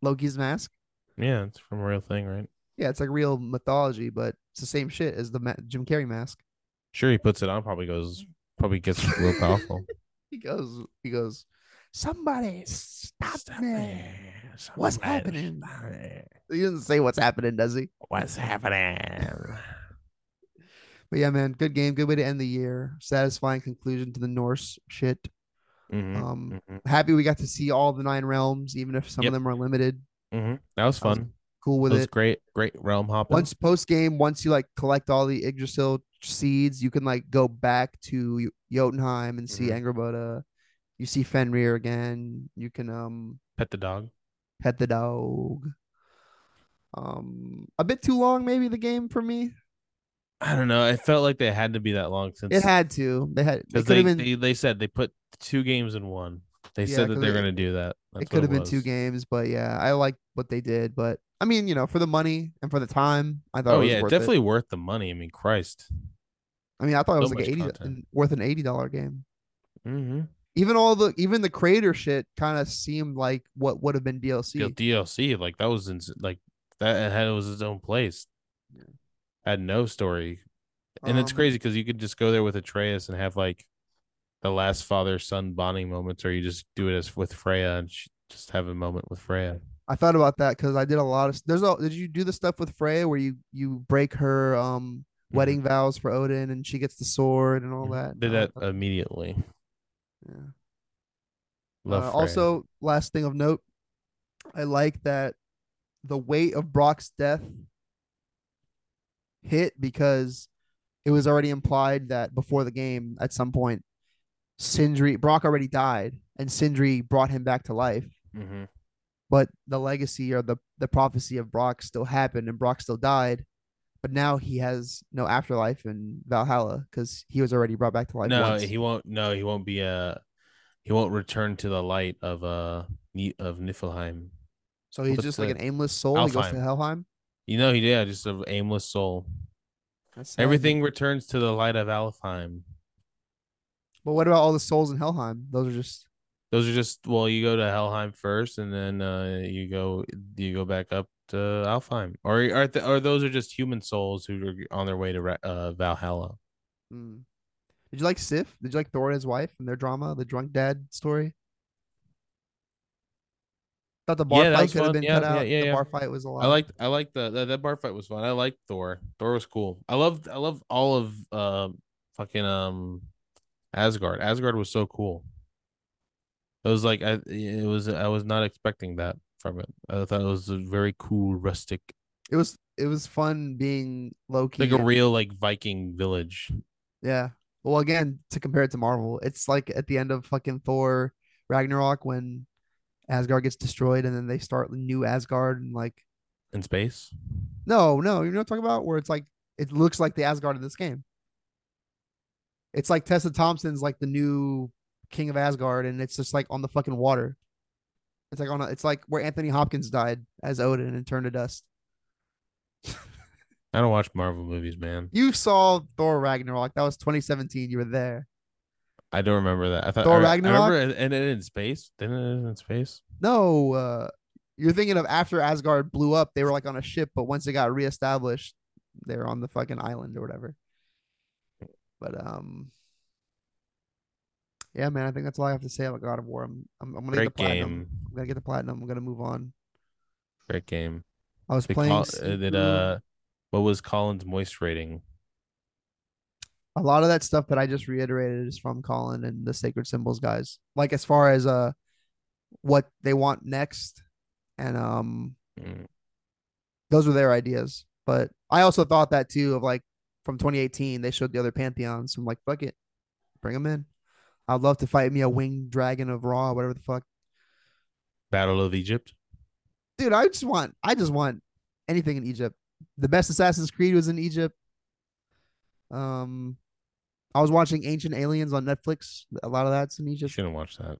Speaker 1: Loki's mask.
Speaker 2: Yeah, it's from a real thing, right?
Speaker 1: Yeah, it's like real mythology, but it's the same shit as the ma- Jim Carrey mask.
Speaker 2: Sure, he puts it on. Probably goes. Probably gets real <laughs> powerful.
Speaker 1: He goes, he goes, somebody stop, me. What's happening? He doesn't say what's happening, does he?
Speaker 2: What's happening?
Speaker 1: But yeah, man, good game. Good way to end the year. Satisfying conclusion to the Norse shit.
Speaker 2: Mhm,
Speaker 1: Um,
Speaker 2: mhm,
Speaker 1: Happy we got to see all the nine realms, even if some
Speaker 2: Yep.
Speaker 1: of them are limited.
Speaker 2: mhm. That was
Speaker 1: that was
Speaker 2: fun.
Speaker 1: Cool with
Speaker 2: That was
Speaker 1: it.
Speaker 2: great. Great realm hopping.
Speaker 1: Once post game, once you like collect all the Yggdrasil seeds, you can like go back to Yo- Jotunheim and see Angerboda. You see Fenrir again. You can um
Speaker 2: Pet the dog.
Speaker 1: pet the dog. Um, a bit too long, maybe the game for me.
Speaker 2: I don't know. It felt like they had to be that long since
Speaker 1: It had to. They had. It
Speaker 2: because
Speaker 1: could
Speaker 2: they,
Speaker 1: have been.
Speaker 2: they they said they put two games in one. They
Speaker 1: Yeah,
Speaker 2: said that
Speaker 1: 'cause
Speaker 2: they're
Speaker 1: it-
Speaker 2: gonna do that. That's
Speaker 1: it
Speaker 2: what
Speaker 1: could have been two
Speaker 2: was.
Speaker 1: games, but yeah, I like what they did. But I mean, you know, for the money and for the time, I thought.
Speaker 2: Oh
Speaker 1: it was
Speaker 2: yeah,
Speaker 1: worth it.
Speaker 2: definitely worth the money. I mean, Christ.
Speaker 1: I mean, I thought it was
Speaker 2: so
Speaker 1: like
Speaker 2: much
Speaker 1: an eighty
Speaker 2: content.
Speaker 1: worth an eighty dollar game.
Speaker 2: Mm-hmm.
Speaker 1: Even all the even the creator shit kind of seemed like what would have been DLC.
Speaker 2: DLC, like that was ins- like that had it was its own place. Had no story, and it's
Speaker 1: Um,
Speaker 2: crazy because you could just go there with Atreus and have like the last father son bonding moments, or you just do it as with Freya and she, just have a moment with Freya.
Speaker 1: I thought about that because I did a lot of. There's all. Did you do the stuff with Freya where you you break her um
Speaker 2: Mhm.
Speaker 1: wedding vows for Odin and she gets the sword and all that?
Speaker 2: Mm-hmm. Did
Speaker 1: No, I
Speaker 2: that uh,
Speaker 1: thought- Uh,
Speaker 2: immediately.
Speaker 1: yeah.
Speaker 2: Love
Speaker 1: Uh,
Speaker 2: Freya.
Speaker 1: also, last thing of note, I like that the weight of Brock's death hit because it was already implied that before the game, at some point, Sindri Brock already died, and Sindri brought him back to life.
Speaker 2: Mhm.
Speaker 1: But the legacy or the the prophecy of Brock still happened, and Brock still died. But now he has no afterlife in Valhalla because he was already brought back to life.
Speaker 2: no,
Speaker 1: once.
Speaker 2: he won't. No, he won't be uh He won't return to the light of uh Ni- of Niflheim.
Speaker 1: so he's
Speaker 2: what's
Speaker 1: just like
Speaker 2: the-
Speaker 1: an aimless soul. He goes
Speaker 2: Alfheim.
Speaker 1: to Helheim.
Speaker 2: You know, he yeah, just an aimless soul.
Speaker 1: That's sad, man.
Speaker 2: Everything returns to the light of Alfheim.
Speaker 1: But what about all the souls in Helheim? Those are just
Speaker 2: Those are just well, you go to Helheim first, and then uh, you go you go back up to Alfheim, or or, th- or those are just human souls who are on their way to Ra- uh, Valhalla.
Speaker 1: Mm. Did you like Sif? Did you like Thor and his wife and their drama, the drunk dad story? Thought the bar
Speaker 2: Yeah, that
Speaker 1: fight
Speaker 2: was
Speaker 1: could have
Speaker 2: fun.
Speaker 1: been
Speaker 2: Yeah,
Speaker 1: cut
Speaker 2: yeah,
Speaker 1: out.
Speaker 2: yeah,
Speaker 1: the
Speaker 2: yeah.
Speaker 1: bar fight was a lot.
Speaker 2: I liked I liked the, the that bar fight was fun. I liked Thor. Thor was cool. I loved I loved all of uh fucking um Asgard. Asgard was so cool. It was like I it was I was not expecting that from it. I thought it was a very cool rustic
Speaker 1: it was it was fun being Loki.
Speaker 2: like a real like Viking village.
Speaker 1: yeah. Well, again, to compare it to Marvel, it's like at the end of fucking Thor Ragnarok when Asgard gets destroyed and then they start new Asgard and like
Speaker 2: in space.
Speaker 1: no, no, you know what I'm talking about? Where it's like it looks like the Asgard in this game. It's like Tessa Thompson's like the new king of Asgard, and it's just like on the fucking water. It's like on a, it's like where Anthony Hopkins died as Odin and turned to dust.
Speaker 2: I don't watch Marvel movies, man.
Speaker 1: You saw Thor Ragnarok. That was 2017. You were there.
Speaker 2: I don't remember that. I thought
Speaker 1: Thor
Speaker 2: I, re- I
Speaker 1: Ragnarok?
Speaker 2: remember it ended in space. Didn't it end in space?
Speaker 1: No, uh, you're thinking of after Asgard blew up, they were like on a ship, but once it got reestablished, they were on the fucking island or whatever. But um, yeah, man, I think that's all I have to say about God of War. I'm I'm, I'm gonna get
Speaker 2: Great
Speaker 1: the platinum.
Speaker 2: game.
Speaker 1: I'm gonna get the platinum. I'm gonna move on.
Speaker 2: Great game.
Speaker 1: I was
Speaker 2: They
Speaker 1: playing
Speaker 2: call, uh,
Speaker 1: Sifu.
Speaker 2: did, uh, what was Colin's moist rating?
Speaker 1: a
Speaker 2: uh,
Speaker 1: lot of that stuff that I just reiterated is from Colin and the Sacred Symbols guys. Like as far as uh, what they want next, and um,
Speaker 2: Mm.
Speaker 1: those were their ideas. But I also thought that too of like from 2018, they showed the other pantheons. I'm like, fuck it, bring them in. I'd love to fight me a winged dragon of Raw, whatever the fuck,
Speaker 2: Battle of Egypt.
Speaker 1: dude. I just want, I just want anything in Egypt. The best Assassin's Creed was in Egypt. Um, I was watching Ancient Aliens on Netflix. A lot of that's in
Speaker 2: You
Speaker 1: Egypt.
Speaker 2: shouldn't watch that.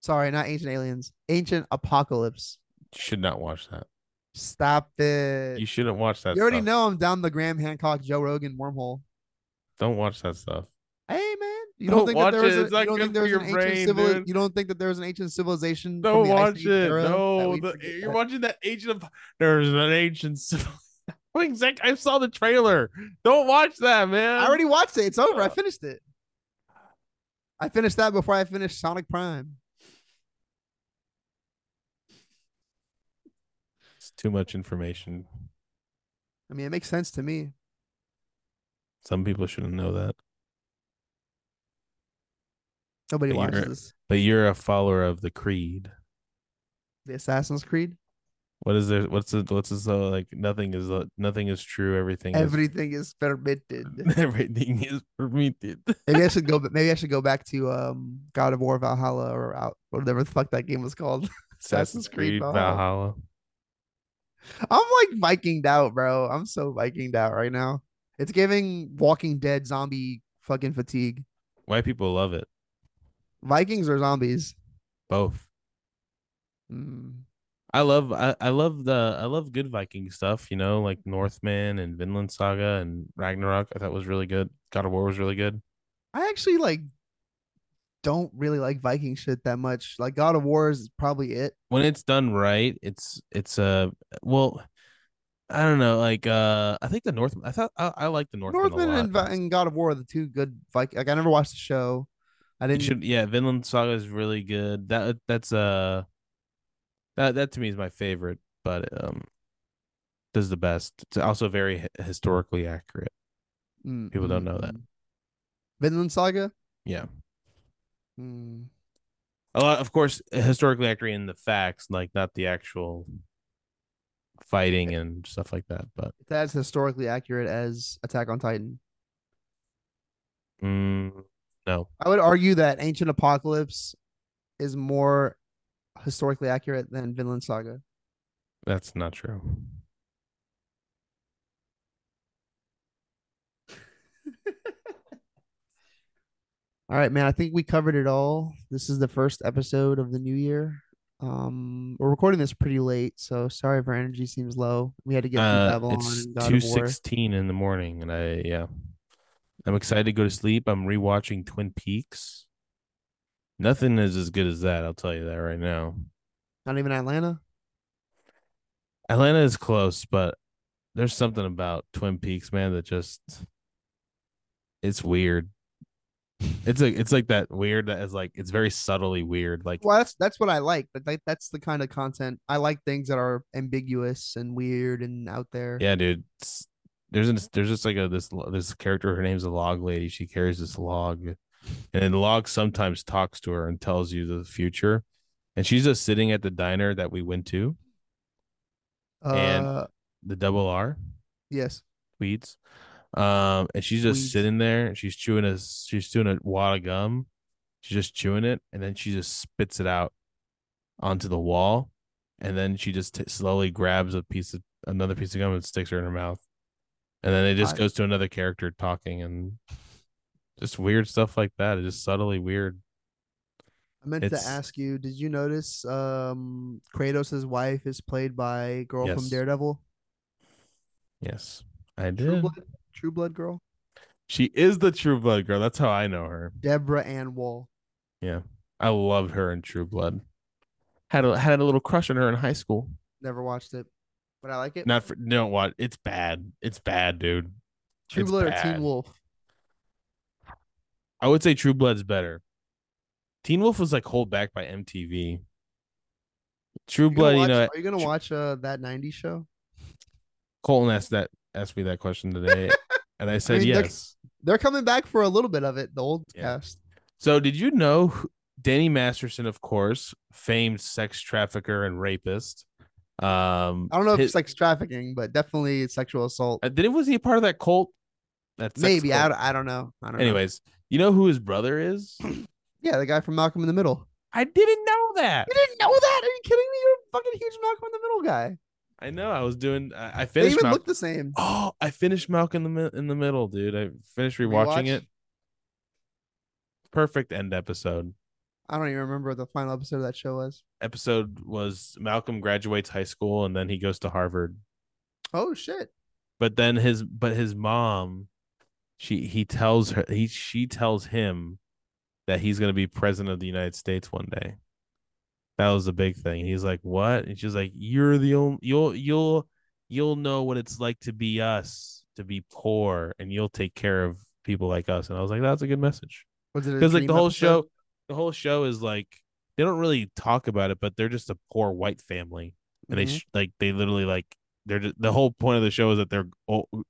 Speaker 1: Sorry, not Ancient Aliens. Ancient Apocalypse.
Speaker 2: You should not watch that.
Speaker 1: Stop it.
Speaker 2: You shouldn't watch that.
Speaker 1: You already
Speaker 2: stuff.
Speaker 1: know I'm down the Graham Hancock Joe Rogan wormhole.
Speaker 2: Don't watch that stuff.
Speaker 1: Hey man, you
Speaker 2: Don't
Speaker 1: don't, think that
Speaker 2: watch
Speaker 1: there was
Speaker 2: it.
Speaker 1: a,
Speaker 2: It's not
Speaker 1: you don't
Speaker 2: good
Speaker 1: think there
Speaker 2: for
Speaker 1: was
Speaker 2: your
Speaker 1: an ancient
Speaker 2: brain,
Speaker 1: civili-
Speaker 2: dude.
Speaker 1: you don't think that there was an ancient civilization? from
Speaker 2: Don't
Speaker 1: the Ice
Speaker 2: watch
Speaker 1: Age
Speaker 2: it.
Speaker 1: era that
Speaker 2: No,
Speaker 1: we
Speaker 2: the-
Speaker 1: forget
Speaker 2: you're
Speaker 1: that?
Speaker 2: watching that Ancient of There's an ancient. <laughs> civ- Exact- I saw the trailer. Don't watch that, man.
Speaker 1: I already watched it. It's over. I
Speaker 2: Uh,
Speaker 1: finished it. I finished that before I finished Sonic Prime.
Speaker 2: It's too much information.
Speaker 1: I mean, it makes sense to me.
Speaker 2: Some people shouldn't know that.
Speaker 1: Nobody
Speaker 2: But you're-
Speaker 1: watches this.
Speaker 2: But you're a follower of the creed.
Speaker 1: The Assassin's Creed.
Speaker 2: What is there? What's the What's this? Uh, like nothing is uh, nothing is true. Everything
Speaker 1: Everything is
Speaker 2: <laughs>
Speaker 1: permitted.
Speaker 2: is, <laughs> everything is permitted. <laughs>
Speaker 1: maybe I should go. Maybe I should go back to um God of War Valhalla or out whatever the fuck that game was called. Assassin's Creed Valhalla.
Speaker 2: Valhalla.
Speaker 1: I'm like Vikinged out, bro. I'm so Vikinged out right now. It's giving Walking Dead zombie fucking fatigue.
Speaker 2: White people love it.
Speaker 1: Vikings or zombies?
Speaker 2: Both.
Speaker 1: Mm.
Speaker 2: I love I, I love the I love good Viking stuff, you know, like Northman and Vinland Saga and Ragnarok. I thought was really good. God of War was really good.
Speaker 1: I actually like don't really like Viking shit that much. Like God of War is probably it.
Speaker 2: When it's done right, it's it's uh, well, I don't know, like uh I think the North I thought I, I like the Northman.
Speaker 1: Northman
Speaker 2: a lot.
Speaker 1: and, Vi- and God of War are the two good Viking. Like I never watched the show. I
Speaker 2: You
Speaker 1: didn't.
Speaker 2: should yeah, Vinland Saga is really good. That that's uh that that to me is my favorite, but um does the best. It's also very hi- historically accurate.
Speaker 1: Mm,
Speaker 2: people don't
Speaker 1: mm,
Speaker 2: know that.
Speaker 1: mm. Vinland Saga.
Speaker 2: Yeah.
Speaker 1: Mm.
Speaker 2: A lot, of course, historically accurate in the facts, like not the actual fighting and stuff like that. But
Speaker 1: That's historically accurate as Attack on Titan.
Speaker 2: mm, no,
Speaker 1: I would argue that Ancient Apocalypse is more historically accurate than Vinland Saga.
Speaker 2: that's not true.
Speaker 1: All right, man. I think we covered it all. This is the first episode of the new year. Um, we're recording this pretty late, so sorry if our energy seems low. We had to get through
Speaker 2: Uh,
Speaker 1: Babylon
Speaker 2: it's
Speaker 1: and God
Speaker 2: two
Speaker 1: of War.
Speaker 2: sixteen in the morning, and I yeah, I'm excited to go to sleep. I'm rewatching Twin Peaks. Nothing is as good as that. I'll tell you that right now.
Speaker 1: Not even Atlanta.
Speaker 2: Atlanta is close, but there's something about Twin Peaks, man, that just it's weird. It's a it's like that weird that is like it's very subtly weird. Like
Speaker 1: Well, that's that's what I like. But that, that's the kind of content I like. Things that are ambiguous and weird and out there.
Speaker 2: yeah, dude. it's- there's an, there's just like a this lo- this character. Her name's a log lady. She carries this log, and the log sometimes talks to her and tells you the future. And she's just sitting at the diner that we went to,
Speaker 1: Uh,
Speaker 2: and- the Double R.
Speaker 1: yes.
Speaker 2: weeds. Um, and she's just
Speaker 1: Weeds.
Speaker 2: sitting there. and She's chewing a she's chewing a wad of gum. She's just chewing it, and then she just spits it out onto the wall, and then she just t- slowly grabs a piece of another piece of gum and sticks her in her mouth, and then it just
Speaker 1: I-
Speaker 2: goes to another character talking and just weird stuff like that. It's just subtly weird.
Speaker 1: I meant
Speaker 2: It's-
Speaker 1: to ask you, did you notice um Kratos' wife is played by a girl from
Speaker 2: Yes.
Speaker 1: Daredevil?
Speaker 2: Yes, I
Speaker 1: True
Speaker 2: did.
Speaker 1: Blood, True Blood girl?
Speaker 2: She is the True Blood girl. That's how I know her.
Speaker 1: Deborah Ann Wool.
Speaker 2: I loved her in True Blood. Had a, had a little crush on her in high school.
Speaker 1: Never watched it, but I like it.
Speaker 2: Not for don't watch. It's bad. It's bad, dude.
Speaker 1: True
Speaker 2: it's
Speaker 1: Blood or
Speaker 2: bad.
Speaker 1: Teen Wolf?
Speaker 2: I would say True Blood's better. Teen Wolf was like hold back by MTV. True
Speaker 1: You gonna
Speaker 2: Blood, you
Speaker 1: watch-
Speaker 2: know,
Speaker 1: are you gonna
Speaker 2: Tr-
Speaker 1: watch uh, that '90s show?
Speaker 2: Colton asked that asked me that question
Speaker 1: <laughs>
Speaker 2: today, and I said
Speaker 1: mean, they're-
Speaker 2: yes.
Speaker 1: They're coming back for a little bit of it. The old
Speaker 2: Yeah.
Speaker 1: cast.
Speaker 2: So did you know who- Danny Masterson, of course, famed sex trafficker and rapist? Um,
Speaker 1: I don't know if
Speaker 2: his-
Speaker 1: it's sex trafficking, but definitely sexual assault.
Speaker 2: uh, did was he a part of that cult? That sex
Speaker 1: Maybe I,
Speaker 2: cult?
Speaker 1: don't- I don't know. I don't know.
Speaker 2: Anyways, you know who his brother
Speaker 1: <clears throat>
Speaker 2: is?
Speaker 1: yeah, the guy from Malcolm in the Middle.
Speaker 2: I didn't know that.
Speaker 1: You didn't know that? Are you kidding me? You're a fucking huge Malcolm in the Middle guy.
Speaker 2: I know. I was doing. I, I
Speaker 1: They
Speaker 2: finished.
Speaker 1: even
Speaker 2: Mal-
Speaker 1: look the same.
Speaker 2: Oh, I finished Malcolm in the Mi- in the Middle, dude. I finished rewatching
Speaker 1: Rewatch?
Speaker 2: it. Perfect end episode.
Speaker 1: I don't even remember what the final episode of that show was.
Speaker 2: Episode was Malcolm graduates high school and then he goes to Harvard.
Speaker 1: Oh shit.
Speaker 2: But then his but his mom, she he tells her he she tells him that he's gonna be president of the United States one day. That was the big thing. He's like, "What?" And she's like, "You're the only you'll you'll you'll know what it's like to be us, to be poor, and you'll take care of people like us." And I was like, "That's a good message."
Speaker 1: Was it a
Speaker 2: Because like the
Speaker 1: dream
Speaker 2: whole
Speaker 1: episode?
Speaker 2: show, the whole show is like they don't really talk about it, but they're just a poor white family, and
Speaker 1: Mhm.
Speaker 2: they sh- like they literally like they're just, the whole point of the show is that they're o- oh,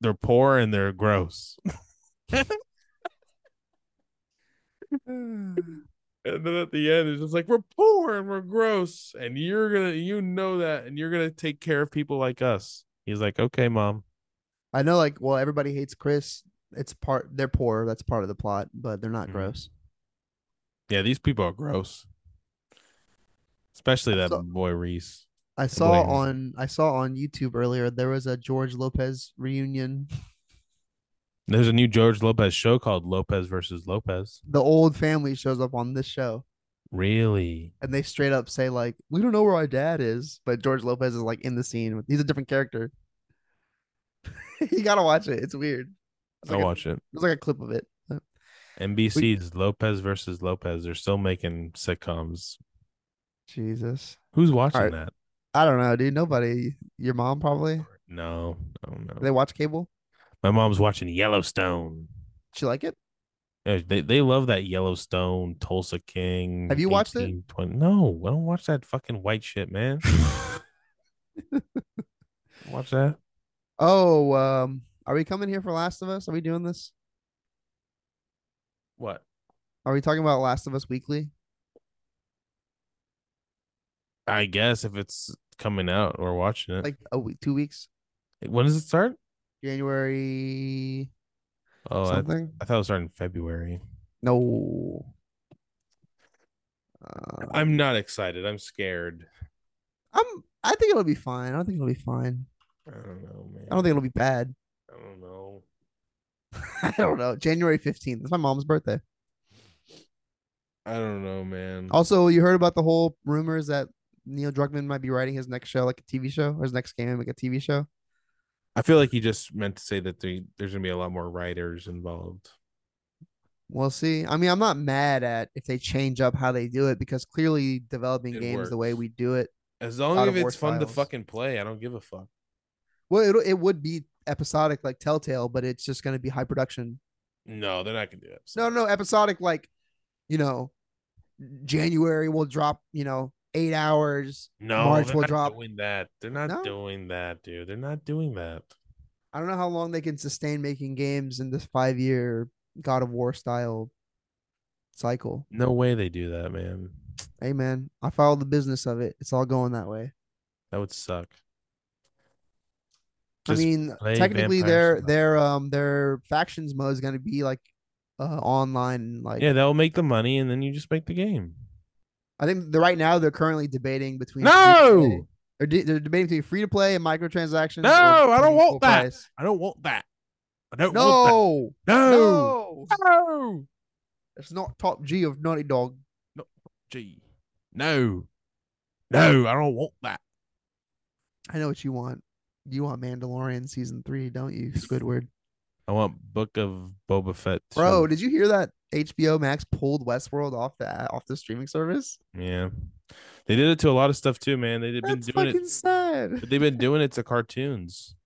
Speaker 2: they're poor and they're gross. <laughs> And then at the end, it's just like we're poor and we're gross, and you're gonna, you know that, and you're gonna take care of people like us. He's like, okay, mom.
Speaker 1: <sighs> I know, like, well, everybody hates Chris. It's part they're poor. That's part of the plot, but they're not
Speaker 2: Mhm.
Speaker 1: gross.
Speaker 2: Yeah, these people are gross, especially that
Speaker 1: So-
Speaker 2: boy Reese.
Speaker 1: I saw
Speaker 2: Blaine.
Speaker 1: on I saw on YouTube earlier there was a George Lopez reunion.
Speaker 2: There's a new George Lopez show called Lopez versus Lopez.
Speaker 1: The old family shows up on this show,
Speaker 2: Really?
Speaker 1: and they straight up say like, "We don't know where our dad is," but George Lopez is like in the scene. with- He's a different character. <laughs> you gotta watch it. It's weird. It's
Speaker 2: I'll
Speaker 1: like a-
Speaker 2: watch it.
Speaker 1: There's like a clip of it. but-
Speaker 2: NBC's Lopez versus Lopez. They're still making sitcoms.
Speaker 1: Jesus,
Speaker 2: Who's watching
Speaker 1: Alright.
Speaker 2: that?
Speaker 1: I don't know, dude. Nobody. Your mom probably.
Speaker 2: No, I don't know.
Speaker 1: They watch cable.
Speaker 2: My mom's watching Yellowstone.
Speaker 1: She like it.
Speaker 2: Yeah, They they love that Yellowstone, Tulsa King.
Speaker 1: Have you watched it?
Speaker 2: 1820 No, I don't watch that fucking white
Speaker 1: <laughs>
Speaker 2: shit, man. watch that.
Speaker 1: Oh, um, are we coming here for Last of Us? Are we doing this?
Speaker 2: What?
Speaker 1: Are we talking about Last of Us weekly?
Speaker 2: I guess if it's coming out or watching it.
Speaker 1: Like a week, two weeks,
Speaker 2: when does it start?
Speaker 1: January
Speaker 2: Oh, I,
Speaker 1: something?
Speaker 2: I thought it was starting in February.
Speaker 1: No. Uh,
Speaker 2: I'm not excited. I'm scared.
Speaker 1: I'm. I think it'll be fine. I don't think it'll be fine.
Speaker 2: I don't know, man.
Speaker 1: I don't think it'll be bad. <laughs>
Speaker 2: I don't know.
Speaker 1: I don't know. January fifteenth. It's my mom's birthday.
Speaker 2: I don't know, man.
Speaker 1: Also, you heard about the whole rumors that Neil Druckmann might be writing his next show, like a TV show, or his next game, like a TV show.
Speaker 2: I feel like he just meant to say that they, there's gonna be a lot more writers involved.
Speaker 1: We'll see. I mean, I'm not mad at if they change up how they do it because clearly developing
Speaker 2: It
Speaker 1: games the way
Speaker 2: works.
Speaker 1: we do it.
Speaker 2: As long
Speaker 1: Out
Speaker 2: as
Speaker 1: of
Speaker 2: it's
Speaker 1: War
Speaker 2: fun to
Speaker 1: Files.
Speaker 2: fucking play, I don't give a fuck.
Speaker 1: Well, it it would be episodic like Telltale, but it's just going to be high production.
Speaker 2: No, they're not gonna do that.
Speaker 1: No, no, episodic like, you know, January will drop, you know, 8 hours.
Speaker 2: No,
Speaker 1: March
Speaker 2: they're
Speaker 1: will
Speaker 2: not
Speaker 1: drop.
Speaker 2: doing that. They're not
Speaker 1: No?
Speaker 2: doing that, dude. They're not doing that.
Speaker 1: I don't know how long they can sustain making games in this 5-year God of War style cycle.
Speaker 2: No way they do that, man.
Speaker 1: Hey man, I follow the business of it. It's all going that way.
Speaker 2: That would suck.
Speaker 1: I
Speaker 2: Just
Speaker 1: mean,
Speaker 2: play
Speaker 1: technically their
Speaker 2: Vampire
Speaker 1: their um their factions mode is going to be like uh online like
Speaker 2: yeah, that'll make the money, and then you just make the game.
Speaker 1: I think the, right now they're currently debating between free to play-
Speaker 2: No,
Speaker 1: They're, de- they're debating between free to play and microtransactions. or
Speaker 2: No, I don't
Speaker 1: paying
Speaker 2: want
Speaker 1: full
Speaker 2: that.
Speaker 1: price.
Speaker 2: I don't want that. I don't want
Speaker 1: No,
Speaker 2: that. No,
Speaker 1: no,
Speaker 2: no,
Speaker 1: it's not top G of Naughty Dog.
Speaker 2: gee, no, no, I don't want that.
Speaker 1: I know what you want. You want Mandalorian season three, don't you, Squidward?
Speaker 2: I want Book of Boba Fett. too.
Speaker 1: Bro, did you hear that HBO Max pulled Westworld off the off the streaming service?
Speaker 2: yeah, they did it to a lot of stuff too, man. They've been
Speaker 1: That's
Speaker 2: doing
Speaker 1: fucking
Speaker 2: it.
Speaker 1: sad.
Speaker 2: But they've been doing it to cartoons.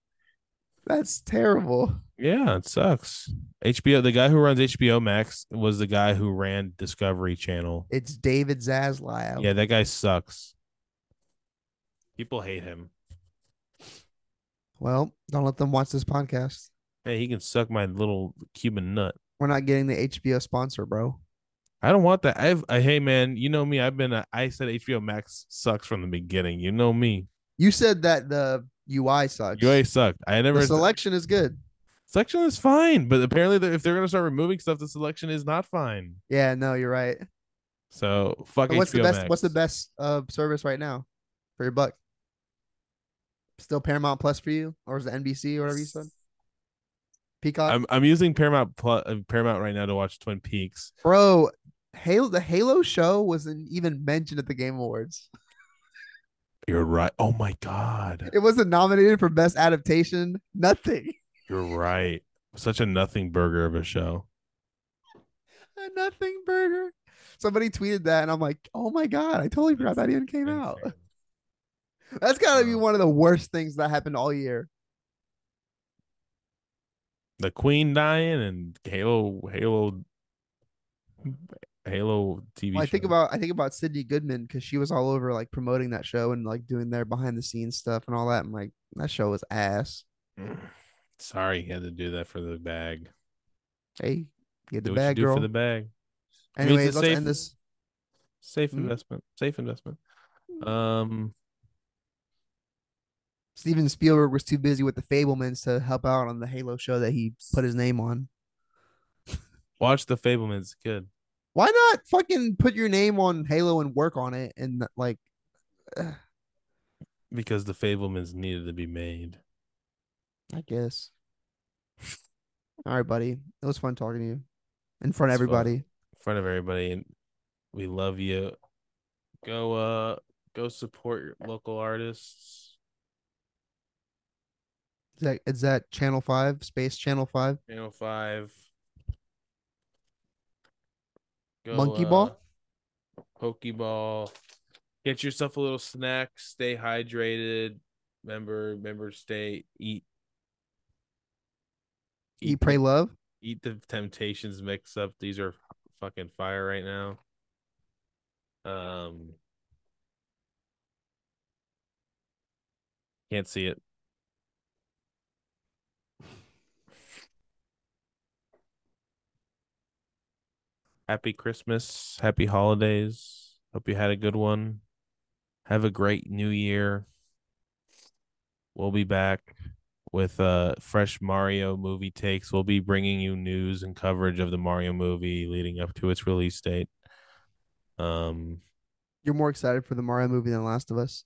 Speaker 1: That's terrible.
Speaker 2: Yeah, it sucks. HBO, the guy who runs HBO Max was the guy who ran Discovery Channel.
Speaker 1: It's David Zaslav.
Speaker 2: Yeah, that guy sucks. People hate him.
Speaker 1: Well, don't let them watch this podcast.
Speaker 2: Hey, he can suck my little Cuban nut.
Speaker 1: We're not getting the HBO sponsor, bro.
Speaker 2: I don't want that. I've, I, hey man, you know me. I've been, a, I said HBO Max sucks from the beginning. You know me.
Speaker 1: You said that the UI sucks.
Speaker 2: UA sucked. I never
Speaker 1: the selection is good.
Speaker 2: selection is fine, but apparently they're- if they're gonna start removing stuff, the selection is not fine.
Speaker 1: Yeah, no, you're right.
Speaker 2: So fuck
Speaker 1: But what's
Speaker 2: HBO
Speaker 1: the best?
Speaker 2: Max.
Speaker 1: What's the best uh, service right now for your buck? Still Paramount Plus for you, or is it NBC or whatever you said? Peacock,
Speaker 2: I'm I'm using Paramount Plus, Paramount right now to watch Twin Peaks.
Speaker 1: bro. Halo, the Halo show wasn't even mentioned at the Game Awards.
Speaker 2: You're right. Oh my god.
Speaker 1: It wasn't nominated for best adaptation. Nothing.
Speaker 2: You're right. Such a nothing burger of a show.
Speaker 1: A nothing burger. Somebody tweeted that, and I'm like, oh my god, I totally forgot that even came out.
Speaker 2: Insane.
Speaker 1: That's gotta be
Speaker 2: Wow.
Speaker 1: one of the worst things that happened all year.
Speaker 2: The Queen dying and Halo Halo Halo TV.
Speaker 1: Well, I think
Speaker 2: show.
Speaker 1: about I think about Sydney Goodman because she was all over like promoting that show and like doing their behind the scenes stuff and all that. And like that show was ass.
Speaker 2: Mm. Sorry, he had to do that for the bag.
Speaker 1: Hey, get the
Speaker 2: do what
Speaker 1: bag,
Speaker 2: you do
Speaker 1: girl.
Speaker 2: for the bag. I
Speaker 1: Anyways,
Speaker 2: mean, it's a
Speaker 1: let's
Speaker 2: safe-
Speaker 1: end this.
Speaker 2: Safe
Speaker 1: Mhm.
Speaker 2: investment. Safe investment.
Speaker 1: Mm.
Speaker 2: Um,
Speaker 1: Steven Spielberg was too busy with the Fablemans to help out on the Halo show that he put his name on.
Speaker 2: watch the Fablemans. Good.
Speaker 1: Why not fucking put your name on Halo and work on it and like
Speaker 2: Because the Fablemans needed to be made.
Speaker 1: I guess. All right, buddy. It was fun talking to you in front of
Speaker 2: It's fun.
Speaker 1: everybody.
Speaker 2: in front of everybody and we love you go uh go support your local artists
Speaker 1: Is that is that Channel Five, Space Channel Five?
Speaker 2: channel 5 go,
Speaker 1: Monkey ball?
Speaker 2: uh, pokeball get yourself a little snack stay hydrated remember remember stay eat
Speaker 1: Eat, pray,
Speaker 2: the,
Speaker 1: love.
Speaker 2: eat the temptations mix up these are fucking fire right now um can't see it happy Christmas, happy holidays. Hope you had a good one. Have a great new year. We'll be back with uh fresh Mario movie takes. We'll be bringing you news and coverage of the Mario movie leading up to its release date. Um
Speaker 1: You're more excited for the Mario movie than Last of Us.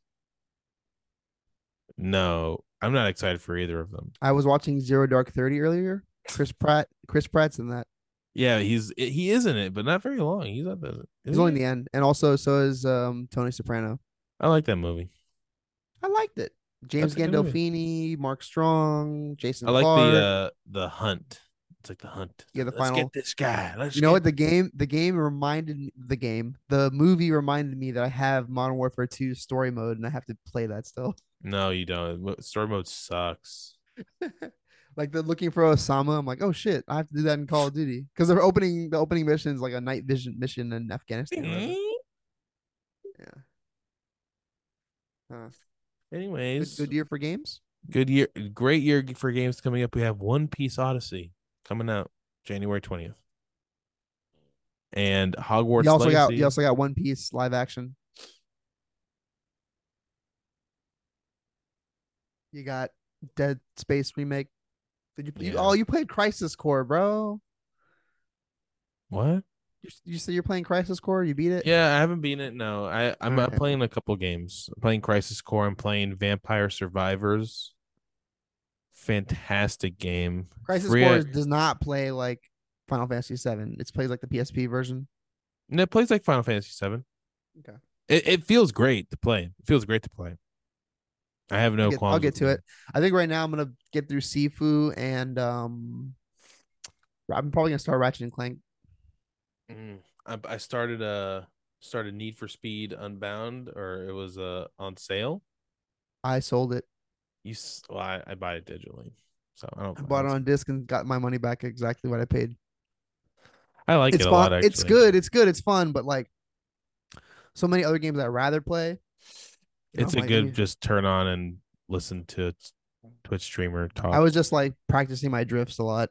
Speaker 2: no, I'm not excited for either of them.
Speaker 1: I was watching Zero Dark Thirty earlier. Chris Pratt. Chris Pratt's in that.
Speaker 2: Yeah, he's he is in it, but not very long. He's not the
Speaker 1: It's only the end, and also so is um, Tony Soprano.
Speaker 2: I like that movie.
Speaker 1: I liked it. James
Speaker 2: a good
Speaker 1: Gandolfini, Mark Strong, Jason.
Speaker 2: I like
Speaker 1: Clarke.
Speaker 2: the uh the hunt. It's like the hunt.
Speaker 1: Yeah, the
Speaker 2: Let's
Speaker 1: final-
Speaker 2: get this guy. Let's
Speaker 1: you know
Speaker 2: get-
Speaker 1: what the game the game reminded me the game the movie reminded me that i have modern warfare 2 story mode and i have to play that still <laughs>
Speaker 2: No, you don't. Mo- Story mode sucks.
Speaker 1: like they're looking for osama i'm like oh shit i have to do that in call of duty because they're opening the opening mission is like a night vision mission in afghanistan or whatever. Huh. Good,
Speaker 2: Anyways,
Speaker 1: good year for games
Speaker 2: good year, great year for games coming up. We have One Piece Odyssey coming out January twentieth, and Hogwarts
Speaker 1: you also got
Speaker 2: Legacy.
Speaker 1: you also got one piece live action you got dead space remake did you, you
Speaker 2: Yeah.
Speaker 1: oh you played crisis core bro
Speaker 2: what?
Speaker 1: You, you say you're playing Crisis Core. You beat it.
Speaker 2: Yeah, I haven't been it. No, I I'm uh,
Speaker 1: Alright.
Speaker 2: playing a couple games. I'm playing Crisis Core. I'm playing Vampire Survivors. Fantastic game.
Speaker 1: Crisis
Speaker 2: Free
Speaker 1: Core
Speaker 2: at-
Speaker 1: does not play like Final Fantasy VII. It plays like the PSP version.
Speaker 2: And it plays like Final Fantasy Seven.
Speaker 1: Okay.
Speaker 2: It, it feels great to play. It feels great to play. I have no
Speaker 1: I'll, get, I'll
Speaker 2: qualms.
Speaker 1: get
Speaker 2: with
Speaker 1: to it. I think right now I'm gonna get through Sifu and um, I'm probably gonna start Ratchet and Clank.
Speaker 2: Mm. I, I started uh started Need for Speed Unbound, or it was uh on sale.
Speaker 1: I sold it.
Speaker 2: You s- well, I, I buy it digitally, so I don't.
Speaker 1: I bought it
Speaker 2: don't-
Speaker 1: on disc and got my money back exactly what I paid.
Speaker 2: I like
Speaker 1: It's
Speaker 2: it a
Speaker 1: fun.
Speaker 2: lot. Actually.
Speaker 1: It's good. It's good. It's fun. But like, so many other games I'd rather play. I'm
Speaker 2: It's a
Speaker 1: like,
Speaker 2: good
Speaker 1: eh.
Speaker 2: just turn on and listen to t- Twitch streamer talk.
Speaker 1: I was just like practicing my drifts a lot.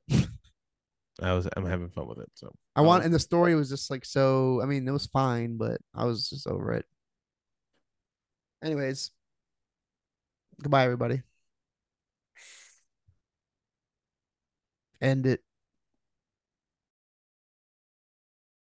Speaker 2: I was I'm having fun with it. So
Speaker 1: I want,
Speaker 2: Um,
Speaker 1: and the story was just like so. I mean, it was fine, but I was just over it. Anyways, goodbye, everybody. End it.